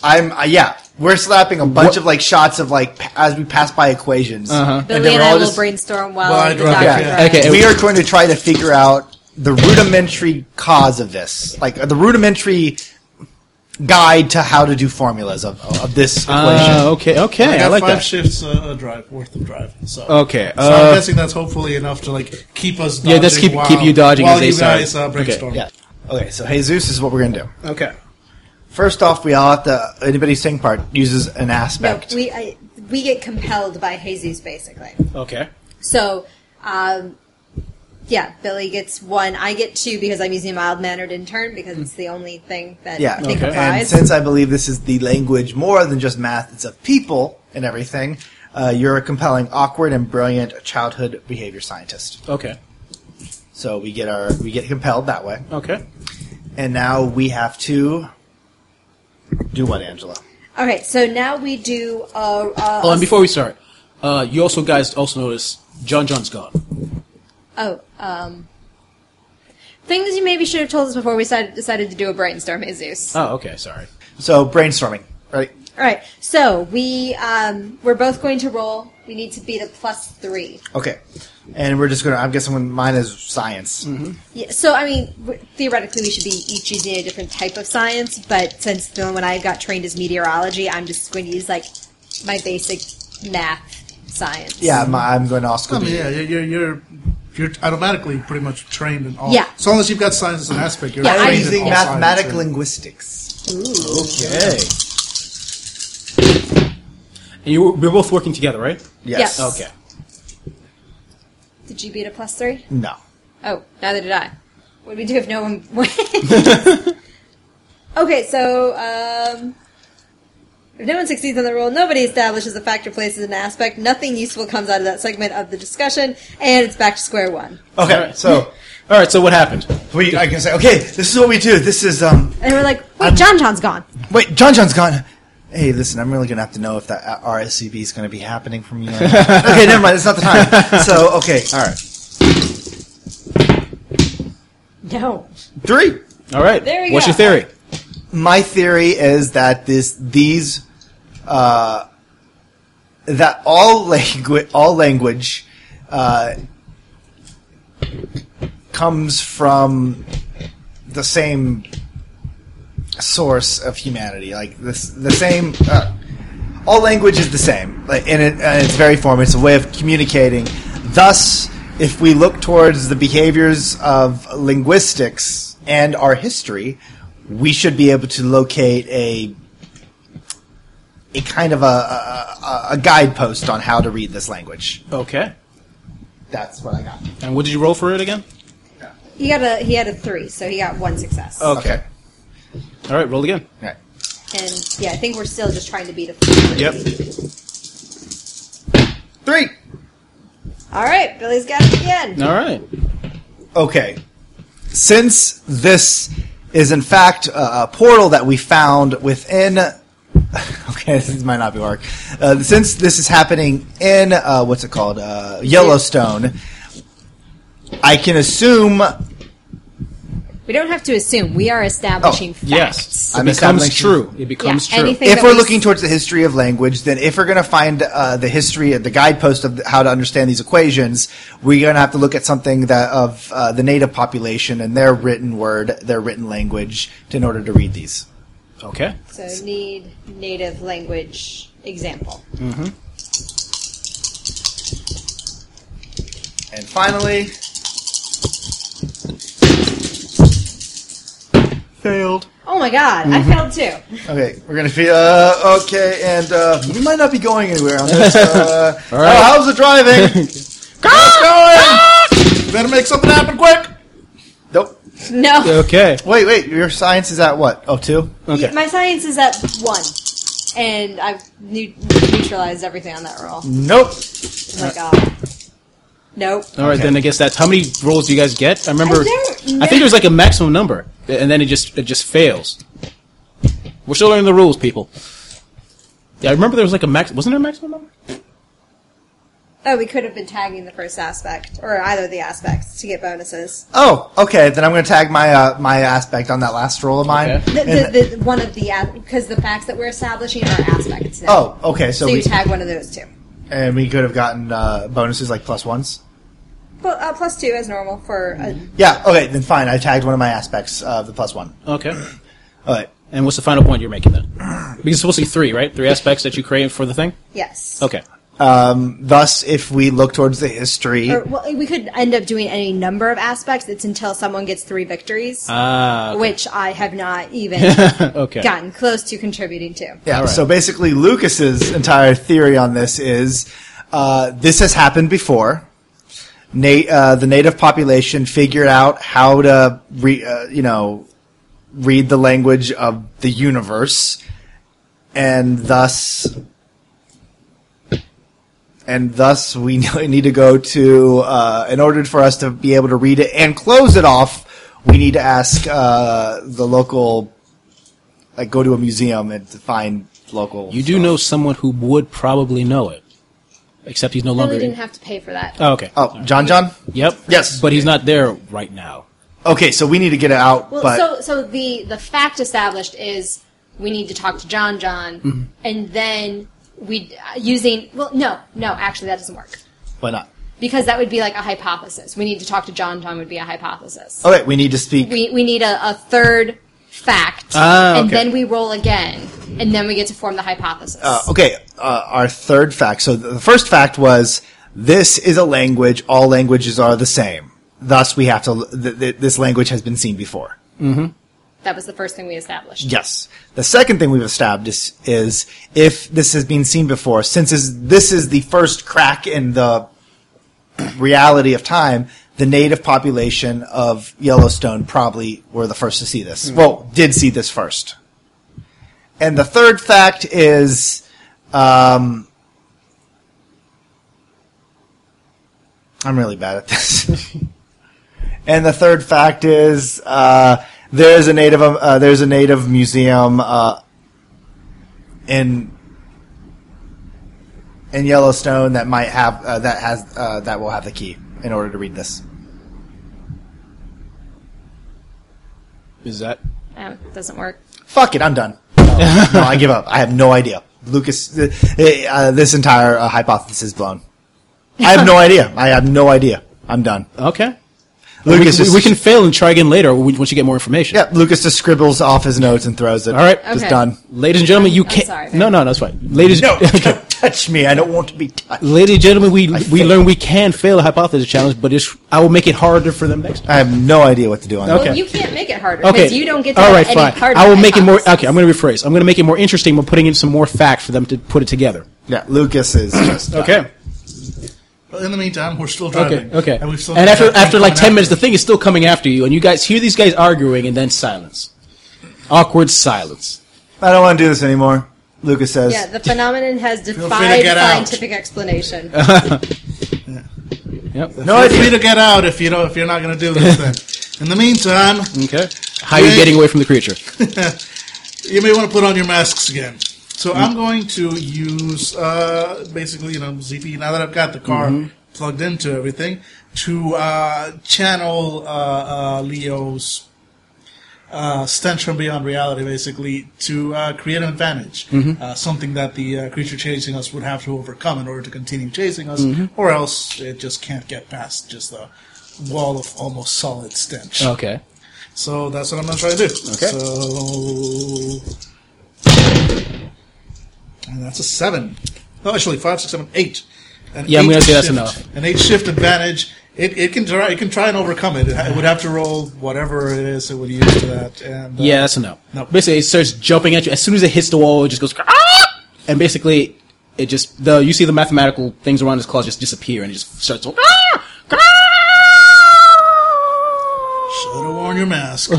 B: I'm uh, yeah. We're slapping a bunch of like shots of like pa- as we pass by equations. Uh-huh.
E: Billy and I will brainstorm while
D: Well, I
E: the
D: drive,
E: doctor
D: yeah.
E: drives.
F: Okay.
B: we are going to try to figure out the rudimentary cause of this, like the rudimentary guide to how to do formulas of, of this equation.
F: Uh, okay,
D: thing.
F: okay,
D: I
F: I,
D: got
F: like
D: five
F: that.
D: shifts uh, a drive worth of driving. So
F: Okay,
D: so
F: uh,
D: I'm guessing that's hopefully enough to like keep us. Dodging
F: Yeah, just keep-
D: while,
F: keep you dodging
D: while
F: as they
D: you
F: side.
D: guys uh,
F: Okay,
D: brainstorm.
B: yeah. Okay, so Jesus is what we're going to do.
F: okay.
B: First off, we all have to. Anybody's sing part uses an
H: No,
B: aspect.
H: we I, we get compelled by Hazy's basically.
F: Okay.
H: So, um, yeah, Billy gets one. I get two because I'm using mild mannered intern because it's the only thing that
B: Yeah.
H: I think
F: Okay.
B: And
H: applies.
B: since I believe this is the language more than just math, it's of people and everything, uh, you're a compelling, awkward, and brilliant childhood behavior scientist.
F: Okay.
B: So we get our we get compelled that way,
H: Uh,
F: Okay.
B: and now we have to do what, Angela?
H: okay, so now we do. Uh, uh,
F: Oh, and before we start, uh, you also guys also notice John John's gone.
E: Oh, um. Things you maybe should have told us before we decided, decided to do a brainstorm, Jesus.
F: Oh, okay. Sorry.
B: So brainstorming, right?
H: all right, so we um, we're both going to roll. We need to beat a plus three.
B: Okay, and we're just gonna. I'm guessing when mine is science.
D: Mm-hmm.
H: Yeah, so I mean, w- theoretically, we should be each using a different type of science, but since the one when I got trained is meteorology, I'm just going to use like my basic math science.
B: Yeah, my, I'm going to also.
D: I mean, yeah, you're you're. you're you're automatically pretty much trained in all.
H: Yeah.
D: So unless you've got science as an aspect, you're
H: Yeah, I'm
D: trained in
B: using
D: all
B: mathematic
D: science.
B: linguistics.
F: Okay. And you were, we were both working together, right?
B: Yes.
H: Yeah.
F: Okay.
H: Did you beat a plus three?
B: No.
E: Oh, neither did I.
H: What do we do if no one? okay, so um, if no one succeeds on the roll, nobody establishes a factor, places an aspect. Nothing useful comes out of that segment of the discussion, and it's back to square one.
B: Okay. So
F: All right. So what happened?
B: we. I can say, okay, this is what we do. This is um.
H: And we're like, wait,
B: I'm-
H: John John's gone.
B: Wait, John John's gone. Hey, listen, I'm really gonna have to know if that uh, RSCB is gonna be happening from you. on out. okay, never mind. It's not the time. So, okay, all right,
H: No.
B: three.
F: All right.
H: There we
F: What's
H: go.
F: your theory?
B: My theory is that this these uh, that all language all language uh, comes from the same source of humanity. Like this, the same. Uh, all language is the same, like in, it, in its very form. It's a way of communicating. Thus, if we look towards the behaviors of linguistics and our history, we should be able to locate a a kind of a, a, a- a guidepost on how to read this language.
F: Okay.
B: That's what I got.
F: And what did you roll for it again?
H: He got a he had a three, so he got one success.
B: Okay.
F: All right. Roll again.
B: All right.
H: And yeah, I think we're still just trying to beat a three.
B: Three.
H: All right, Billy's got it again.
F: All right.
B: okay. Since this is in fact a a portal that we found within, okay, this might not be work. Uh, since this is happening in uh, what's it called, uh, Yellowstone, I can assume
E: We don't have to assume. We are establishing facts.
F: Yes. It
B: I'm
F: becomes
B: establishing-
F: true. It becomes
E: Yeah,
F: true.
E: anything-
B: if
E: that
B: we're
E: we-
B: looking towards the history of language, then if we're going to find uh, the history, the guidepost of how to understand these equations, we're going to have to look at something that of uh, the native population and their written word, their written language, in order to read these.
F: Okay.
H: So need native language example.
B: And finally, failed.
H: Oh my god, I failed too.
B: Okay, we're gonna be uh, okay, and uh, we might not be going anywhere on this. Uh, oh, how's the driving? How's it going? Better make something happen quick. Nope.
H: No.
F: Okay.
B: Wait, wait. Your science is at what? Oh, two.
F: Okay.
H: My science is at one. And I've neu- neutralized everything on that roll.
B: Nope.
H: Oh my god. Nope.
F: All right. Then I guess that's how many rolls do you guys get? I remember.
H: I don't know.
F: I think it was like a maximum number, and then it just it just fails. We're still learning the rules, people. Yeah, I remember there was like a max. Wasn't there a maximum number?
H: Oh, we could have been tagging the first aspect or either of the aspects to get bonuses.
B: Oh, okay. Then I'm going to tag my uh, my aspect on that last roll of mine.
H: The, the, the, one of the because the facts that we're establishing are aspects. Now.
B: Oh, okay. So,
H: so you
B: we
H: tag one of those two.
B: and we could have gotten uh, bonuses like plus ones.
H: Well, uh, plus two as normal for uh, a,
B: Yeah. Okay. Then fine. I tagged one of my aspects of the plus one.
F: Okay.
B: All right.
F: And what's the final point you're making then? Because it's supposed to be three, right? Three aspects that you create for the thing?
H: yes.
F: Okay.
B: um, Thus, if we look towards the history,
H: Or, well, we could end up doing any number of aspects. It's until someone gets three victories,
B: Uh,
F: Ah, okay.
H: which I have not even
F: Okay.
H: gotten close to contributing to.
B: Yeah. So basically, Lucas's entire theory on this is uh, this has happened before. Na- uh, the native population figured out how to, re- uh, you know, read the language of the universe, and thus, and thus we need to go to. Uh, in order for us to be able to read it and close it off, we need to ask uh, the local like go to a museum and to find local.
F: You do know someone who would probably know it. Except he's no
E: Really
F: longer. in-
E: didn't have to pay for that.
F: oh, okay.
B: Oh, John, John.
F: Yep.
B: Yes.
F: But he's not there right now.
B: Okay, so we need to get it out,
E: Well,
B: but
E: so so the the fact established is we need to talk to John John,
F: Mm-hmm.
E: and then we uh, using well no no actually that doesn't work
B: why not?
E: because that would be like a hypothesis. We need to talk to John John would be a hypothesis.
F: Oh.
B: Okay, we need to speak.
E: We we need a, a third fact,
F: Ah,
E: and
F: okay.
E: then we roll again, and then we get to form the hypothesis.
F: Ah,
B: uh, okay, uh, our third fact. So the the first fact was this is a language. All languages are the same. Thus, we have to. Th- th- this language has been seen before.
E: That was the first thing we established.
B: Yes. The second thing we've established is, is if this has been seen before, since is, this is the first crack in the reality of time, the native population of Yellowstone probably were the first to see this. Well, did see this first. And the third fact is, um, I'm really bad at this. And the third fact is uh, there's a native uh, there's a native museum uh, in in Yellowstone that might have uh, that has uh, that will have the key in order to read this.
F: Is that.
E: Um, doesn't work.
B: Fuck it, I'm done. No, no, I give up. I have no idea. Lucas, uh, uh, this entire uh, hypothesis is blown. I have no idea. I have no idea. I'm done.
F: Okay.
B: Lucas,
F: we,
B: just,
F: we can fail and try again later when- once you get more information.
B: Yeah, Lucas just scribbles off his notes and throws it.
F: All right.
B: just
E: Okay.
B: done.
F: Ladies and gentlemen, you
E: I'm
F: can't.
E: sorry,
F: no, no, that's fine. Ladies,
B: No, don't touch me. I don't want to be touched.
F: ladies and gentlemen, we we
B: failed.
F: learn we can fail a hypothesis challenge, but it's I will make it harder for them next time.
B: I have no idea what to do on
F: Okay.
B: that.
E: Well, you can't make it harder
F: Okay.
E: because you don't get to
F: All
E: have
F: right,
E: any
F: fine.
E: part of
F: I will
E: the
F: make it more.
E: hypothesis.
F: Okay, I'm going to rephrase. I'm going to make it more interesting by putting in some more facts for them to put it together.
B: Yeah, Lucas is just
F: Okay.
D: But in the meantime, we're still
F: Okay.
D: driving.
F: Okay.
D: And, we've still
F: And
D: got
F: after
D: that thing
F: after like
D: coming
F: ten
D: after
F: minutes, the thing is still coming after you, and you guys hear these guys arguing, and then silence, awkward silence.
B: I don't want to do this anymore. Lucas says.
H: Yeah, the phenomenon has
D: free to
H: defied
D: get out.
H: scientific explanation.
F: Yep.
B: no
D: Feel free
B: idea.
D: to get out if you don't if you're not going to do this thing. In the meantime,
F: Okay. How are you
D: Yeah.
F: getting away from the creature?
D: you may want to put on your masks again. So I'm going to use uh, basically, you know, ZP. Now that I've got the car plugged into everything, to uh, channel uh, uh, Leo's uh, stench from beyond reality, basically, to uh, create an advantage, uh, something that the uh, creature chasing us would have to overcome in order to continue chasing us, or else it just can't get past just the wall of almost solid stench.
F: Okay.
D: So that's what I'm gonna try to do.
F: Okay.
D: So and that's a seven. No, actually five, six, seven, eight. An
F: Yeah, I'm
D: eight
F: gonna say that's
D: shift-
F: enough.
D: An eight shift advantage. It, it can try it can try and overcome it. It, ha- it would have to roll whatever it is it would use to that. And uh,
F: Yeah, that's a no.
D: No.
F: Basically, it starts jumping at you. As soon as it hits the wall, it just goes, "Ah!" and basically, it just the you see the mathematical things around his claws just disappear, and it just starts. to- "Ah! Ah!"
D: should have worn your mask.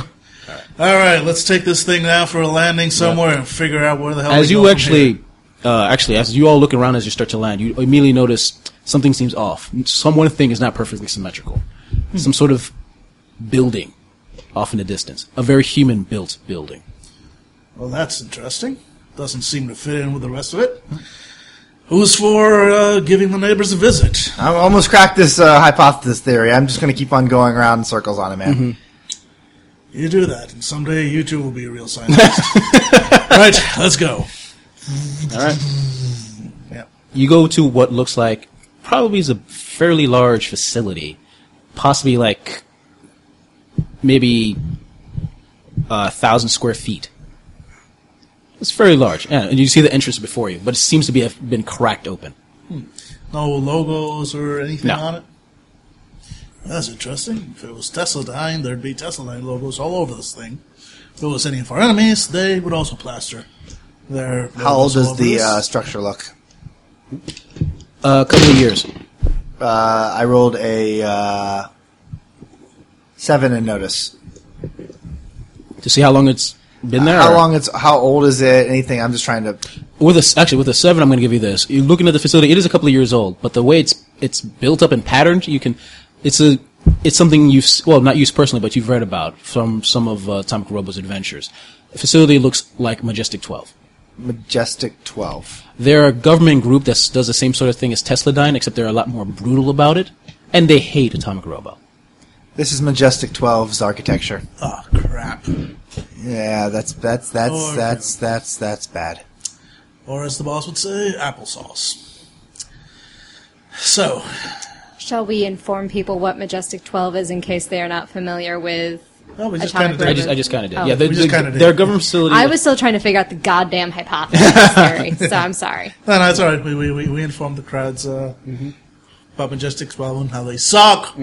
D: All right, let's take this thing now for a landing somewhere and figure out where the hell.
F: As
D: we go
F: you
D: from
F: actually, uh, actually, as you all look around as you start to land, you immediately notice something seems off. Some one thing is not perfectly symmetrical. Some sort of building off in the distance, a very human-built building.
D: Well, that's interesting. Doesn't seem to fit in with the rest of it. Who's for uh, giving the neighbors a visit?
B: I almost cracked this uh, hypothesis theory. I'm just going to keep on going around in circles on it, man.
D: You do that, and someday you too will be a real scientist. right, let's go.
F: All right. You go to what looks like probably is a fairly large facility, possibly like maybe uh, a thousand square feet. It's fairly large, yeah, and you see the entrance before you, but it seems to be have been cracked open.
D: No logos or anything
F: No.
D: on it. That's interesting. If it was Tesladine, there'd be Tesladine logos all over this thing. If it was any of our enemies, they would also plaster their.
B: How old
D: logos all
B: does
D: over
B: the
D: this.
B: uh, structure look?
F: a couple of years.
B: Uh, I rolled a uh, seven and notice.
F: to see how long it's been there.
B: How
F: or-
B: long it's? How old is it? Anything? I'm just trying to.
F: With a s actually with a seven, I'm going to give you this. You're looking at the facility; it is a couple of years old, but the way it's it's built up and patterned, you can. It's a it's something you've s- well not used personally, but you've read about from some of uh, Atomic Robo's adventures. The facility looks like Majestic Twelve.
B: Majestic twelve.
F: They're a government group that does the same sort of thing as Tesladyne, except they're a lot more brutal about it, and they hate Atomic Robo.
B: This is Majestic 12's architecture.
D: Ah, crap.
B: Yeah, that's that's that's
D: Oh,
B: that's that's that's bad.
D: Or as the boss would say, applesauce. So,
E: Shall we inform people what Majestic 12 is in case they are not familiar with?
D: no, we just
E: Atomic
D: kind of
F: I
E: Robo.
D: did.
F: just I just kind of did.
E: Oh.
F: yeah, they
D: We just kinda did.
F: they're a government facility.
E: I was still trying to figure out the goddamn hypothesis theory, so I'm sorry.
D: No, no, it's all right. We, we, we, we informed the crowds uh, about Majestic 12 and how they suck.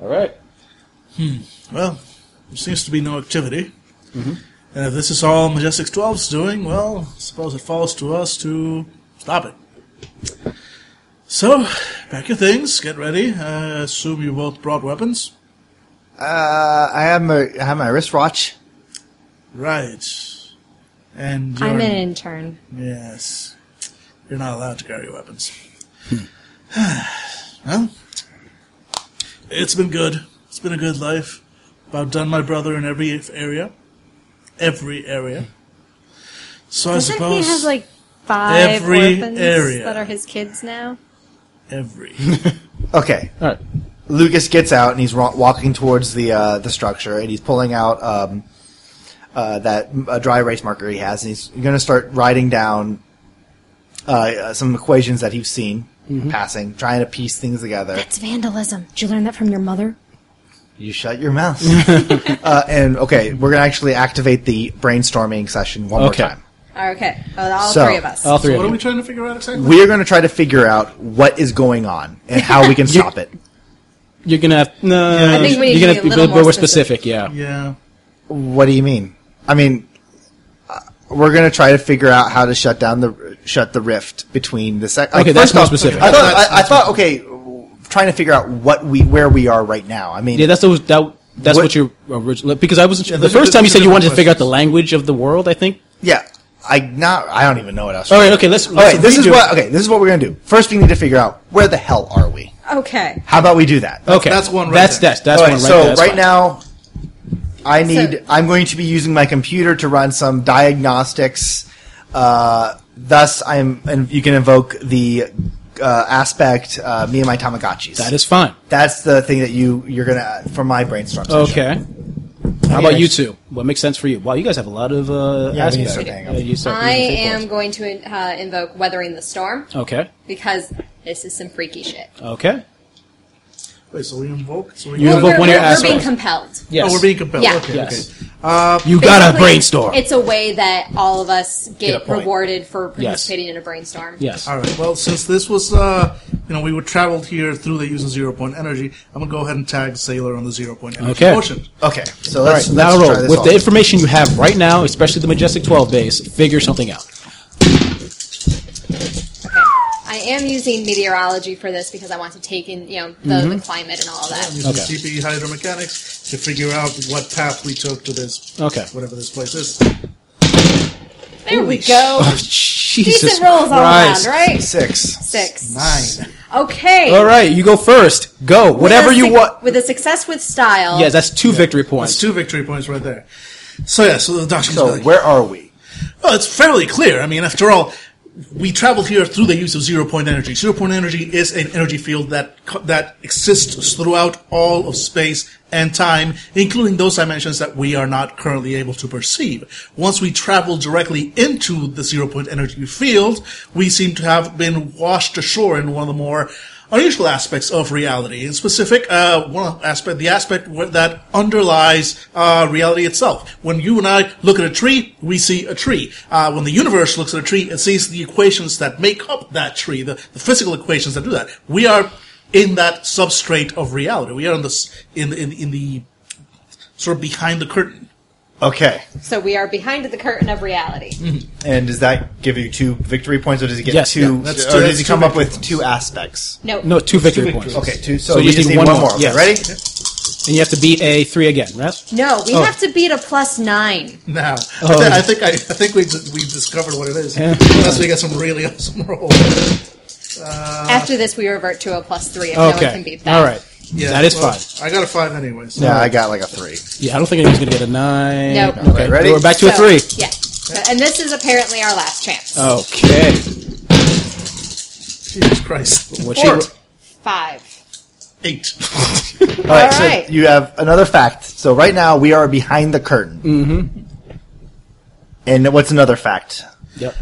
F: All right.
D: Well, there seems to be no activity. And if this is all Majestic 12's doing, well, I suppose it falls to us to stop it. So, pack your things, get ready. I assume you both brought weapons.
B: Uh, I have my I have my wristwatch.
D: Right. And you're,
E: I'm an intern.
D: Yes. You're not allowed to carry weapons. Hmm. well, it's been good. It's been a good life. About done my brother in every area. Every area. So I
E: Doesn't he
D: suppose
E: have like five
D: every
E: orphans
D: area.
E: that are his kids now?
D: every.
B: Okay,
F: All right.
B: Lucas gets out and he's ro- walking towards the uh, the structure and he's pulling out um, uh, that uh, dry erase marker he has and he's going to start writing down uh, uh, some equations that he's seen
F: Mm-hmm.
B: passing, trying to piece things together.
E: It's vandalism. Did you learn that from your mother?
B: You shut your mouth. uh, and okay, we're going to actually activate the brainstorming session one
F: Okay.
B: more time.
H: Ah, Okay, well, all
B: So,
H: three of us.
F: All three
D: what
F: of
D: are
F: you.
D: we trying to figure out exactly?
B: We're going to try to figure out what is going on and how we can stop it.
F: You're gonna have no.
D: Yeah. I
E: think we
F: you're
E: need
F: gonna
E: to
F: have
E: be a
F: be
E: little
F: more,
E: more
F: specific. Yeah.
D: yeah.
B: What do you mean? I mean, uh, we're gonna try to figure out how to shut down the shut the rift between the sec.
F: Okay, that's
B: first
F: more
B: off,
F: specific.
B: I thought, I, I thought okay, w- trying to figure out what we where we are right now. I mean,
F: Yeah, that's the, that. That's what,
B: What-
F: your original because I wasn't sure the
D: those are
F: first
D: di-
F: time you
D: those
F: said
D: are
F: you wanted to
D: different
F: figure out the language of the world. I think.
B: yeah, I not I don't even know what else.
F: All right. Okay. Let's.
B: All
F: let's
B: right, this is
F: redo
B: what
F: it.
B: okay. This is what we're gonna do. First, we need to figure out where the hell are we.
H: Okay.
B: How about we do that?
F: Okay.
D: that's one right
F: that's
D: there.
F: that's that's
B: All right,
F: one right
B: so
F: there. That's
B: right
F: fine.
B: now, I need. I'm going to be using my computer to run some diagnostics. Uh, thus, I'm. And you can invoke the uh, aspect. Uh, me and my Tamagotchis.
F: that is fine.
B: That's the thing that you you're gonna from my brainstorm. session.
F: Okay. How about you two? What makes sense for you? Wow, you guys have a lot of uh,
B: Yeah, we need to
F: aspects.
B: start paying up.
F: Yeah, you start
H: I
F: using full
H: am going to in- uh, invoke Weathering the Storm
F: force. Okay.
H: because this is some freaky shit.
F: Okay.
D: Wait, so we invoked? So we
F: You
H: Well,
F: invoke
H: we're,
F: one of your
H: we're- we're being
F: aspects.
H: compelled.
F: Yes.
D: Oh, we're being compelled.
H: Yeah.
D: Okay,
F: Yes.
D: okay.
F: you gotta
H: Basically,
F: brainstorm.
H: It's a way that all of us get,
F: point.
H: rewarded for participating in a brainstorm.
F: Yes.
D: All right. Well, since this was, uh, you know, we were traveled here through the using zero point energy, I'm gonna go ahead and tag Sailor on the zero point energy
F: Okay.
D: quotient.
B: Okay. So let's,
F: Now
B: let's try
F: roll
B: this
F: with
B: all.
F: the information you have right now, especially the majestic twelve base. Figure something out.
H: I am using meteorology for this because I want to take in, you know, the,
F: Mm-hmm.
H: the climate and all that.
D: Using CP hydromechanics to figure out what path we took to this,
F: Okay.
D: whatever this place is.
H: There we go.
F: Oh, Jesus
H: Decent rolls all around,
F: Christ.
H: right?
B: Six.
H: Six.
D: Nine.
H: Okay.
F: All right, you go first. Go
H: With
F: whatever
H: a
F: you
H: suc-
F: want.
H: With a success with style.
F: Yes, that's two victory points.
D: That's two victory points right there. So yeah, so the doctor's
B: So
D: like,
B: where are we?
D: well, it's fairly clear. I mean, after all, we travel here through the use of zero point energy. Zero point energy is an energy field that co- that exists throughout all of space and time, including those dimensions that we are not currently able to perceive. Once we travel directly into the zero point energy field, we seem to have been washed ashore in one of the more unusual aspects of reality. In specific, uh, one aspect, the aspect wh- that underlies uh, reality itself. When you and I look at a tree, we see a tree. Uh, when the universe looks at a tree, it sees the equations that make up that tree, the, the physical equations that do that. We are in that substrate of reality. We are in the s- in in, in the sort of behind the curtain.
B: Okay.
E: So we are behind the curtain of reality.
F: Mm-hmm.
B: And does that give you two victory points, or does it get
F: Yes,
B: two?
F: yeah,
D: that's
B: or
D: two-
B: does
D: that's
B: he
D: two
B: come up
D: victory
B: with two aspects?
E: No,
F: No, two victory
D: victory
F: points.
D: points.
B: Okay, two. So, you just need one, more. Okay,
F: yes.
B: ready?
F: And you have to beat a three again, right?
E: No, we
F: Oh.
E: have to beat a plus nine.
D: Now, I, thi- I think I, I think we d- we discovered what it is. Unless we get some really awesome roll.
F: Uh.
E: After this, we revert to a plus three if no
F: Okay.
E: one can beat that.
F: All right. that is
D: well,
F: fine.
D: I got a five anyways.
B: Yeah, I got like a three.
F: Yeah, I don't think anyone's gonna get a nine.
E: Nope.
F: Okay,
B: Okay, ready?
F: We're back to a
E: So,
F: three. Uh,
E: Yeah. So- And this is apparently our last chance.
F: Okay.
D: Jesus Christ.
F: What
D: Four.
F: she-
E: Five.
D: Eight.
B: All right, so
E: right.
B: you have another fact. So right now we are behind the curtain. Mm-hmm. And what's another fact?
F: Yep.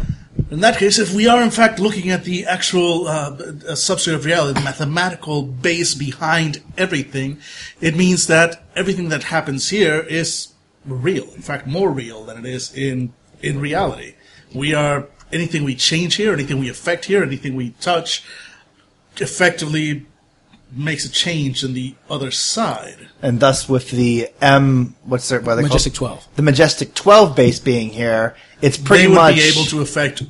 D: In that case, if we are in fact looking at the actual uh, b- uh, substrate of reality, the mathematical base behind everything, it means that everything that happens here is real. In fact, more real than it is in in reality. We are anything we change here, anything we affect here, anything we touch, effectively makes a change in the other side.
B: And thus, with the M, what's their what are they called?
F: Majestic 12.
B: The majestic twelve base being here, it's pretty
D: they would
B: much
D: be able to affect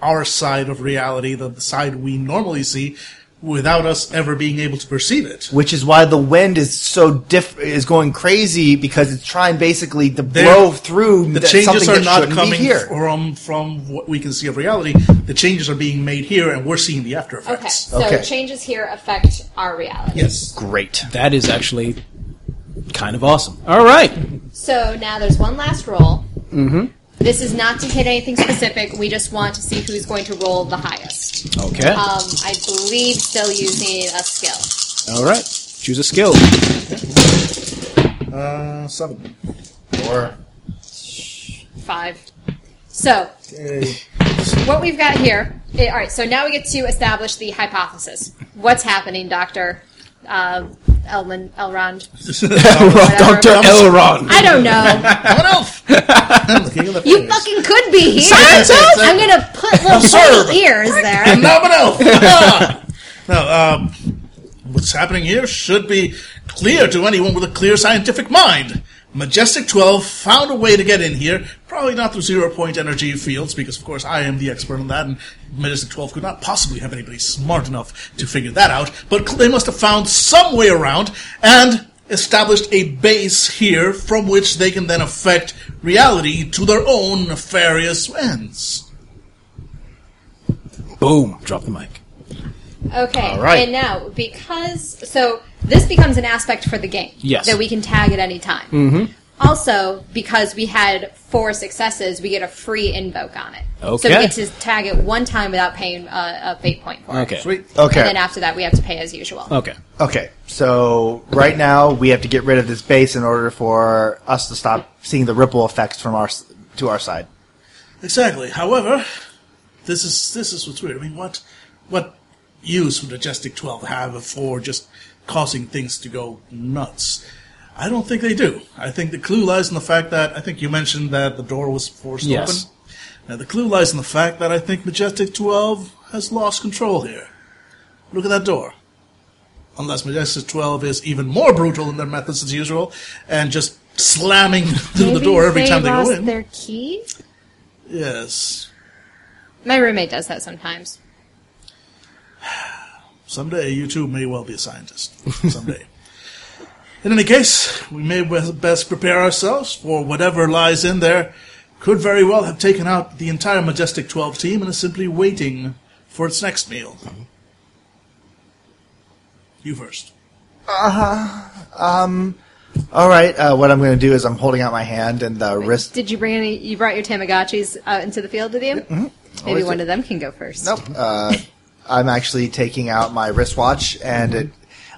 D: our side of reality, the, the side we normally see, without us ever being able to perceive it.
B: which is why the wind is so diff is going crazy because it's trying basically to
D: They're-
B: blow through
D: the
B: that-
D: changes
B: something
D: are
B: that
D: not
B: shouldn't be
D: coming
B: here.
D: from from what we can see of reality. The changes are being made here, and we're seeing the after
E: Okay.
D: effects.
E: So
B: Okay.
E: changes here affect our reality.
D: Yes.
B: Great.
F: That is actually kind of awesome. All right.
E: So now there's one last roll. Mm-hmm. This is not to hit anything specific. We just want to see who's going to roll the highest.
F: Okay.
E: Um, I believe still using a skill.
F: All right. Choose a skill.
D: Uh, seven.
E: Five. So what we've got here. eh, all right. So now we get to establish the hypothesis. What's happening, Doctor uh, Elman Elrond? Whatever.
F: Dr. Elron.
E: I don't know.
D: What else? I'm looking at the
E: You
D: figures.
E: fucking could be here. I'm gonna put little
D: Observe.
E: pointy ears there.
D: No, but no. no. Um, what's happening here should be clear to anyone with a clear scientific mind. Majestic 12 found a way to get in here, probably not through zero point energy fields, because of course I am the expert on that, and Majestic 12 could not possibly have anybody smart enough to figure that out, but cl- they must have found some way around and established a base here from which they can then affect reality to their own nefarious ends.
F: Boom. Drop the mic.
E: Okay.
B: All right.
E: And now, because so this becomes an aspect for the game
F: Yes. Mm-hmm.
E: that we can tag at any time. Also, because we had four successes, we get a free invoke on it. So we
F: Okay.
E: get to tag it one time without paying uh, a fate point for it.
F: Okay.
D: Sweet.
B: Okay.
E: And then after that, we have to pay as usual.
F: Okay.
B: Okay, so right now we have to get rid of this base in order for us to stop seeing the ripple effects from our s- to our side.
D: Exactly. However, this is this is what's weird. I mean, what what use would Majestic Twelve have for just causing things to go nuts? I don't think they do. I think the clue lies in the fact that I think you mentioned that the door was forced
F: Yes.
D: open. Now the clue lies in the fact that I think Majestic Twelve has lost control here. Look at that door. Unless Majestic Twelve is even more brutal in their methods as usual, and just slamming through the door every time they go in.
E: their key.
D: yes.
E: My roommate does that sometimes.
D: Someday you too may well be a scientist. Someday. in any case, we may we- best prepare ourselves for whatever lies in there. Could very well have taken out the entire Majestic 12 team and is simply waiting for its next meal. You first.
B: All right, uh, what I'm going to do is I'm holding out my hand and the wrist.
E: Did you bring any? You brought your Tamagotchis out into the uh, field with you?
K: Maybe one of them can go first.
B: Mm-hmm. Nope. Uh, I'm actually taking out my wristwatch and it,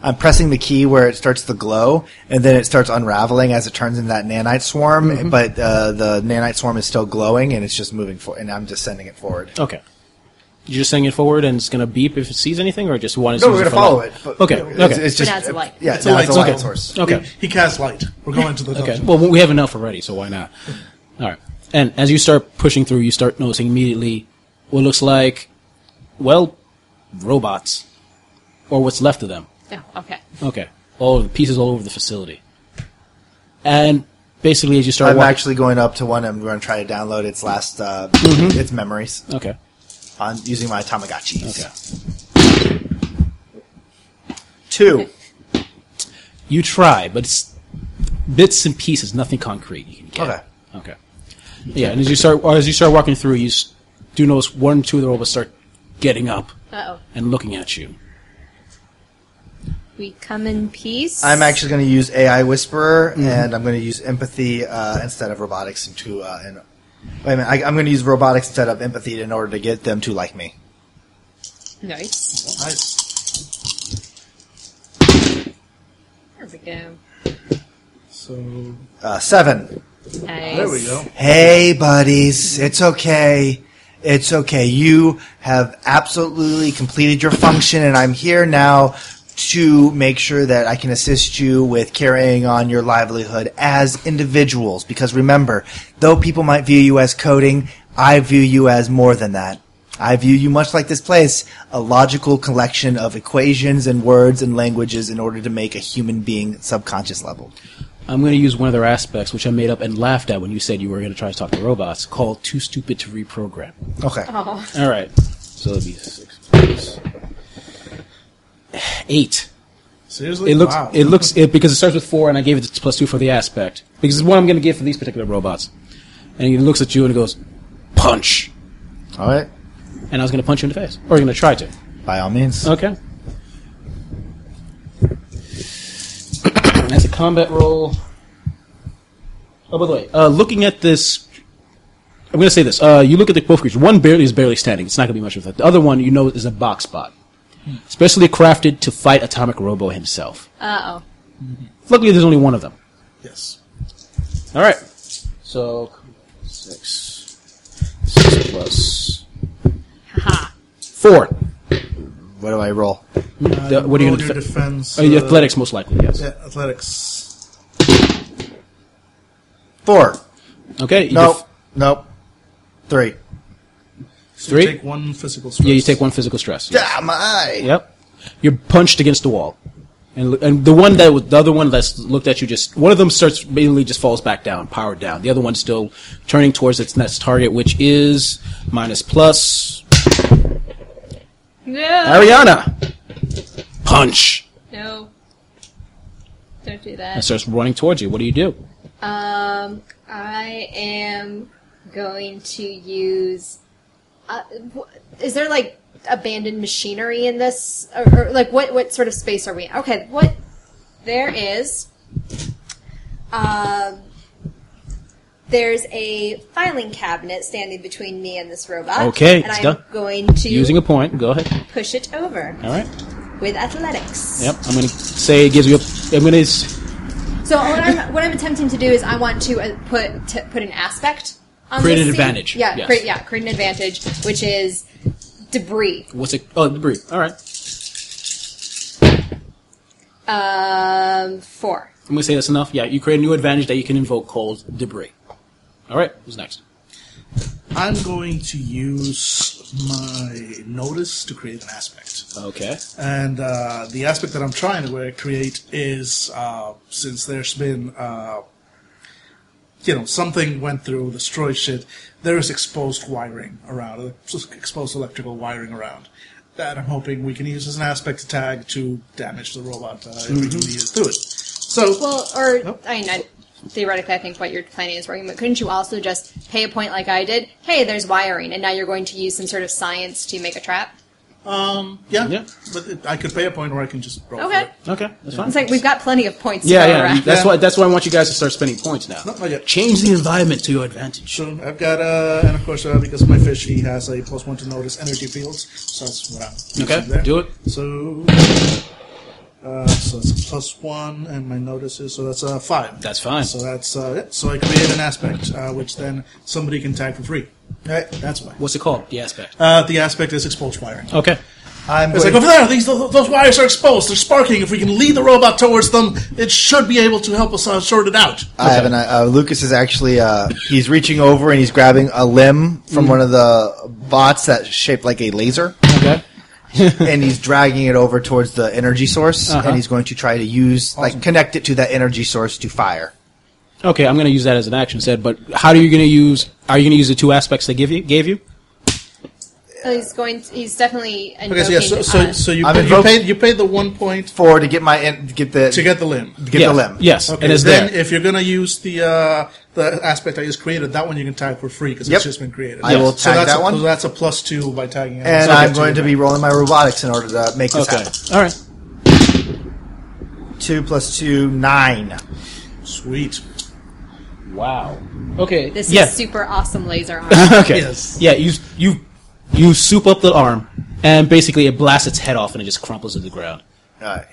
B: I'm pressing the key where it starts to glow, and then it starts unraveling as it turns into that nanite swarm. But uh, the nanite swarm is still glowing, and it's just moving forward. And I'm just sending it forward.
F: Okay. You're just sending it forward, and it's gonna beep if it sees anything, or just one.
B: No, we're gonna follow it. but-
F: Okay,
B: It's,
F: okay.
B: it's just
K: now it's a light.
B: Yeah,
D: a
B: now
D: light
B: it's a
D: source.
B: light source.
F: Okay.
D: He, he casts light. We're going to the dungeon.
F: Okay. Well, we have enough already, so why not? All right. And as you start pushing through, you start noticing immediately what looks like, well, robots, or what's left of them.
E: Yeah, Oh, okay.
F: Okay. All the pieces all over the facility. And basically, as you start
B: I'm
F: walking,
B: actually going up to one. and I'm going to try to download its last uh, its memories
F: okay.
B: on using my Tamagotchis.
F: Okay.
B: Two.
F: You try, but it's bits and pieces, nothing concrete you can get.
B: Okay.
F: Okay. Yeah, and as you start or as you start walking through, you s- do notice one or two of the robots start getting up
E: Uh oh.
F: and looking at you.
E: We come in peace.
B: I'm actually going to use AI Whisperer, and I'm going to use empathy uh, instead of robotics to. Uh, and, wait a minute, I, I'm going to use robotics instead of empathy in order to get them to like me.
E: Nice.
D: Nice.
E: There we go.
D: So
B: Uh, seven.
E: Nice.
D: there we go.
B: Hey, buddies, it's okay. It's okay. You have absolutely completed your function, and I'm here now to make sure that I can assist you with carrying on your livelihood as individuals. Because remember, though people might view you as coding, I view you as more than that. I view you much like this place, a logical collection of equations and words and languages in order to make a human being subconscious level.
F: I'm going to use one of their aspects, which I made up and laughed at when you said you were going to try to talk to robots, called "Too Stupid to Reprogram."
B: Okay.
F: All right, so it'd be six plus eight.
D: Seriously?
F: It looks.
D: Wow.
F: It looks. It because it starts with four, and I gave it plus two for the aspect because it's what I'm going to give for these particular robots. And he looks at you and he goes, "Punch!"
B: All right.
F: And I was going to punch you in the face, or going to try to.
B: By all means.
F: Okay. That's a combat roll. Oh, by the way, uh, looking at this, I'm going to say this. Uh, you look at the both creatures. One barely is barely standing. It's not going to be much of that. The other one, you know, is a box bot, specially crafted to fight Atomic Robo himself.
E: Uh oh.
F: Luckily, there's only one of them.
D: Yes.
F: All right. So six, six plus
E: Haha.
F: four.
B: What do I roll?
F: The- what are you going
D: Roll
F: to
D: your
F: defend?
D: defense? uh,
F: athletics, most likely. Yes.
D: Yeah, athletics.
B: Four.
F: Okay. you
B: Nope.
F: def-
B: nope. Three.
D: So
F: Three?
D: You take one physical stress.
F: Yeah, you take one physical stress. yes.
B: Ah, my eye.
F: Yep. You're punched against the wall, and and the one that was- the other one that's looked at you just one of them starts basically just falls back down, powered down. The other one's still turning towards its next target, which is minus plus Uh,
E: No.
F: Ariana. Punch.
E: No. Don't do
F: And
E: that.
F: starts running towards you. What do you do?
E: Um, I am going to use. Uh, wh- is there like abandoned machinery in this, or, or like what? What sort of space are we? in? Okay, what? There is. Um. There's a filing cabinet standing between me and this robot.
F: Okay,
E: and
F: it's
E: I'm
F: done.
E: going to
F: Using a point. Go ahead.
E: push it over
F: All right.
E: with athletics.
F: Yep. I'm gonna say it gives you. A, I'm gonna. s-
E: So what I'm what I'm attempting to do is I want to uh, put to put an aspect on
F: Create an
E: this scene.
F: advantage,
E: Yeah,
F: yes.
E: create yeah, create an advantage, which is debris.
F: What's it? Oh, debris. All right.
E: Um, four.
F: I'm gonna say that's enough. Yeah. You create a new advantage that you can invoke called debris. All right. Who's next?
D: I'm going to use my notice to create an aspect.
F: Okay.
D: And uh, the aspect that I'm trying to uh, create is uh, since there's been, uh, you know, something went through, destroy shit, there is exposed wiring around, uh, just exposed electrical wiring around. That I'm hoping we can use as an aspect tag to damage the robot uh, if we do need it through it. So,
E: Well, or
D: Nope.
E: I mean, I, theoretically, I think what you're planning is working. But couldn't you also just pay a point like I did? Hey, there's wiring, and now you're going to use some sort of science to make a trap.
D: Um, yeah,
F: Yeah.
D: But it, I could pay a point, or I can just roll. for
E: Okay.
D: it.
F: Okay, that's fine.
E: It's like we've got plenty of points.
F: yeah,
E: to
F: yeah.
E: go around.
F: That's
D: Yeah.
F: why. That's why I want you guys to start spending points now.
D: Not- not yet.
F: Change the environment to your advantage.
D: So I've got uh, and of course uh, because of my fish, he has a plus one to notice energy fields. So that's what I'm. using
F: Okay,
D: there.
F: do it.
D: So. Uh, so it's a plus one, and my notice is so that's uh, five.
F: That's fine.
D: So that's uh, it. So I create an aspect, uh, which then somebody can tag for free. Right, that's why.
F: What's it called? The aspect.
D: Uh, the aspect is exposed wiring.
F: Okay.
B: I'm
D: It's
B: going
D: like over there. These those, those wires are exposed. They're sparking. If we can lead the robot towards them, it should be able to help us uh, sort it out.
B: I have an uh, Lucas is actually uh, he's reaching over and he's grabbing a limb from one of the bots that's shaped like a laser,
F: Okay.
B: and he's dragging it over towards the energy source,
F: Uh-huh.
B: and he's going to try to use like connect it to that energy source to fire.
F: Okay, I'm going to use that as an action set. But how are you going to use? Are you going to use the two aspects they give you? Gave you?
E: So he's going. To, he's definitely invoking.
D: Okay, so yeah, so so,
E: uh,
D: so you,
B: I'm
D: paid, you
B: invoked-
D: paid you paid the one point
B: For to get my en- get the
D: to get the limb.
B: get
F: yeah.
B: the limb.
F: Yes,
D: Okay,
F: and it's
D: then
F: there.
D: if you're gonna use the uh, the aspect I just created, that one you can tag for free because
B: Yep.
D: it's just been created.
B: I will
D: so
B: tag
D: that's
B: that
D: a,
B: one.
D: So that's a plus two by tagging. it.
B: And
D: So
B: I'm
D: get
B: going to be rolling my robotics in order to make this
F: okay.
B: happen.
F: All right.
B: Two plus two nine.
D: sweet.
F: Wow. Okay.
E: this
F: yeah.
E: is super awesome laser arm.
F: okay.
D: Yes.
F: Yeah. You you you soup up the arm, and basically it blasts its head off, and it just crumples to the ground.
B: All right.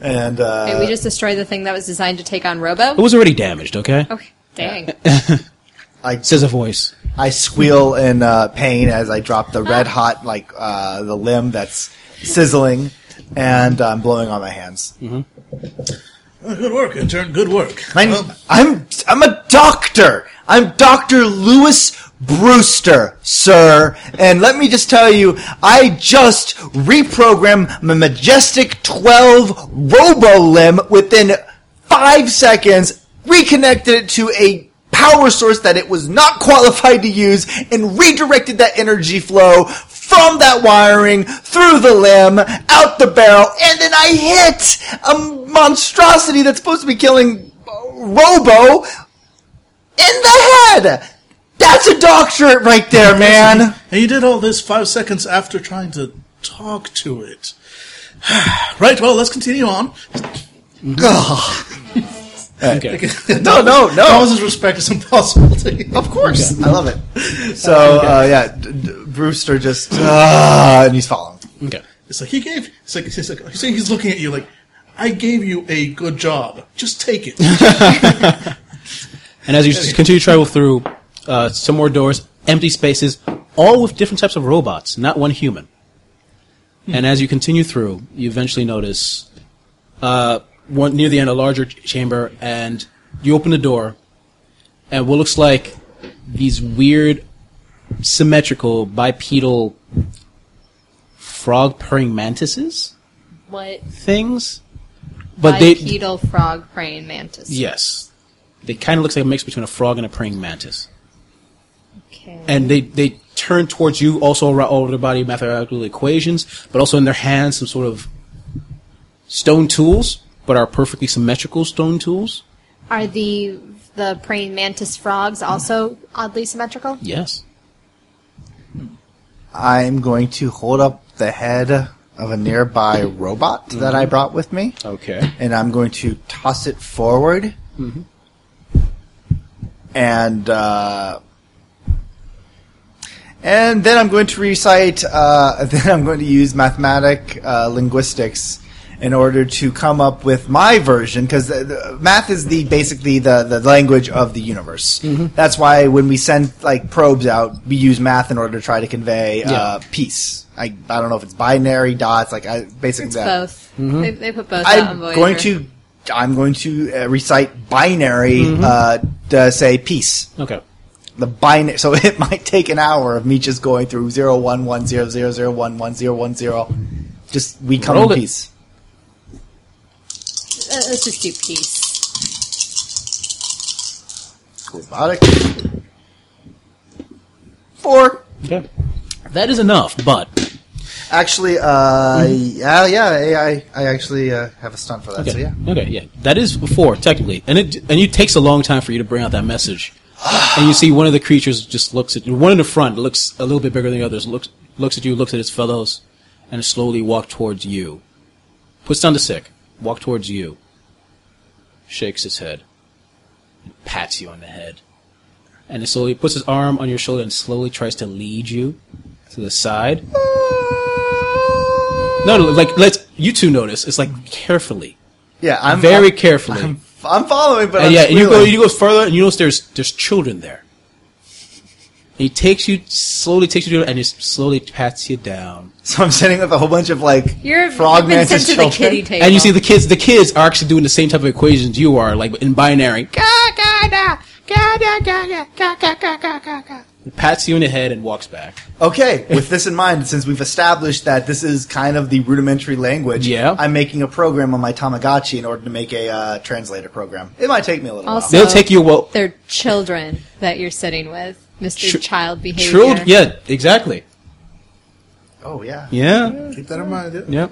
B: And uh,
E: Okay, we just destroyed the thing that was designed to take on Robo.
F: It was already damaged. Okay.
E: Okay, dang.
B: I
F: Says a voice.
B: I squeal in uh, pain as I drop the red hot, like uh, the limb that's sizzling, and uh, I'm blowing on my hands.
D: Oh, good work, intern. Good work.
B: I'm,
D: Well,
B: I'm I'm a doctor. I'm Doctor Lewis Brewster, sir. And let me just tell you, I just reprogrammed my majestic twelve robo limb within five seconds, reconnected it to a power source that it was not qualified to use and redirected that energy flow from that wiring through the limb out the barrel and then I hit a monstrosity that's supposed to be killing uh, Robo in the head. That's a doctorate right there, man.
D: and you did all this five seconds after trying to talk to it. right. Well, let's continue on.
B: Ugh.
F: Okay.
B: no, no, no.
D: Thomas's respect is impossible to you.
B: Of course, I love it. So uh, yeah, D- D- Brewster just uh, and he's falling.
F: Okay.
D: It's like he gave. It's like he's like he's, he's looking at you like, I gave you a good job. Just take it.
F: And as you s- continue to travel through uh, some more doors, empty spaces, all with different types of robots, not one human. And as you continue through, you eventually notice uh, one near the end, a larger ch- chamber, and you open the door, and what looks like these weird, symmetrical, bipedal frog purring mantises
E: what
F: things, but they
E: bipedal frog praying mantis?
F: yes, they kind of looks like a mix between a frog and a praying mantis.
E: Okay.
F: and they they turn towards you also around all over their body mathematical equations, but also in their hands some sort of stone tools, but are perfectly symmetrical stone tools.
E: Are the the praying mantis frogs also oddly symmetrical?
F: Yes.
B: I'm going to hold up the head of a nearby robot that I brought with me,
F: Okay.
B: and I'm going to toss it forward. And uh, and then I'm going to recite. Uh, then I'm going to use mathematic uh, linguistics in order to come up with my version because math is the basically the, the language of the universe. That's why when we send like probes out, we use math in order to try to convey uh, peace. I, I don't know if it's binary dots like I basically
E: It's
B: that.
E: both. They, they put both out on
B: Mm-hmm. I'm
E: Voyager.
B: going to I'm going to uh, recite binary
F: Mm-hmm.
B: uh, to say peace.
F: Okay.
B: The binary, so it might take an hour of me just going through zero one one zero zero zero one one zero one zero. Just we come
F: Roll
B: in
F: it.
B: peace.
E: Uh, let's just do peace.
B: Robotic four.
F: Okay. That is enough, but
B: Actually, uh, yeah, yeah, AI. I actually uh, have a stunt for that.
F: Mm-hmm. okay,
B: So yeah,
F: okay, yeah, that is four technically, and it and it takes a long time for you to bring out that message, and you see one of the creatures just looks at one in the front looks a little bit bigger than the others looks looks at you looks at its fellows, and slowly walk towards you. Puts down the sick, walk towards you. Shakes his head, and pats you on the head, and then slowly puts his arm on your shoulder and slowly tries to lead you to the side. No, no, like let's you two notice. It's like carefully,
B: Yeah, I'm
F: very
B: I'm-
F: carefully.
B: I'm, I'm following, but
F: And
B: I'm
F: yeah, and you go
B: squealing.
F: you go further, and you notice there's there's children there. And he takes you slowly, takes you down, and just slowly pats you down.
B: So I'm sitting with a whole bunch of like
E: You're
B: frog
E: you've been
B: mantis
E: sent to the
B: children.
E: kitty table.
F: And you see the kids. The kids are actually doing the same type of equations you are, like in binary. Ga, ga, da, ga, da, ga, ga, ga, ga, ga, ga, ga, ga. He Pats you in the head and walks back.
B: Okay, with this in mind, since we've established that this is kind of the rudimentary language,
F: Yeah.
B: I'm making a program on my Tamagotchi in order to make a uh, translator program. It might take me a little
E: Also-
F: They'll
E: So-
F: take you. Well,
E: They're children that you're sitting with, Mr.
F: Chil-
E: Child Behavior.
F: children. Yeah, exactly.
B: while. Oh yeah.
F: Yeah,
D: Keep that in mind. yeah.
F: yeah.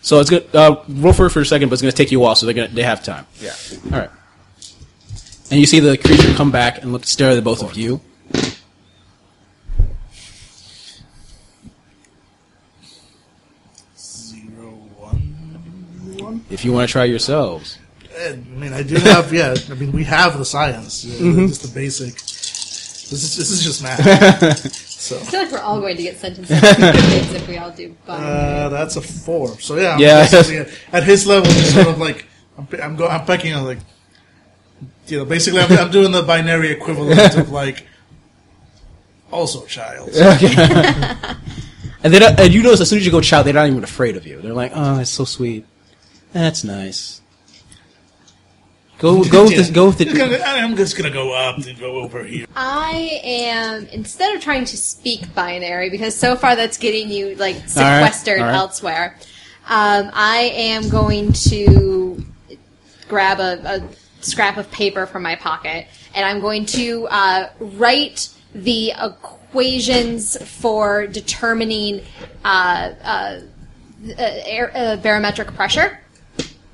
F: So it's gonna uh, roll for it for a second, but it's gonna take you a while. So they're gonna they have time.
B: Yeah.
F: All right. And you see the creature come back and look stare at the both of you.
D: Zero one one.
F: If you want to try yourselves,
D: I mean, I do have. Yeah, I mean, we have the science. Yeah,
F: Mm-hmm.
D: Just the basic. This is this is just math. so
E: I feel like we're all going to get sentenced to things if we all do bottom.
D: uh, that's a four. So yeah, I'm
F: Yeah.
D: basically At, at his level, just sort of like I'm, pe- I'm, go, I'm pecking on like, you know, basically I'm, I'm doing the binary equivalent of like, also child.
F: and then and you notice as soon as you go child, they're not even afraid of you. They're like, "Oh, it's so sweet. That's nice." Go go with this. Go with
D: Just
F: it.
D: gonna- I'm just gonna go up and go over here.
E: I am instead of trying to speak binary because so far that's getting you like
F: right,
E: sequestered
F: all right.
E: elsewhere. Um, I am going to grab a, a scrap of paper from my pocket and I'm going to uh, write the equations for determining uh, uh, uh, air, uh, barometric pressure.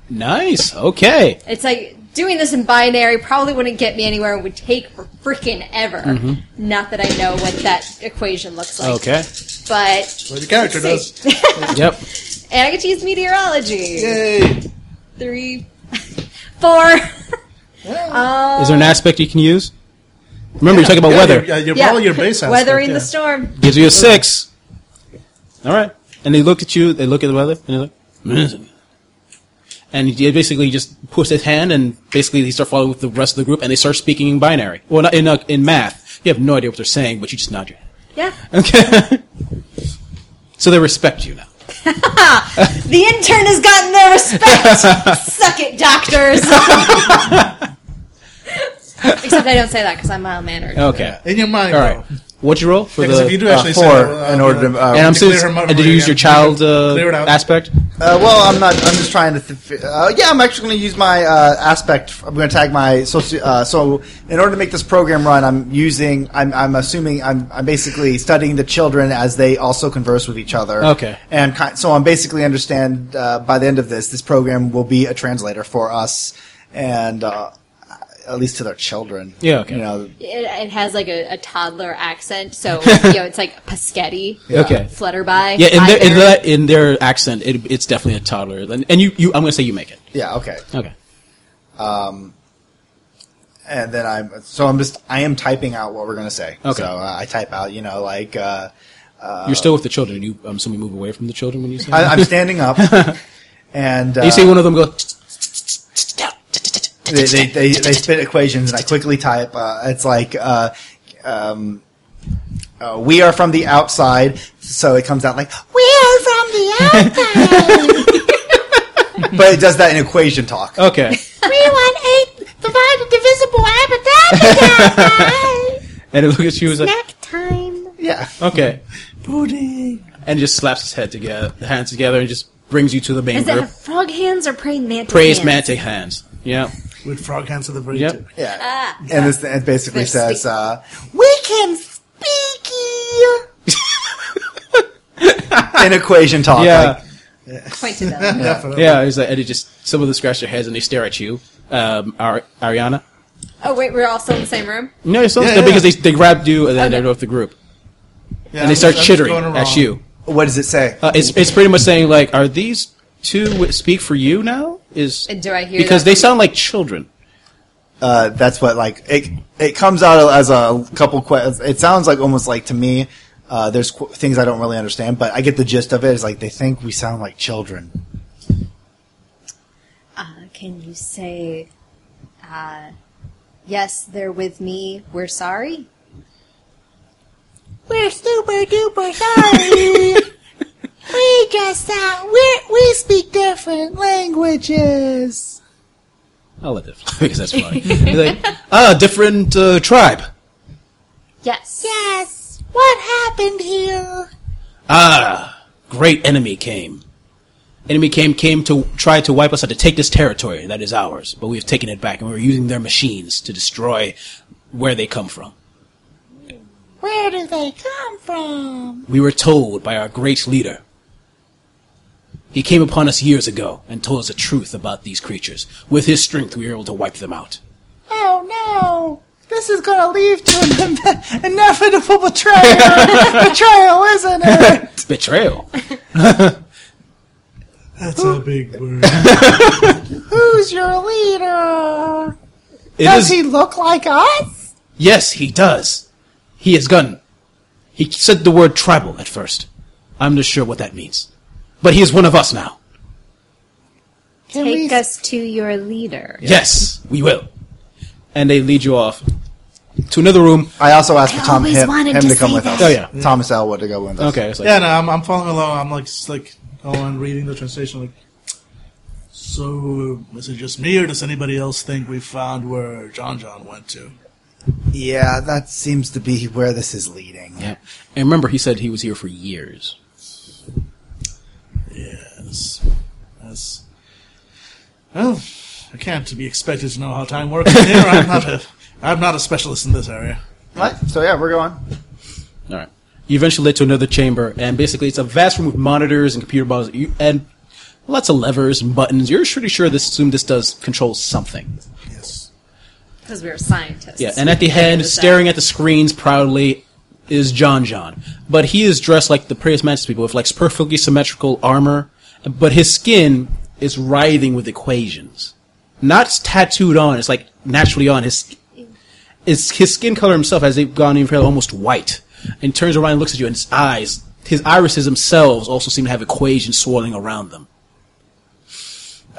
F: Nice. Okay.
E: It's like doing this in binary probably wouldn't get me anywhere and would take for freaking ever. Not that I know what that equation looks like.
F: Okay.
E: But
D: Well, your character
E: let's
D: does.
E: see.
F: Yep.
E: and I get to use meteorology.
D: Yay!
E: Three, four. Um,
F: Is there an aspect you can use? Remember, you're talking about
D: Yeah,
F: weather.
D: Your, yeah, your,
E: Yeah.
D: All your base aspect,
E: Weathering
D: yeah.
E: the storm.
F: Gives you a six. All right. And they look at you. They look at the weather, and they're like, "Amazing." And he basically just puts his hand, and basically he start following with the rest of the group, and they start speaking in binary. Well, not in uh, in math. You have no idea what they're saying, but you just nod your head.
E: Yeah.
D: Uh,
F: Okay. so they respect you now.
E: The intern has gotten their respect. Suck it, doctors. Except I don't say that because I'm mild mannered.
F: Okay.
D: in your mind.
F: All right.
D: though.
F: What'd you roll for
D: Because
F: the?
D: if you do
B: Uh,
D: actually say
B: four
D: that, well,
B: in
D: I'll
B: order
D: be
B: to,
D: like,
B: uh,
F: and I'm
D: Clear
F: serious,
D: her mind
F: and did you
D: away
F: use your
D: again.
F: child uh,
D: Clear it out.
F: aspect?
B: Uh, well, I'm not. I'm just trying to. Th- uh, yeah, I'm actually going to use my uh, aspect. I'm going to tag my soci- uh, so. In order to make this program run, I'm using. I'm, I'm assuming. I'm, I'm basically studying the children as they also converse with each other.
F: Okay.
B: And ki- so I'm basically understand uh, by the end of this, this program will be a translator for us, and uh, at least to their children.
F: Yeah, okay.
B: You know,
E: It, it has like a, a toddler accent, so you know it's like Paschetti, uh,
F: Okay.
E: Flutterby.
F: Yeah, in their, in
E: Blackberry.
F: their in their accent, it, it's definitely a toddler. And, and you, you, I'm gonna say you make it.
B: yeah. Okay.
F: Okay.
B: and then I'm so I'm just I am typing out what we're gonna say.
F: Okay.
B: So uh, I type out, you know, like uh,
F: You're still with the children. You, I'm assuming you move away from the children when you say.
B: I,
F: that?
B: I'm standing up, and uh,
F: you see one of them go.
B: they, they, they they spit equations, and I quickly type. Uh, it's like. Uh, um, uh, we are from the outside, so it comes out like we are from the outside. but it does that in equation talk.
F: Okay.
B: We want eight divided divisible by
F: And it looks at you as like
B: Yeah.
F: okay, and just slaps his head together, hands together, and just brings you to the main
E: Is that
F: group.
E: frog hands or praying mantis?
F: Praise
E: hands?
F: mantic hands. Yeah.
D: with frog hands at the very
F: Yep.
D: tip.
B: Yeah. And this it basically
E: They're
B: says,
E: speak-
B: uh, "We can speak here." in equation talk.
F: Yeah.
E: Point to them.
D: Definitely.
F: Yeah. It's like, and it just some of them scratch their heads and they stare at you. Um, Ari- Ariana.
E: Oh wait, we're all still in the same room.
F: No, it's not
D: Yeah, yeah,
F: because
D: yeah.
F: they they grabbed you and then they're with the group
D: Yeah,
F: and
D: I'm
F: they start
D: just- I'm just
F: chittering
D: going
F: at
D: wrong.
F: you.
B: What does it say?
F: Uh, it's it's pretty much saying like, are these two w- speak for you now? Is
H: And Uh, do I hear
F: because
H: that?
F: they sound like children.
B: Uh, that's what like it. It comes out as a couple. Que- it sounds like almost like to me. Uh, there's qu- things I don't really understand, but I get the gist of it. Is like they think we sound like children.
E: Uh, can you say, uh, yes, they're with me, we're sorry?
L: We're super duper sorry. we just thought we we speak different languages.
F: I'll let that fly because that's funny. like, ah, different uh, tribe.
E: Yes.
L: Yes. What happened here?
F: Ah, great enemy came. Enemy came came to try to wipe us out to take this territory that is ours, but we have taken it back, and we're using their machines to destroy where they come from.
L: Where do they come from?
F: We were told by our great leader. He came upon us years ago and told us the truth about these creatures. With his strength, we were able to wipe them out.
L: Oh no. This is gonna lead to an inve- inevitable betrayal. betrayal, isn't it?
F: Betrayal.
D: That's a big word.
L: Who's your leader?
F: It
L: Does
F: is-
L: he look like us?
F: Yes, he does. He is gun. He said the word tribal at first. I'm not sure what that means. But he is one of us now.
L: Can
E: Take
L: we
E: us to your leader.
F: Yes, we will. And they lead you off to another room.
B: I also asked for
E: I
B: Tom
E: always
B: him,
E: wanted
B: him
E: to
B: to come
E: say
B: with us.
E: that.
B: Mm.
F: Oh, yeah.
B: Thomas Elwood to go with us.
F: Okay, it's like,
D: Yeah, no, I'm, I'm following along. I'm like, s- like, oh, I'm reading the translation. Like, so uh, is it just me, or does anybody else think we found where John John went to?
B: Yeah, that seems to be where this is leading.
F: yeah. And remember, he said he was here for years.
D: Yes, yes. Well, I can't be expected to know how time works here. I'm not a, I'm not a specialist in this area.
B: Right. So yeah, we're going.
F: All right. You eventually led to another chamber, and basically it's a vast room with monitors and computer buttons you- and lots of levers and buttons. You're pretty sure this assume this does control something.
D: Yes.
H: Because we were scientists.
F: Yeah, and at the end,
H: Is that-
F: staring at the screens proudly, is John John. But he is dressed like the Prey's Mantis people with like perfectly symmetrical armor, but his skin is writhing with equations. Not tattooed on, it's like naturally on. His, his, his skin color himself has gone even fairly almost white. And turns around and looks at you, and his eyes, his irises themselves also seem to have equations swirling around them.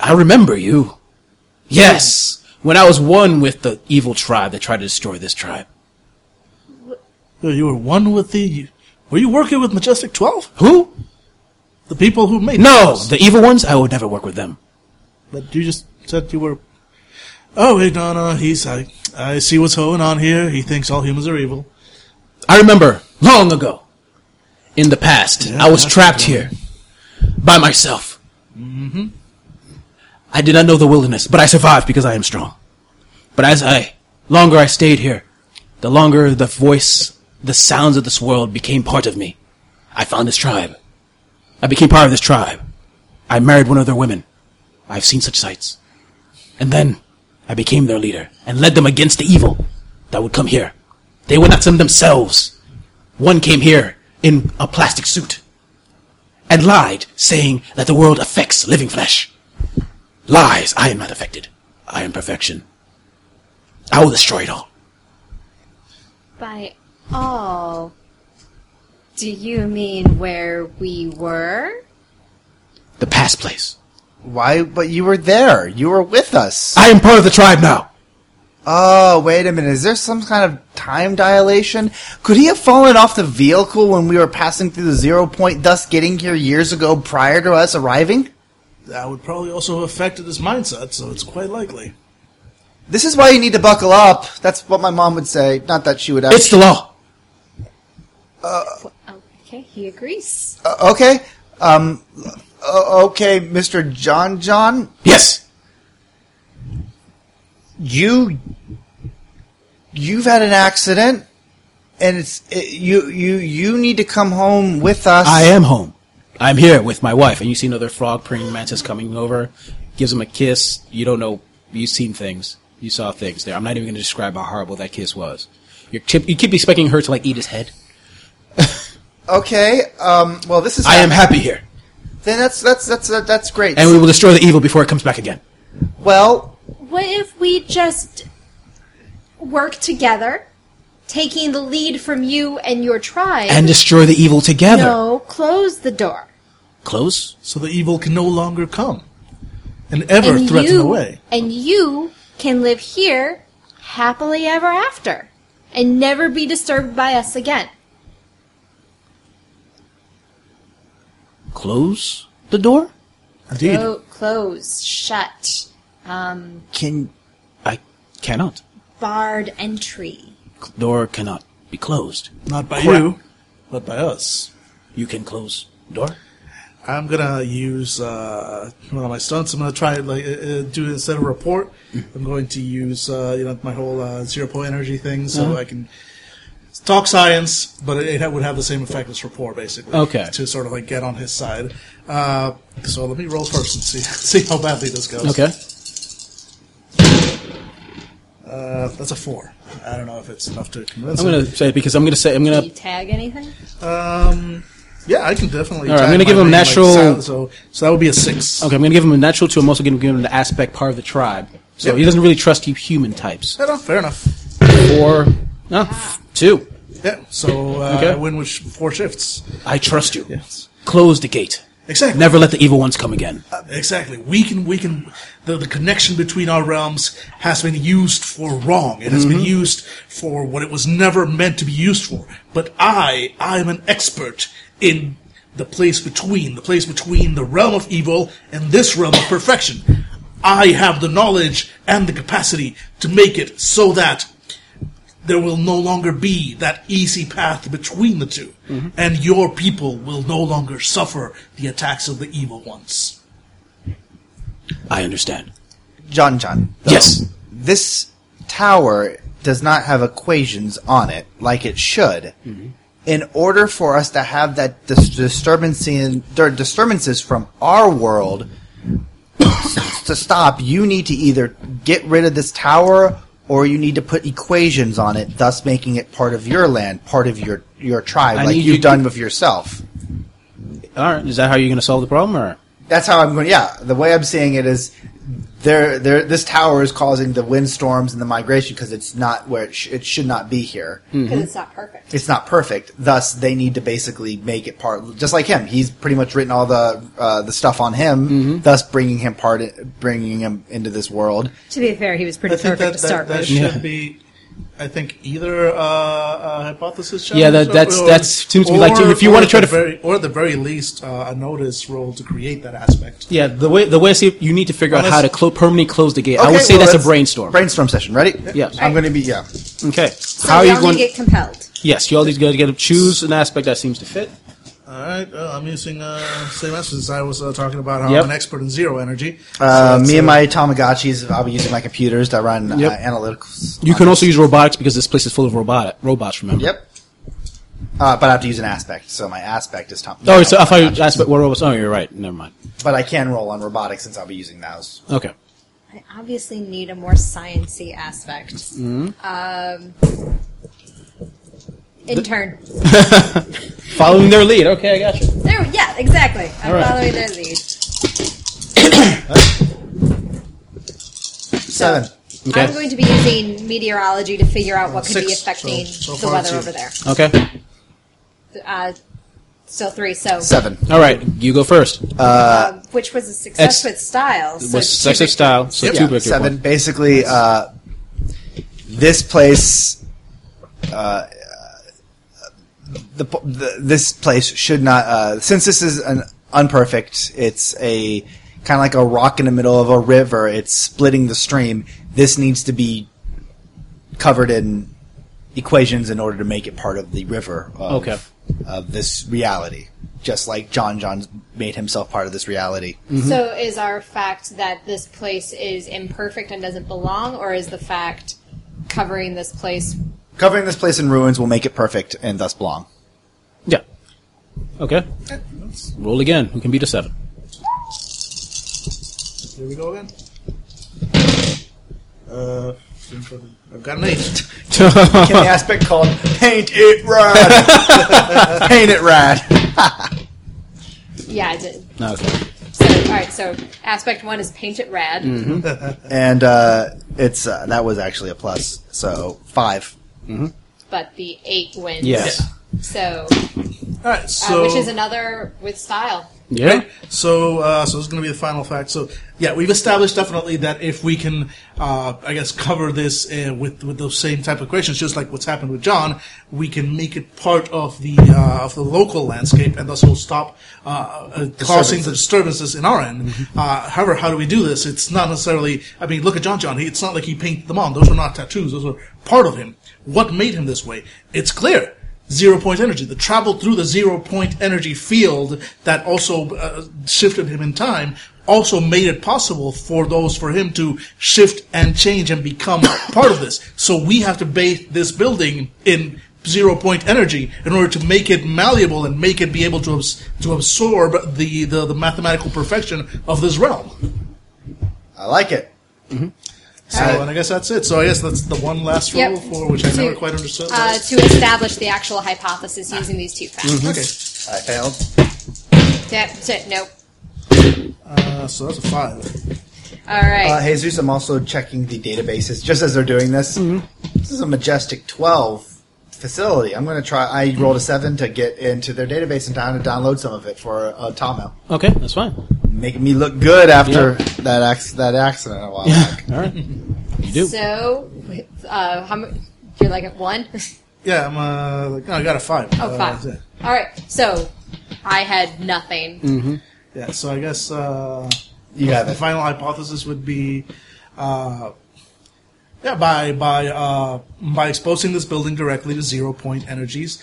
F: I remember you. Yes, when I was one with the evil tribe that tried to destroy this tribe.
D: So you were one with the. You, were you working with Majestic Twelve?
F: Who?
D: The people who made
F: No,
D: this?
F: the evil ones. I would never work with them.
D: But you just said you were. Oh wait, no, no. He's I. I see what's going on here. He thinks all humans are evil.
F: I remember long ago, in the past, I was
D: that's
F: trapped here by myself. Mm-hmm. I did not know the wilderness, but I survived because I am strong. But as I longer I stayed here, the longer the voice, the sounds of this world became part of me. I found this tribe. I became part of this tribe. I married one of their women. I've seen such sights. And then I became their leader and led them against the evil that would come here. They would not send themselves. One came here in a plastic suit and lied, saying that the world affects living flesh. Lies. I am not affected. I am perfection. I will destroy it all.
E: By all, do you mean where we were?
F: The past place.
B: Why? But you were there. You were with us.
F: I am part of the tribe now.
B: Oh, wait a minute. Is there some kind of time dilation? Could he have fallen off the vehicle when we were passing through the zero point, thus getting here years ago prior to us arriving?
D: That would probably also have affected his mindset. So it's quite likely.
B: This is why you need to buckle up. That's what my mom would say. Not that she would actually.
F: It's the law.
E: Okay, he agrees.
B: Uh, okay. Um. uh, okay, Mr. John John,
F: Yes.
B: you you've had an accident and it's it, you you you need to come home with us.
F: I am home. I'm here with my wife, and you see another frog praying mantis coming over, gives him a kiss. You don't know. You've seen things. You saw things there. I'm not even going to describe how horrible that kiss was. You're tip- you keep expecting her to like eat his head.
M: Okay. Um, well, this is.
F: I am happy here,
M: Then that's that's that's uh, that's great.
F: and we will destroy the evil before it comes back again.
M: well,
H: What if we just work together, taking the lead from you and your tribe?
F: And destroy the evil together.
H: no, close the door.
F: Close.
D: So the evil can no longer come and ever
H: and
D: threaten
H: you,
D: away.
H: And you can live here happily ever after and never be disturbed by us again.
F: Close the door.
D: Indeed.
H: Clo- close, shut, um,
F: Can I cannot.
H: barred entry.
F: Door cannot be closed.
D: Not by
F: Crap.
D: you, but by us.
F: You can close door.
D: I'm gonna use uh, one of my stunts. I'm gonna try like uh, uh, do instead of report. I'm going to use uh, you know my whole uh, zero point energy thing, so
F: Uh-huh.
D: I can talk science, but it, it would have the same effect as rapport, basically.
F: Okay.
D: To sort of like get on his side. Uh, so let me roll first and see see how badly this goes.
F: Okay.
D: Uh, that's a four. I don't know if it's enough to convince.
F: I'm gonna
D: him.
F: say it because I'm gonna say I'm
H: Do
F: gonna
H: you tag anything?
D: Um, yeah, I can definitely.
F: All right, I'm gonna
D: tag my
F: give him
D: name, like,
F: natural-
D: silent, so so that would be a six.
F: okay. I'm gonna give him a natural two. I'm also gonna give him the aspect part of the tribe. So
D: Yep.
F: he doesn't really trust you human types.
D: Fair enough. Fair enough.
F: Or no two.
D: Yeah, so uh,
F: Okay.
D: I win with sh- four shifts.
F: I trust you.
D: Yes.
F: Close the gate.
D: Exactly.
F: Never let the evil ones come again.
D: Uh, Exactly. We can, we can, the, the connection between our realms has been used for wrong. It has been used for what it was never meant to be used for. But I, I'm an expert in the place between, the place between the realm of evil and this realm of perfection. I have the knowledge and the capacity to make it so that there will no longer be that easy path between the 2 and your people will no longer suffer the attacks of the evil ones.
F: I understand.
B: John, John.
F: Yes.
B: This tower does not have equations on it like it should.
F: Mm-hmm.
B: In order for us to have that dis- disturbance in, dir- disturbances from our world to stop, you need to either get rid of this tower or you need to put equations on it, thus making it part of your land, part of your, your tribe,
F: I
B: like
F: need
B: you've
F: you to-
B: done with yourself.
F: All right. Is that how you're gonna solve the problem, or
B: That's how I'm going. Yeah, the way I'm seeing it is, there, there. This tower is causing the windstorms and the migration because it's not where it, sh- it should not be here.
H: Because
F: Mhm.
H: it's not perfect.
B: It's not perfect. Thus, they need to basically make it part. Just like him, he's pretty much written all the uh, the stuff on him. Thus, bringing him part, bringing him into this world.
H: To be fair, he was pretty perfect to start with.
D: should be, I think, either uh, uh, hypothesis challenge.
F: Yeah, that- that's- that's- seems to me like too- if you
D: or
F: wanna
D: at
F: try
D: the
F: to f-
D: very, or at the very least, uh, a notice roll to create that aspect.
F: yeah? The way the way I see it, you need to figure out how to clo- permanently close the gate. I
B: Okay,
F: would say
B: well,
F: that's a
B: let's-
F: brainstorm.
B: Brainstorm session. Ready?
F: Yeah.
B: I'm going to be yeah.
F: Okay.
H: So
F: how are
H: we
F: you
H: all
F: going?
H: need to get compelled.
F: yes, you all need to get to choose an aspect that seems to fit.
D: All right, uh, I'm using uh, same essence as I was uh, talking about. How
F: Yep.
D: I'm an expert in zero energy.
B: Uh,
D: So that's,
B: me and
D: uh,
B: my Tamagotchis. I'll be using my computers that run
F: Yep.
B: uh, analytics. Uh,
F: You can also use robotics because this place is full of robot robots. Remember?
B: Yep. Uh, but I have to use an aspect, so my aspect is Tom.
F: Oh, so I thought you asked, but what robots? Oh, you're right. Never mind.
B: But I can roll on robotics since I'll be using those.
F: Okay.
H: I obviously need a more sciency aspect.
F: Mm-hmm.
H: Um, intern.
F: Following their lead. Okay, I got you.
H: There, we- yeah, exactly. I'm
F: All right.
H: following their lead.
B: Seven.
F: Okay.
H: I'm going to be using meteorology to figure out what could be
D: Six,
H: affecting
D: so- so
H: the
D: far
H: weather
D: two.
H: over there.
F: Okay.
H: Uh, still three. So,
B: Seven.
F: All right. You go first.
H: um, which was a
F: ex-
H: success with style.
F: uh, It
H: So
F: was
H: two
F: successive
H: victories.
F: style. So two
B: Yeah,
F: victory
B: seven.
F: points.
B: Basically, uh, this place, uh, the, p- the this place should not. Uh, since this is an unperfect, it's a kind of like a rock in the middle of a river. It's splitting the stream. This needs to be covered in equations in order to make it part of the river. Of,
F: Okay.
B: Of this reality, just like John John made himself part of this reality.
H: So is our fact that this place is imperfect and doesn't belong, or is the fact covering this place?
B: Covering this place in ruins will make it perfect and thus belong.
F: Yeah. Okay. Roll again. Who can beat a seven?
D: Here we go again. Uh, I've got an eight.
B: Can the aspect called Paint It Rad? Paint It Rad.
H: Yeah, I did.
F: Okay.
H: So, all right, so aspect one is paint it rad.
F: Mm-hmm.
B: and uh, it's uh, that was actually a plus, so five.
H: but the eight wins.
F: Yes.
H: So,
D: All right,
H: uh,
D: so
H: which is another with style.
F: Yeah.
D: So, uh, so this is going to be the final fact. So, yeah, we've established definitely that if we can, uh, I guess, cover this uh, with with those same type of questions, just like what's happened with John, we can make it part of the uh, of the local landscape, and thus will stop uh, uh, causing the disturbances in our end. Uh, however, how do we do this? It's not necessarily. I mean, look at John. John. He, it's not like he painted them on. Those were not tattoos. Those were part of him. What made him this way? It's clear zero point energy, the travel through the zero point energy field that also uh, shifted him in time also made it possible for those for him to shift and change and become part of this. So we have to base this building in zero point energy in order to make it malleable and make it be able to abs- to absorb the, the the mathematical perfection of this realm.
B: I like it.
D: So and I guess that's it. So I guess that's the one last
H: Yep.
D: rule for which I
H: To-
D: never quite understood.
H: Uh, to establish the actual hypothesis using these two facts.
F: Mm-hmm.
D: okay.
B: I failed.
H: That's it. Nope.
D: Uh, so that's a five.
H: All right.
B: Uh, Jesus, I'm also checking the databases just as they're doing this. This is a majestic 12 facility. I'm going to try. I rolled a seven to get into their database in time to download some of it for uh, Tomo,
F: Okay, that's fine.
B: making me look good after that ac- that accident a while back.
F: All right. You do.
H: So, uh, how mu You're like at one.
D: Yeah, I'm uh, like, no, I got a five.
H: Oh,
D: Uh,
H: five.
D: yeah.
H: All right. So, I had nothing.
D: Yeah, so I guess uh,
B: You have
D: the
B: it.
D: final hypothesis would be, uh, yeah, by by uh, by exposing this building directly to zero point energies,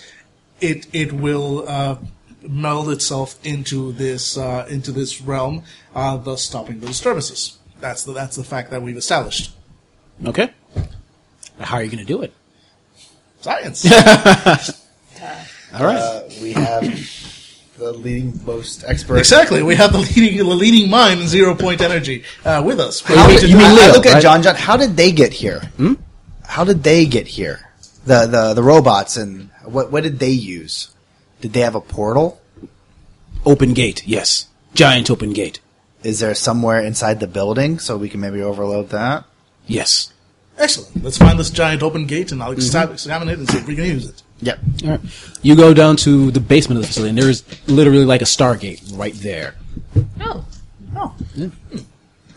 D: it it will uh, meld itself into this uh, into this realm, uh, thus stopping the disturbances. That's the that's the fact that we've established.
F: Okay. How are you going to do it?
D: Science.
F: All right.
B: Uh, we have the leading most expert.
D: exactly. We have the leading the leading mind in zero point energy uh, with us.
B: How
F: mean-
B: did-
F: you mean
B: I- I
F: Leo,
B: look at
F: right?
B: John John. How did they get here? How did they get here? The the the robots and what what did they use? Did they have a portal?
F: Open gate. Yes. Giant open gate.
B: Is there somewhere inside the building so we can maybe overload that?
F: Yes.
D: Excellent. Let's find this giant open gate and I'll exa- examine it and see if we can use it.
B: Yep.
F: All right. You go down to the basement of the facility, and there is literally like a Stargate right there.
H: Oh.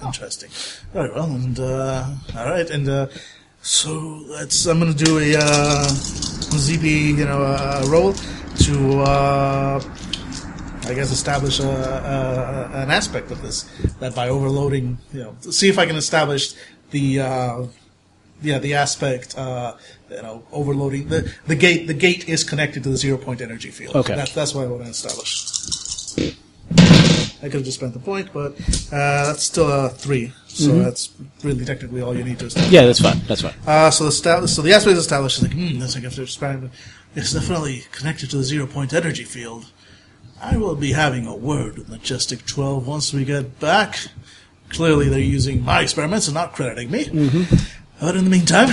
D: Interesting. All right. Well, and uh, all right, and uh, so let's. I'm going to do a uh, ZP, you know, uh, roll to, uh, I guess, establish a, a, an aspect of this that by overloading, you know, to see if I can establish the. Uh, yeah, the aspect, uh, you know, overloading the, the gate. The gate is connected to the zero point energy field.
F: Okay.
D: that's that's what I want to establish. I could have just spent the point, but uh, that's still a three. So that's really technically all you need to establish.
F: Yeah, that's fine. That's fine.
D: Uh, so the sta- so the aspect is established. Like, hmm, that's like after expanding, it's definitely connected to the zero point energy field. I will be having a word with Majestic Twelve once we get back. Clearly, they're using my experiments and not crediting me. But in the meantime,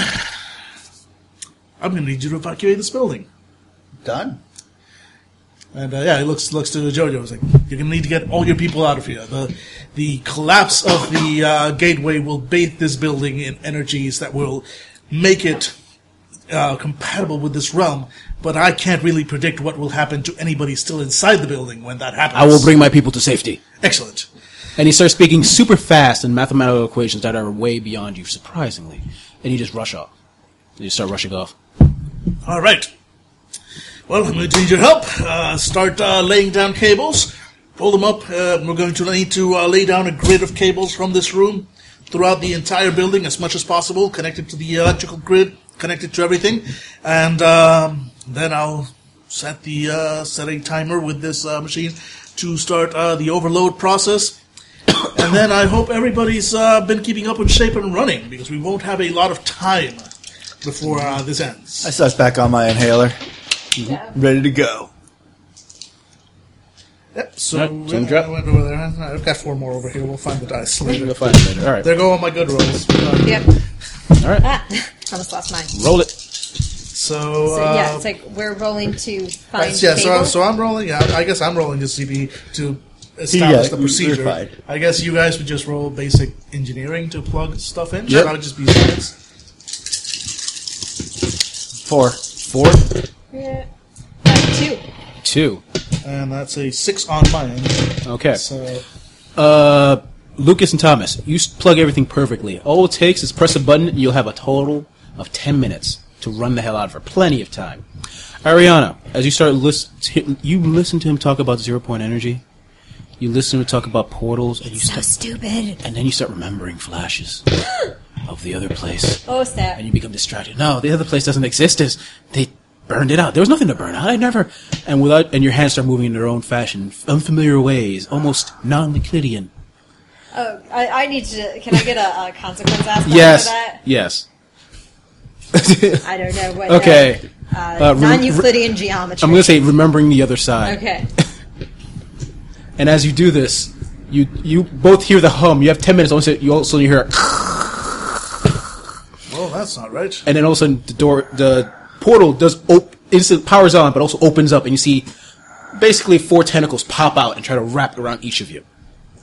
D: I'm going to need you to evacuate this building.
B: Done.
D: And uh, yeah, he looks looks to Jojo. He's like, "You're gonna need to get all your people out of here. The the collapse of the uh, gateway will bathe this building in energies that will make it uh, compatible with this realm. But I can't really predict what will happen to anybody still inside the building when that happens.
F: I will bring my people to safety.
D: excellent.
F: And he starts speaking super fast in mathematical equations that are way beyond you, surprisingly. And you just rush off. You start rushing off.
D: All right. Well, I'm going to need your help. Uh, start uh, laying down cables. Pull them up. Uh, we're going to need to uh, lay down a grid of cables from this room throughout the entire building as much as possible, connected to the electrical grid, connected to everything. And um, then I'll set the uh, set a timer with this uh, machine to start uh, the overload process. and then I hope everybody's uh, been keeping up with shape and running because we won't have a lot of time before uh, this ends.
B: I sucked back on my inhaler. Ready to go.
D: Yep.
F: All
D: So
F: right,
D: I,
F: so drop.
D: went over there. I've got four more over here. We'll find the dice later.
F: You'll find it later. All right.
D: There go all my good rolls.
H: Yep.
F: All right.
H: Ah, almost lost mine.
F: Roll it.
D: So,
H: So,
D: uh,
H: yeah, it's like we're rolling to find
D: Right, yeah, so,
H: table.
D: I'm- so I'm rolling. Yeah, I guess I'm rolling to CB to establish
B: Yeah,
D: the
B: you're
D: procedure.
B: fine.
D: I guess you guys would just roll basic engineering to plug stuff in.
B: Yep.
D: So that would just be science.
B: Four.
F: Four,
H: Yeah. Uh, two.
F: two.
D: And that's a six on my end.
F: Okay.
D: So
F: Uh, Lucas and Thomas, you s- plug everything perfectly. All it takes is press a button, and you'll have a total of ten minutes to run the hell out of her. Plenty of time. Ariana, as you start listen, you listen to him talk about zero point energy. You listen to him talk about portals, and you
E: So
F: start,
E: stupid.
F: and then you start remembering flashes of the other place,
H: Oh, snap.
F: and you become distracted. No, the other place doesn't exist. Is they burned it out? There was nothing to burn out. I never, and without, and your hands start moving in their own fashion, unfamiliar ways, almost non-Euclidean.
H: Oh, I, I need to. Can I get a, a consequence aspect
F: Yes.
H: for that?
F: Yes.
H: I don't know what.
F: Okay.
H: Uh,
F: Uh, rem-
H: non-Euclidean geometry.
F: I'm going to say remembering the other side.
H: Okay.
F: And as you do this, you you both hear the hum. You have 10 minutes. Also, you also hear a
D: well, that's not right.
F: and then all of a sudden the door the portal does op- instant powers on but also opens up and you see basically four tentacles pop out and try to wrap around each of you.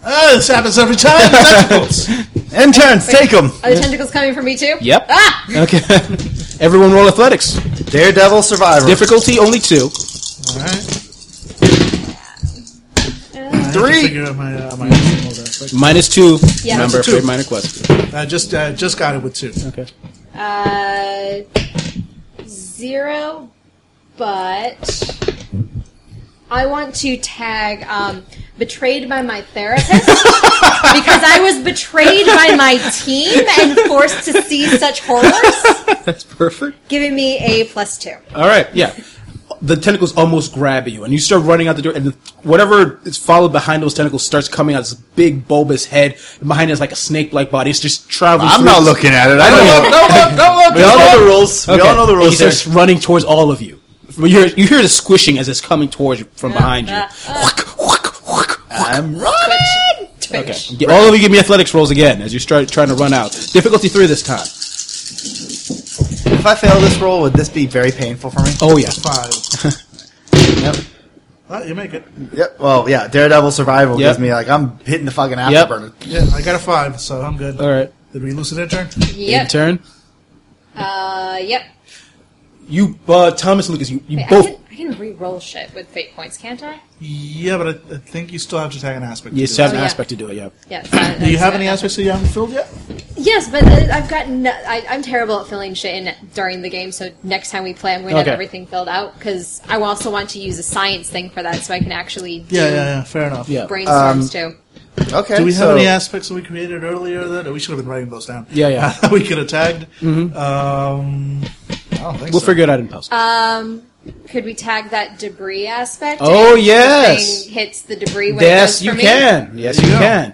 D: Ah, this happens every time. Tentacles.
B: Interns, take them.
H: Are the tentacles coming for me too?
F: Yep.
H: Ah!
F: Okay. Everyone roll athletics.
B: Daredevil survivor.
F: Difficulty only 2.
D: All right.
B: Three.
D: Figure out my, uh, my original aspect.
F: Minus 2.
H: Yeah.
F: Remember
D: Minus two.
F: afraid minor quest.
D: I just uh, just got it with two.
F: Okay.
H: Uh, zero, but I want to tag um, betrayed by my therapist because I was betrayed by my team and forced to see such horrors,
F: That's perfect.
H: giving me a plus two.
F: All right, yeah. The tentacles almost grab you, and you start running out the door, and whatever is followed behind those tentacles starts coming out. This big bulbous head, and behind it is like a snake-like body. It's just traveling.
B: I'm
F: through.
B: not looking at it. I don't know. We all know the rules. We all know the rules.
F: He starts running towards all of you. You hear, you hear the squishing as it's coming towards you from behind you.
H: Uh, uh,
B: I'm running.
H: twitch.
F: Okay. Get- All of you give me athletics rolls again as you start trying to run out. Difficulty three this time.
B: If I fail this roll, would this be very painful for me?
F: Oh yeah.
D: Five.
F: Yep.
D: Ah, you make it.
B: Yep. Well, yeah. Daredevil survival
F: Yep.
B: gives me like I'm hitting the fucking
F: Yep.
B: afterburner.
D: Yeah, I got a five, so I'm good.
F: All right.
D: Did we lose an intern?
H: Yep.
F: Turn.
H: Uh, yep.
F: You, uh, Thomas and Lucas, you, you
H: Wait, I
F: both.
H: can, I can re-roll shit with fate points, can't I?
D: Yeah, but I, I think you still have to tag an aspect. to
F: You
D: do
F: still have
H: Oh,
F: an
H: yeah.
F: aspect to do it. Yeah.
H: Yes.
D: it. Do you have any aspects that you haven't filled yet?
H: Yes, but uh, I've gotten. I, I'm terrible at filling shit in during the game, so next time we play, I'm going to
F: Okay.
H: have everything filled out because I also want to use a science thing for that, so I can actually do
D: Yeah, yeah, yeah. Fair enough.
F: Yeah.
H: brainstorms too.
B: Okay.
D: Do we have
B: so
D: any aspects that we created earlier that we should have been writing those down?
F: Yeah, yeah. Mm.
D: Uh, we could have tagged. Um, I don't think
F: We'll
D: so.
F: figure it out in post.
H: Um, could we tag that debris aspect?
F: Oh,
H: If the
F: yes.
H: thing hits the debris. When it
F: yes,
H: does
F: you
H: for me?
F: can. Yes, you
D: Yeah.
F: can.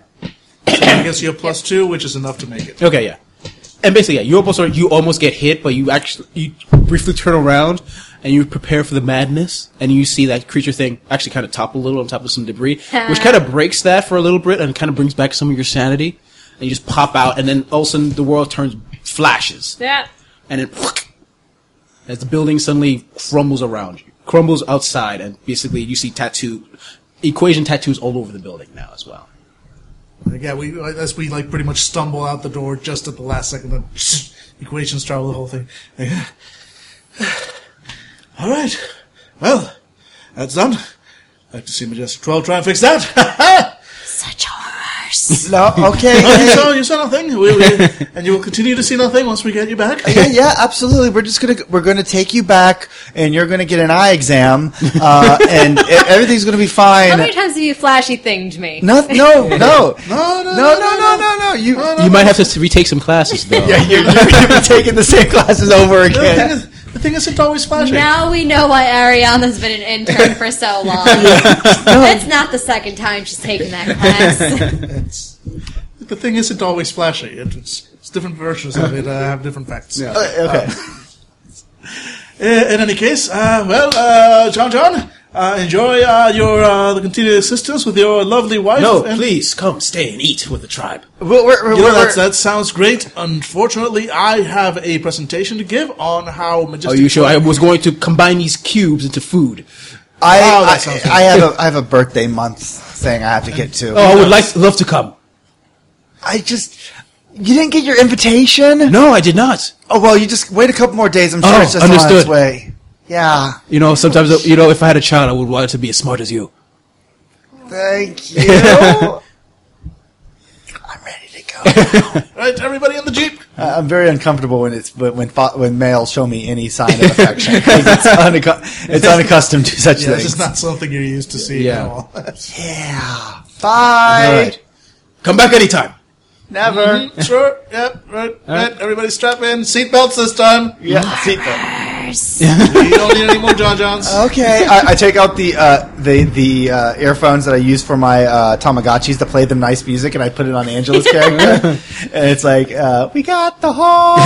D: I guess you have plus two, which is enough to make it.
F: Okay, yeah. And basically, yeah, you almost are, you almost get hit, but you actually you briefly turn around and you prepare for the madness, and you see that creature thing actually kind of topple a little on top of some debris, which kind of breaks that for a little bit and kind of brings back some of your sanity, and you just pop out, and then all of a sudden the world turns flashes,
H: Yeah.
F: and then as the building suddenly crumbles around you, crumbles outside, and basically you see tattoo equation tattoos all over the building now as well.
D: Like, yeah, we as we like pretty much stumble out the door just at the last second. Then equations travel the whole thing. Like, all right, well, that's done. I'd like to see Majestic Twelve try and fix that.
E: Such horrors.
B: No. Okay.
D: Oh, you
B: hey,
D: saw you saw nothing, we, we, and you will continue to see nothing once we get you back.
B: yeah, yeah, absolutely. We're just gonna we're gonna take you back, and you're gonna get an eye exam, uh, and e- everything's gonna be
H: How
B: fine.
H: many times have you flashy thinged me?
B: No, no, no,
D: No, no,
B: no, no, no, no, no. You,
F: You might have to retake some classes though.
B: you're, you're gonna be taking the same classes over
D: The thing
B: again.
D: is, the thing is, it's always flashing.
H: Now we know why Ariana's been an intern for so long. That's not the second time she's taken that class.
D: It's- the thing is, it's always flashy. It, it's, it's different versions of it uh, have different facts.
B: Uh, okay.
D: Uh, in any case, uh, well, uh, John, John, Uh, enjoy uh, your uh, the continued assistance with your lovely wife.
C: No,
D: and-
C: please come stay and eat with the tribe.
B: Well, we're, we're,
D: You know,
B: we're-
D: that's, that sounds great. Unfortunately, I have a presentation to give on how majestic.
F: Are you sure? I was going to combine these cubes into food.
B: I,
D: Wow, that
B: I-
D: sounds
B: I, have a I have a birthday month thing I have to get to.
F: Oh, I would like love to come.
B: I just you didn't get your invitation.
F: No, I did not.
B: Oh well, you just wait a couple more days. I'm sure
F: Oh,
B: it's just on its
F: understood.
B: way. Yeah,
F: You know, sometimes uh, you know, if I had a child, I would want it to be as smart as you.
B: thank you. I'm ready to go.
D: Right, everybody in the jeep.
B: I- I'm very uncomfortable when it's when when, fo- when males show me any sign of affection. 'Cause it's, unac- it's unaccustomed to such
D: Yeah, it's
B: things.
D: just not something you're used to seeing
F: Yeah.
D: at all.
B: yeah. Bye.
F: Come back anytime.
B: Never.
D: Mm-hmm. sure. Yep. Right. right. Everybody strap in. Seatbelts this time.
B: Yeah. seatbelt.
D: You don't need any more John Johns.
B: Okay, I, I take out the uh, the the uh, earphones that I use for my uh, Tamagotchis to play them nice music, and I put it on Angela's character, and it's like, uh, "We got the whole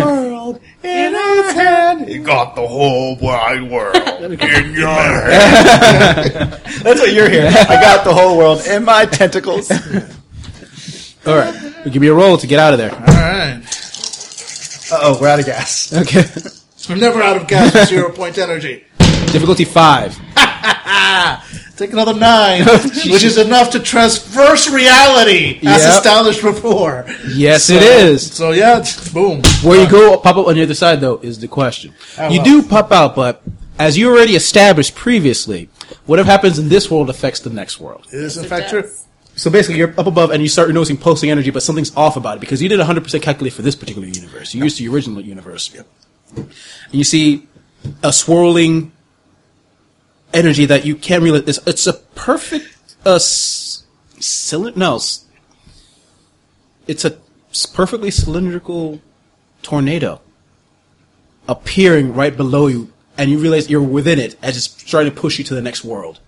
B: world in our hand." You got the whole wide world in your hand. That's what you're hearing. I got the whole world in my tentacles.
F: All right, give me a roll to get out of there.
D: All right.
B: Oh, we're out of gas.
F: Okay,
D: We're never out of gas with zero point energy.
F: difficulty five.
D: Take another nine, which is enough to transverse reality as
F: Yep.
D: established before.
F: Yes, it is.
D: So yeah, it's- boom.
F: Where you go, pop up on the other side though is the question. you do pop out, but as you already established previously, whatever happens in this world affects the next world.
D: It is in fact true.
F: So basically, you're up above and you start noticing pulsing energy, but something's off about it because you did 100% calculate for this particular universe. You used the original universe. And you see a swirling energy that you can't really. It's, it's a perfect uh, cylinder. No, s- it's a s- perfectly cylindrical tornado appearing right below you, and you realize you're within it as it's trying to push you to the next world.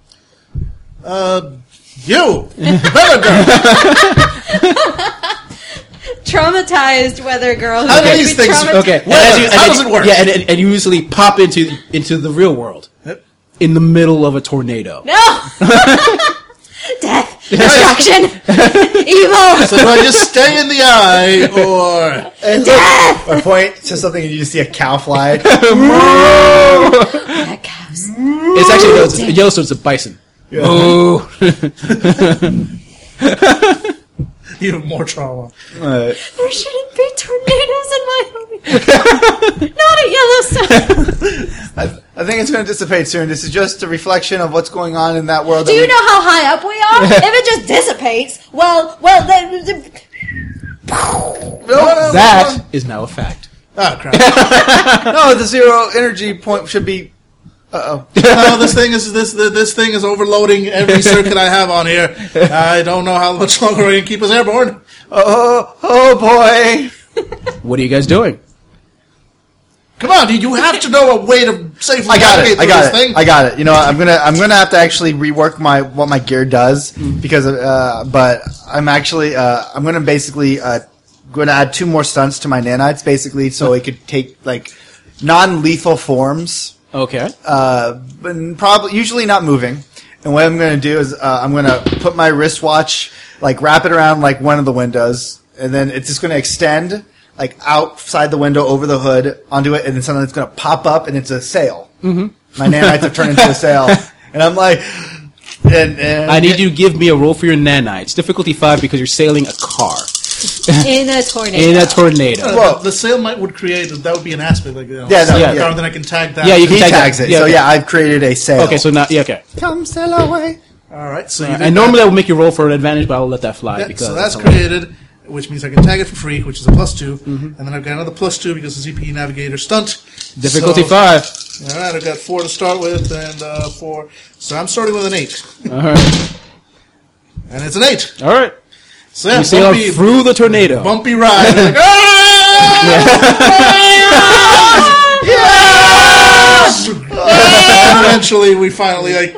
D: You.
H: Traumatized weather girl. Who
D: How do
H: could
D: these
H: be
D: things-
H: traumatized-
F: Okay.
D: Well,
F: and as you-
D: how
F: and
D: does
F: it-
D: it work?
F: Yeah, and, and, and you usually pop into into the real world in the middle of a tornado.
H: No. Death, destruction, evil.
D: So do I just stay in the eye, or
B: And look, I point to something, and you just see a cow fly.
H: Black cows.
F: It's actually no, it's, Yellowstone's a bison. Oh,
D: even more trauma?
H: There shouldn't be tornadoes in Wyoming. Not at Yellowstone.
B: I think it's going to dissipate soon. This is just a reflection of what's going on in that world.
H: Do
B: that
H: you
B: we-
H: know how high up we are? if it just dissipates, well, well, then. then-
F: that is now a fact.
D: Ah, crap!
B: No, the zero energy point should be. Uh oh.
D: no, this thing is this this thing is overloading every circuit I have on here. I don't know how much longer I can keep us airborne.
B: Oh, oh boy.
F: What are you guys doing?
D: Come on, dude! You have to know a way to safely
B: I got
D: navigate
B: it. I
D: through
B: got
D: this
B: it.
D: thing.
B: I got it. You know, what, I'm gonna I'm gonna have to actually rework my what my gear does because uh, but I'm actually uh, I'm gonna basically uh, gonna add two more stunts to my nanites basically so it could take like non lethal forms.
F: Okay.
B: uh, but probably usually not moving. And what I'm going to do is uh, I'm going to put my wristwatch, like wrap it around like one of the windows, and then it's just going to extend like outside the window over the hood onto it, and then suddenly it's going to pop up, and it's a sail. Mm-hmm. My nanites have turned into a sail, and I'm like, and, and
F: I need you to give me a roll for your nanites. Difficulty five because you're sailing a car
H: In a tornado.
F: in a tornado.
D: Well, the sale might would create that would be an aspect like you know,
B: Yeah, no,
D: yeah,
B: yeah.
D: then I can tag that.
F: Yeah, you
B: He
F: can tag that.
B: tags it,
F: Yeah,
B: so
F: okay.
B: yeah, I've created a sail.
F: Okay, so now yeah, okay.
B: come sail away.
D: All right, so you did
F: And
D: that.
F: normally I would make you roll for an advantage, but I will let that fly
D: Yeah,
F: because
D: so that's
F: how I-
D: created, which means I can tag it for free, which is a plus two, and then I've got another plus two because the ZPE Navigator stunt.
F: Difficulty
D: So-
F: five.
D: All right, I've got four to start with, and uh, four. So I'm starting with an eight,
F: All right.
D: and it's an eight.
F: All right.
D: So yeah,
F: You sail
D: bumpy,
F: through the tornado.
D: bumpy ride. Like, "Ah!" and eventually, we finally like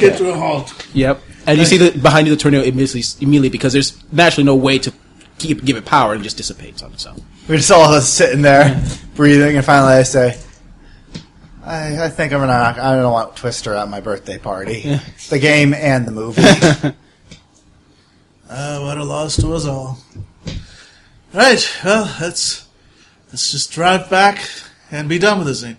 D: get to a halt.
F: Yep. And you see that behind you the tornado immediately, immediately because there's naturally no way to keep, give it power and just dissipates on its own.
B: We're just all sitting there breathing, and finally I say, I, I think I'm gonna. I don't want Twister at my birthday party. the game and the movie.
D: Ah, what a loss to us all. Right, well, let's let's just drive back and be done with this thing.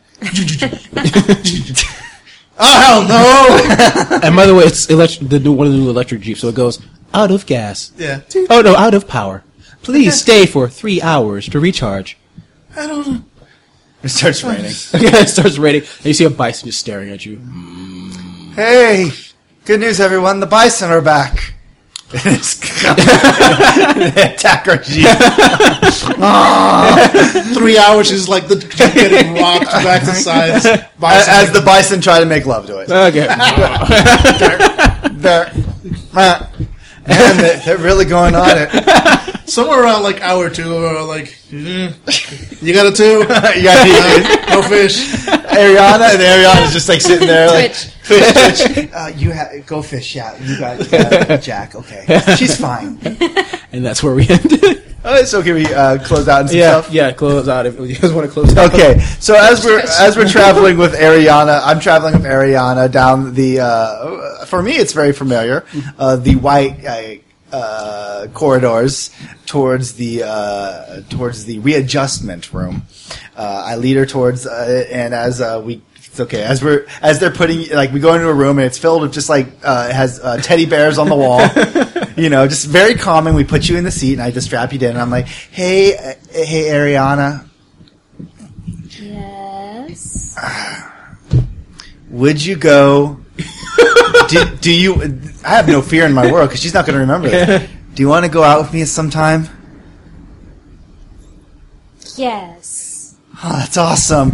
D: oh hell no!
F: And by the way, it's electric, the new, one of the new electric jeeps, so it goes out of gas.
D: Yeah,
F: Oh no, out of power. Please stay for three hours to recharge.
D: I don't. know.
N: It starts raining.
F: it starts raining, and you see a bison just staring at you.
B: hey, good news, everyone. The bison are back.
N: Attack our jeep.
D: Three hours is like the getting rocked back to sides. By
B: As, as the bison try to make love to it,
F: Okay.
B: they're, uh, and they're, they're really going on it.
D: somewhere around like hour two, or like "Mm, you got a two, Uh,
B: You got the-
D: no fish.
B: Ariana, and Ariana's just like sitting there, like
H: Twitch.
B: uh, you ha- go fish. Yeah, you got uh, Jack. Okay, she's fine.
F: and that's where we end.
B: Uh, so can we uh, close out and some
F: yeah,
B: stuff?
F: yeah. Close out if you guys want to close out.
B: Okay, so as we're as we're traveling with Ariana, I'm traveling with Ariana down the. Uh, for me, it's very familiar. Uh, the white uh, uh, corridors towards the uh, towards the readjustment room. Uh, I lead her towards, uh, and as uh, we. It's okay. As we're as they're putting like we go into a room and it's filled with just like uh, it has uh, teddy bears on the wall, you know, just very common. We put you in the seat and I just strap you down and I'm like, hey, uh, hey, Ariana,
H: Yes.
B: Would you go? do, do you? I have no fear in my world because she's not going to remember this. Do you want to go out with me sometime?
H: Yes.
B: Oh, that's awesome.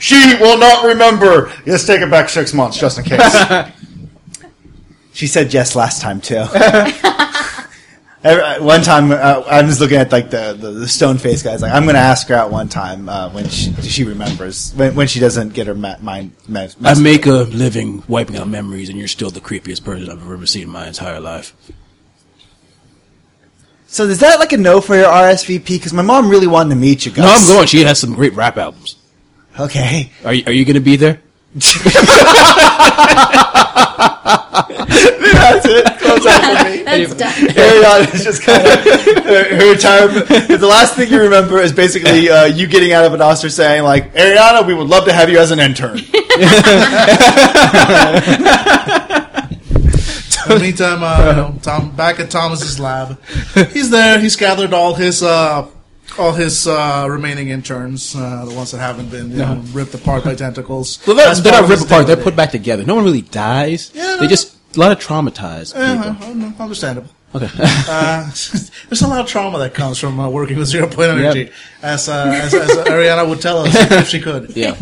B: she will not remember. Let's take it back six months just in case. she said yes last time too. Every- one time, uh, I'm just looking at like the, the, the stone face guys. Like, I'm going to ask her out one time uh, when she, she remembers when, when she doesn't get her ma- mind. Ma-
O: I make a living wiping out memories, and you're still the creepiest person I've ever seen in my entire life.
B: So is that like a no for your RSVP? Because my mom really wanted to meet you guys.
O: No, I'm going. She has some great rap albums.
B: Okay.
O: Are you, are you going to be there?
B: That's it. Close out for me.
H: That's done.
B: Ariana is just kind of her, her entire. The last thing you remember is basically uh, you getting out of an Oscar saying like, "Ariana, we would love to have you as an intern."
D: In the meantime, uh, you know, Tom back at Thomas's lab. He's there. He's gathered all his uh, all his uh, remaining interns, uh, the ones that haven't been you know, ripped apart by tentacles.
F: Well, they're,
D: That's
F: they're
D: part
F: not
D: of
F: ripped
D: his
F: apart. They're
D: day-to-day.
F: put back together. No one really dies.
D: Yeah,
F: they
D: no.
F: just a lot of traumatized
D: Uh-huh,
F: people.
D: oh, no, understandable. Okay. uh, there's a lot of trauma that comes from uh, working with zero point energy, as, uh, as as Ariana would tell us if she could.
F: Yeah,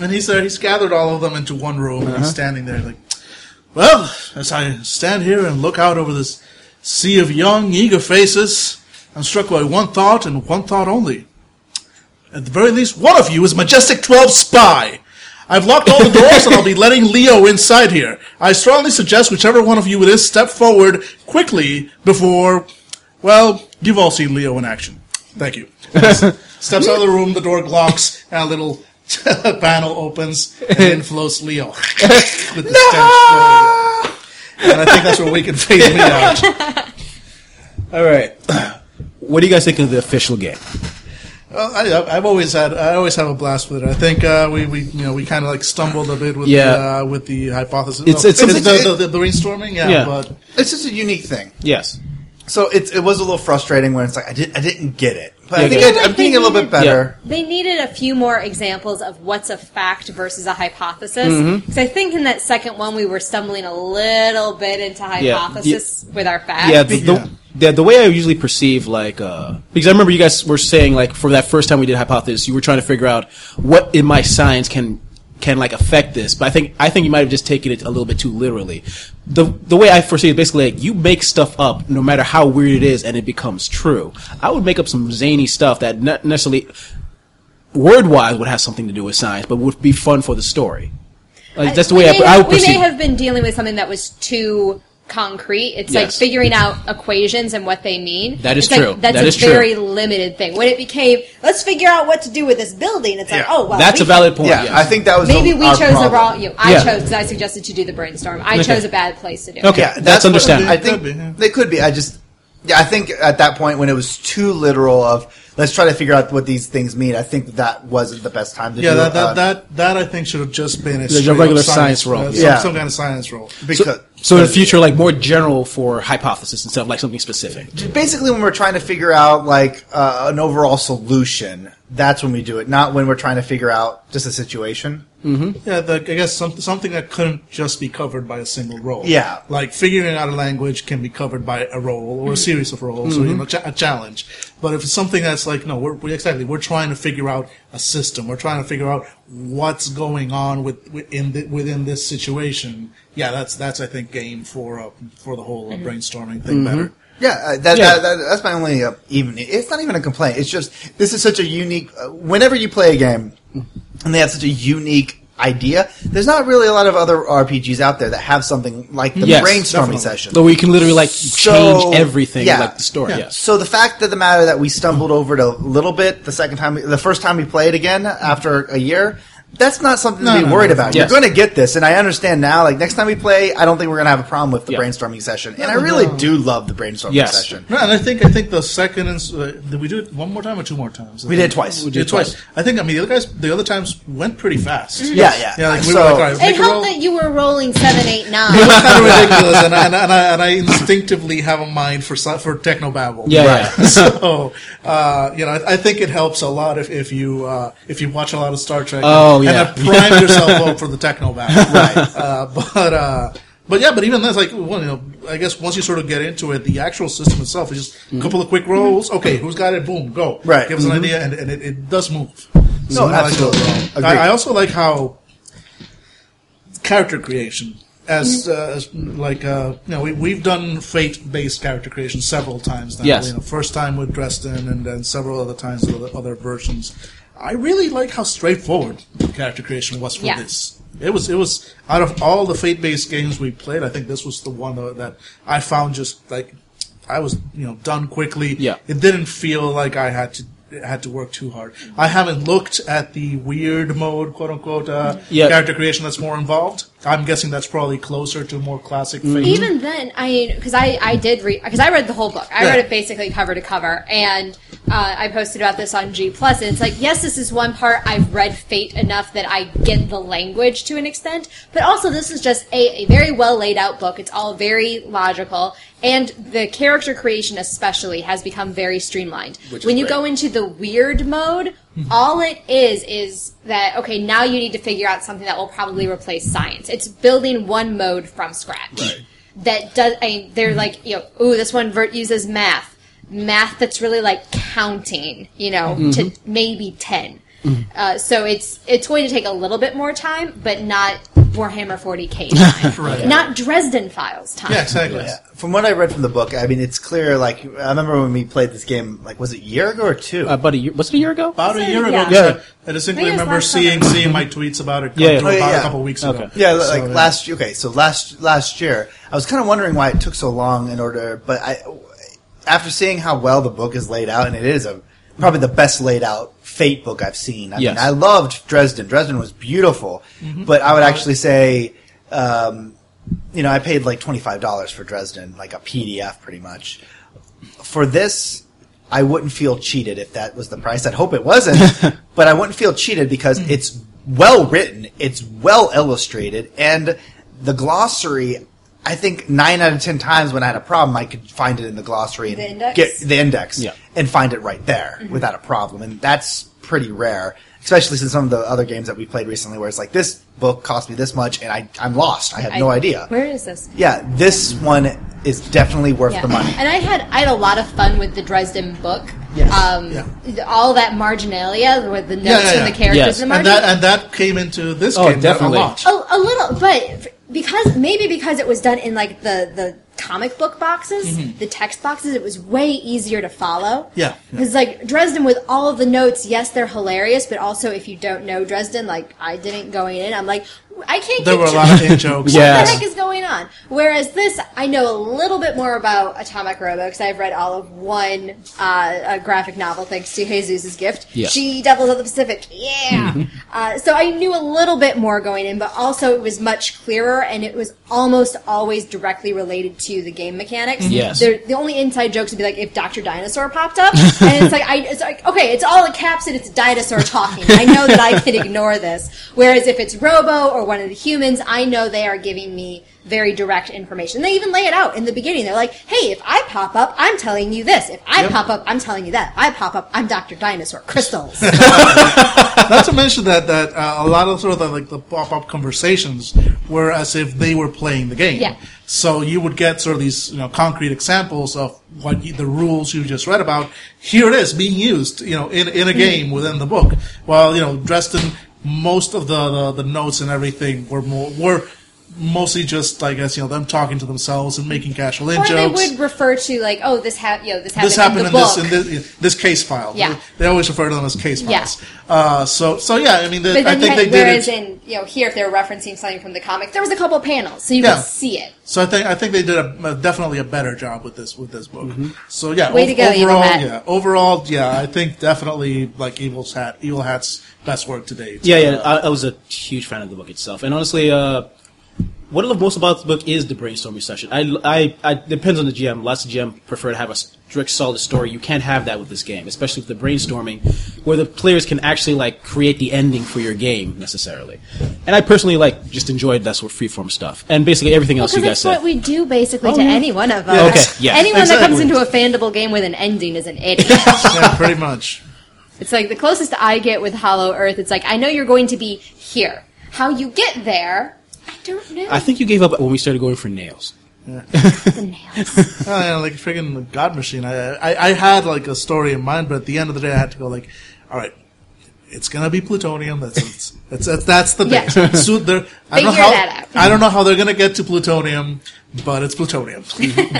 D: And he's there. He's gathered all of them into one room, and he's standing there like, "Well, as I stand here and look out over this sea of young, eager faces, I'm struck by one thought and one thought only. At the very least, one of you is Majestic Twelve spy. I've locked all the doors, and I'll be letting Leo inside here. I strongly suggest whichever one of you it is step forward quickly before, well, you've all seen Leo in action. Thank you." Steps out of the room, the door locks, and a little panel opens, and in flows Leo. with the steps going out. And I think that's where we can fade Leo out.
F: All right. What do you guys think of the official game?
D: Well, I, I've always had, I always have a blast with it. I think uh, we, we, you know, we kind of like stumbled a bit with
F: Yeah.
D: the, uh, with the hypothesis.
F: It's-
D: no,
F: it's- it's-
D: the, the, the brainstorming, yeah,
F: Yeah.
D: but
B: It's just a unique thing.
F: Yes.
B: So it's it was a little frustrating when it's like I did I didn't get it, but I
F: Yeah,
B: think
F: yeah.
B: I, I'm getting a little bit better.
H: They needed a few more examples of what's a fact versus a hypothesis.
F: Mm-hmm.
H: Because I think in that second one, we were stumbling a little bit into hypothesis with our fact.
F: Yeah. The, the, the, the way I usually perceive, like, uh, because I remember you guys were saying, like, for that first time we did hypothesis, you were trying to figure out what in my science can can like affect this. But I think I think you might have just taken it a little bit too literally. The the way I foresee it, basically, like, you make stuff up, no matter how weird it is, and it becomes true. I would make up some zany stuff that not necessarily word wise would have something to do with science, but would be fun for the story. Like, that's the way I,
H: we may
F: I
H: have-
F: would
H: we
F: perceive.
H: may have been dealing with something that was too
E: concrete. It's
F: Yes.
E: like figuring out equations and what they mean.
F: That is
E: It's like,
F: true.
E: that's
F: That
E: a
F: is true.
E: very limited thing. When it became, let's figure out what to do with this building, it's like, oh well,
F: That's
E: we-
F: a valid point.
B: Yeah,
F: yes.
B: I think that was
E: Maybe
B: the,
E: we
B: our
E: chose the
B: problem.
E: wrong. You, I
F: Yeah.
E: chose because I suggested to do the brainstorm. I
F: Okay.
E: chose a bad place to do. it.
F: Okay,
B: Yeah,
F: that's,
B: what-
F: understandable.
B: I
D: They
B: think
D: could be, yeah.
B: they could be. I just, yeah, I think at that point when it was too literal of let's try to figure out what these things mean. I think that wasn't the best time to
D: Yeah,
B: do
D: that,
B: it, uh,
D: that, that, that I think should have just been a
F: a
D: straight-up
F: regular science roll.
D: uh, Some,
B: Yeah.
D: some kind of science roll.
B: because
F: So, so in the future, like more general for hypothesis and stuff, like something specific.
B: basically when we're trying to figure out like uh, an overall solution, that's when we do it. Not when we're trying to figure out just a situation.
D: Yeah, the, I guess some, something that couldn't just be covered by a single roll.
B: Yeah.
D: like figuring out a language can be covered by a roll or a series of rolls or you know, cha- a challenge. But if it's something that's like, no, we're, we exactly we're trying to figure out a system. We're trying to figure out what's going on with within the, within this situation. Yeah, that's that's I think game for uh, for the whole uh, brainstorming thing better.
B: Yeah, uh, that,
F: Yeah.
B: That, that, that's my only uh, even. It's not even a complaint. It's just this is such a unique. Uh, whenever you play a game, and they have such a unique idea, there's not really a lot of other RPGs out there that have something like the
F: Yes,
B: brainstorming
D: definitely.
B: session.
F: Though we can literally like
B: So-
F: change everything,
B: yeah.
F: like the story.
D: Yeah.
F: Yes.
B: So the fact of the matter that we stumbled over it a little bit the second time, the first time we played again after a year, that's not something to be
D: no,
B: worried
D: no,
B: about.
F: Yes.
B: You're going to get this, and I understand now. Like next time we play, I don't think we're going to have a problem with the
F: Yeah.
B: brainstorming session, and I really do love the brainstorming
F: Yes.
B: session.
D: No, and I think I think the second ins- uh, did we do it one more time or two more times?
B: We did it twice.
D: We did it twice. I think I mean the other guys the other times went pretty fast.
B: Yeah, yeah.
D: Yeah, like we
B: So-
D: were like, all right,
H: It
D: make a roll.
H: helped that you were rolling seven, eight,
D: It
H: nine.
D: was kind of ridiculous, and I, and, I, and, I, and I instinctively have a mind for sci- for technobabble.
F: Yeah, yeah.
D: so uh, you know, I, I think it helps a lot if, if you uh, if you watch a lot of Star Trek.
F: Oh,
D: and,
F: yeah.
D: and prime yourself up for the technobabble. Right. Uh, but uh, but yeah, but even that's like well, you know, I guess once you sort of get into it, the actual system itself is just a couple of quick rolls. Okay, who's got it? Boom, go.
B: Right.
D: Give us an idea, and, and it, it does move.
B: No,
D: I like
B: absolutely.
D: that.
B: Agreed.
D: I, I also like how character creation as, uh, as like uh, you know we, we've done fate based character creation several times now
F: Yes.
D: you know, first time with Dresden and then several other times with other, other versions I really like how straightforward character creation was for
E: Yeah.
D: this it was it was out of all the fate based games we played I think this was the one that, that I found just like I was you know done quickly
F: Yeah.
D: it didn't feel like I had to had to work too hard. I haven't looked at the weird mode, quote unquote, uh,
F: Yeah.
D: character creation that's more involved. I'm guessing that's probably closer to more classic. Fate.
E: Even then, I mean, because I, I did read because I read the whole book. I
D: Yeah.
E: read it basically cover to cover, and uh, I posted about this on G Plus. And it's like, yes, this is one part I've read Fate enough that I get the language to an extent, but also this is just a, a very well laid out book. It's all very logical, and the character creation especially has become very streamlined. when you go into the weird mode, all it is is that okay, now you need to figure out something that will probably replace science. It's building one mode from scratch that does. I mean,
D: Mm-hmm.
E: they're like, you know, ooh, this one vert uses math, math that's really like counting, you know, to
D: Mm-hmm.
E: maybe 10 Uh, so it's it's going to take a little bit more time, but not Warhammer 40k time, not Dresden Files time.
D: yeah, exactly.
B: From what I read from the book, I mean, it's clear. Like I remember when we played this game, like was it a year ago or two?
F: Uh, about a year, was it a year ago?
D: About a
E: So,
D: year ago,
E: yeah.
D: 'cause
F: Yeah.
D: I, I distinctly
E: I think it was
D: remember
E: last summer.
D: seeing seeing my tweets about it come
F: Yeah, yeah.
D: through
B: Oh, yeah,
D: about
B: yeah.
D: a couple weeks ago.
B: Yeah, li-
D: So,
B: like last year. Okay, so last last year, I was kind of wondering why it took so long in order, but I, after seeing how well the book is laid out, and it is a probably the best laid out fate book I've seen. I
F: Yes.
B: mean, I loved Dresden. Dresden was beautiful, but I would actually say, um, you know, I paid like twenty five dollars for Dresden, like a PDF, pretty much. For this, I wouldn't feel cheated if that was the price. I'd hope it wasn't, but I wouldn't feel cheated because it's well written, it's well illustrated, and the glossary. I think nine out of ten times when I had a problem, I could find it in the glossary and
E: The index? Mm-hmm.
B: get the index
F: Yeah.
B: and find it right there without a problem, and that's pretty rare. Especially since some of the other games that we played recently, where it's like this book cost me this much, and I I'm lost. I have no
E: I-
B: idea.
E: Where is this?
B: Yeah, this one is definitely worth the money.
E: And I had I had a lot of fun with the Dresden book.
B: Yes.
E: Um, All that marginalia with the notes
D: Yeah, yeah,
E: and
D: yeah.
E: the characters
F: Yes.
E: in the
D: and
E: margin.
D: that and that came into this
F: Oh,
D: game
F: definitely.
D: a lot.
E: A, a little, but f- because maybe because it was done in like the the comic book boxes, the text boxes, it was way easier to follow.
D: Mm-hmm. Yeah, yeah.
E: because like Dresden with all of the notes, yes, they're hilarious, but also if you don't know Dresden, like I didn't going in, I'm like, I can't.
D: There
E: get
D: were a
E: to-
D: lot of in jokes.
E: what
F: Yes.
E: the heck is going on? Whereas this, I know a little bit more about Atomic Robo because I've read all of one uh, uh graphic novel thanks to Jesus' gift.
F: Yeah.
E: She Devils of the Pacific. Yeah.
D: Mm-hmm.
E: Uh, so I knew a little bit more going in, but also it was much clearer and it was almost always directly related to the game mechanics.
F: Yes.
E: There- the only inside jokes would be like if Dr. Dinosaur popped up, and it's like, I, it's like okay, it's all in caps and it's a dinosaur talking. I know that I can ignore this. Whereas if it's Robo or one of the humans, I know they are giving me very direct information. They even lay it out in the beginning. They're like, hey, if I pop up, I'm telling you this. If I pop up, I'm telling you that. If I pop up, I'm Dr. Dinosaur. Crystals.
D: Not to mention that that uh, a lot of sort of the, like the pop up conversations were as if they were playing the game.
E: Yeah.
D: So you would get sort of these you know concrete examples of what you, the rules you just read about. Here it is being used, you know, in in a
E: Mm-hmm.
D: game within the book. While you know, Dresden, most of the, the the notes and everything were more were mostly just I guess you know them talking to themselves and making casual in
E: or they
D: jokes.
E: would refer to like, oh, this ha- you know, this happened,
D: this happened
E: in
D: in
E: the
D: this
E: book.
D: in this in this case file.
E: Yeah.
D: They always refer to them as case
E: Yeah.
D: files. Uh, so so yeah, I mean, the,
E: But
D: I
E: then
D: think
E: you
D: they
E: had,
D: did it.
E: whereas in you know here if they were referencing something from the comics, there was a couple panels, so you
D: Yeah.
E: could see it.
D: So I think I think they did a, a definitely a better job with this with this book. So yeah,
E: Way to go, Evil
D: overall,
E: Hat.
D: yeah, overall, yeah, I think definitely like Evil's hat, Evil Hat's best work to date.
F: Yeah, yeah. I, I was a huge fan of the book itself, and honestly, uh, what I love most about the book is the brainstorming session. I, I, I depends on the GM. Lots of GM prefer to have a strict, solid story. You can't have that with this game, especially with the brainstorming, where the players can actually like create the ending for your game necessarily. And I personally like just enjoyed that sort of freeform stuff, and basically everything else
E: Because
F: you guys
E: that's what
F: said.
E: we do basically to any one of us.
F: Okay, yeah.
E: Anyone that comes
D: Exactly.
E: into a fandible game with an ending is an idiot.
D: Yeah, pretty much.
E: it's like the closest I get with Hollow Earth. It's like I know you're going to be here. How you get there, I don't know.
F: I think you gave up when we started going for nails.
E: the nails.
D: Oh, yeah, like freaking God Machine. I, I I had like a story in mind, but at the end of the day, I had to go like, all right. It's gonna be plutonium. That's it's, that's that's, that's the
E: Yeah.
D: date. So they're- I don't know
E: Figure
D: how
E: that out.
D: I don't know how they're gonna get to plutonium, but it's plutonium.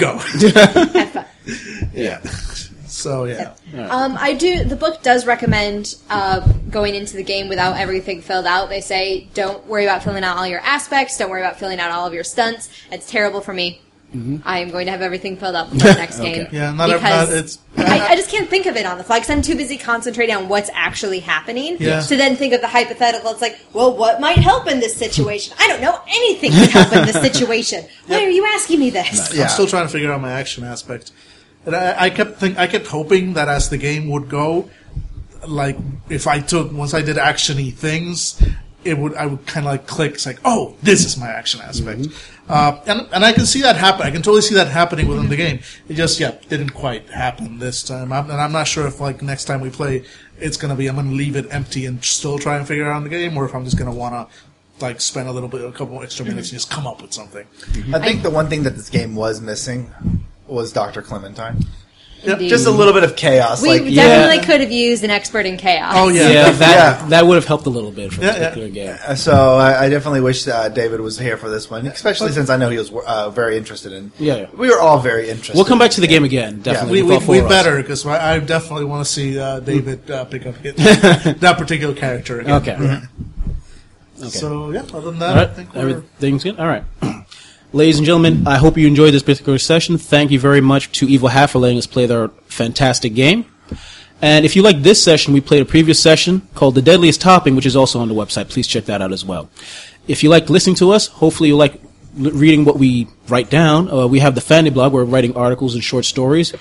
D: Go.
E: Have fun.
D: yeah. So yeah.
E: Um, I do. The book does recommend uh, going into the game without everything filled out. They say don't worry about filling out all your aspects. Don't worry about filling out all of your stunts. It's terrible for me.
B: Mm-hmm.
E: I am going to have everything filled out before the next game.
D: Yeah, not ev-
E: because
D: not- it's-
E: I, I just can't think of it on the fly because I'm too busy concentrating on what's actually happening
D: Yeah.
E: to then think of the hypothetical. It's like, well, what might help in this situation? I don't know. Anything could help in this situation. Why are you asking me this?
D: I'm still trying to figure out my action aspect, and I, I kept think I kept hoping that as the game would go, like if I took once I did actiony things, it would I would kind of like click. It's like, oh, this is my action aspect, uh, and and I can see that happen. I can totally see that happening within the game. It just yeah didn't quite happen this time, I'm, and I'm not sure if like next time we play, it's gonna be I'm gonna leave it empty and still try and figure out the game, or if I'm just gonna wanna. Like spend a little bit, a couple extra minutes, and just come up with something.
B: I think the one thing that this game was missing was Dr. Clementine.
E: Indeed.
B: Just a little bit of chaos.
E: we
B: like,
E: definitely
B: yeah.
E: could have used an expert in chaos.
D: Oh
F: Yeah, that
B: Yeah.
F: that would have helped a little bit for this
D: Yeah, yeah.
F: particular game.
B: So I, I definitely wish uh, David was here for this one, especially since I know he was uh, very interested in.
F: Yeah, yeah.
B: we were all very interested.
F: We'll come back to the game again, definitely.
D: We,
F: with
D: we,
F: all four
D: we
F: of us.
D: better because I, I definitely want to see uh, David uh, pick up hit that particular character. Again.
F: Okay. Okay.
D: So yeah, other than that,
F: All
D: I think
F: right.
D: we're
F: Everything's good. All right. Ladies and gentlemen, I hope you enjoyed this particular session. Thank you very much to Evil Half for letting us play their fantastic game. And if you like this session, we played a previous session called The Deadliest Topping, which is also on the website. Please check that out as well. If you like listening to us, hopefully you like l- reading what we write down. Uh, we have the Fandy blog where we're writing articles and short stories.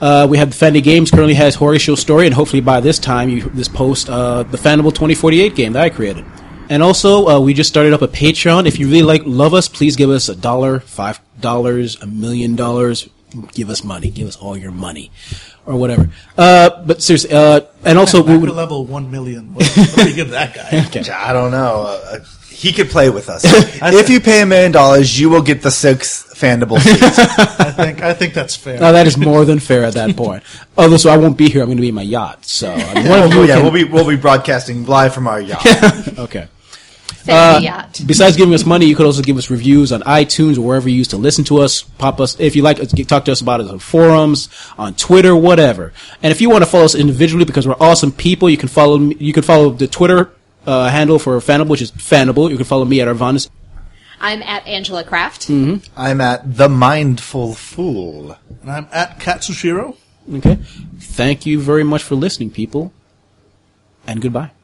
F: Uh, we have the Fandy Games currently has Horatio's story, and hopefully by this time, you, this post, uh, the Fandible 2048 game that I created. And also, uh, we just started up a Patreon. If you really like love us, please give us a dollar, five dollars, a million dollars. Give us money. Give us all your money, or whatever. Uh, but seriously, uh, and also we
D: back
F: would
D: to level one million. What, what do we give that guy?
B: I don't know. Uh, he could play with us. if you pay a million dollars, you will get the six fandible seats.
D: I think I think that's fair.
F: Now that is more than fair at that point. Although, so I won't be here. I'm going to be in my yacht. So I mean, one of you
B: Oh, yeah,
F: can-
B: we'll be we'll be broadcasting live from our yacht.
F: okay. Uh,
E: Fan yacht.
F: Besides giving us money, you could also give us reviews on iTunes or wherever you used to listen to us. Pop us if you like. us, get- Talk to us about it on forums, on Twitter, whatever. And if you want to follow us individually because we're awesome people, you can follow me- you can follow the Twitter uh, handle for Fanable, which is Fanable. You can follow me at Arvanis.
H: I'm at Angela Kraft.
B: I'm at the mindful fool.
D: And I'm at Katsushiro.
F: Okay. Thank you very much for listening, people. And goodbye.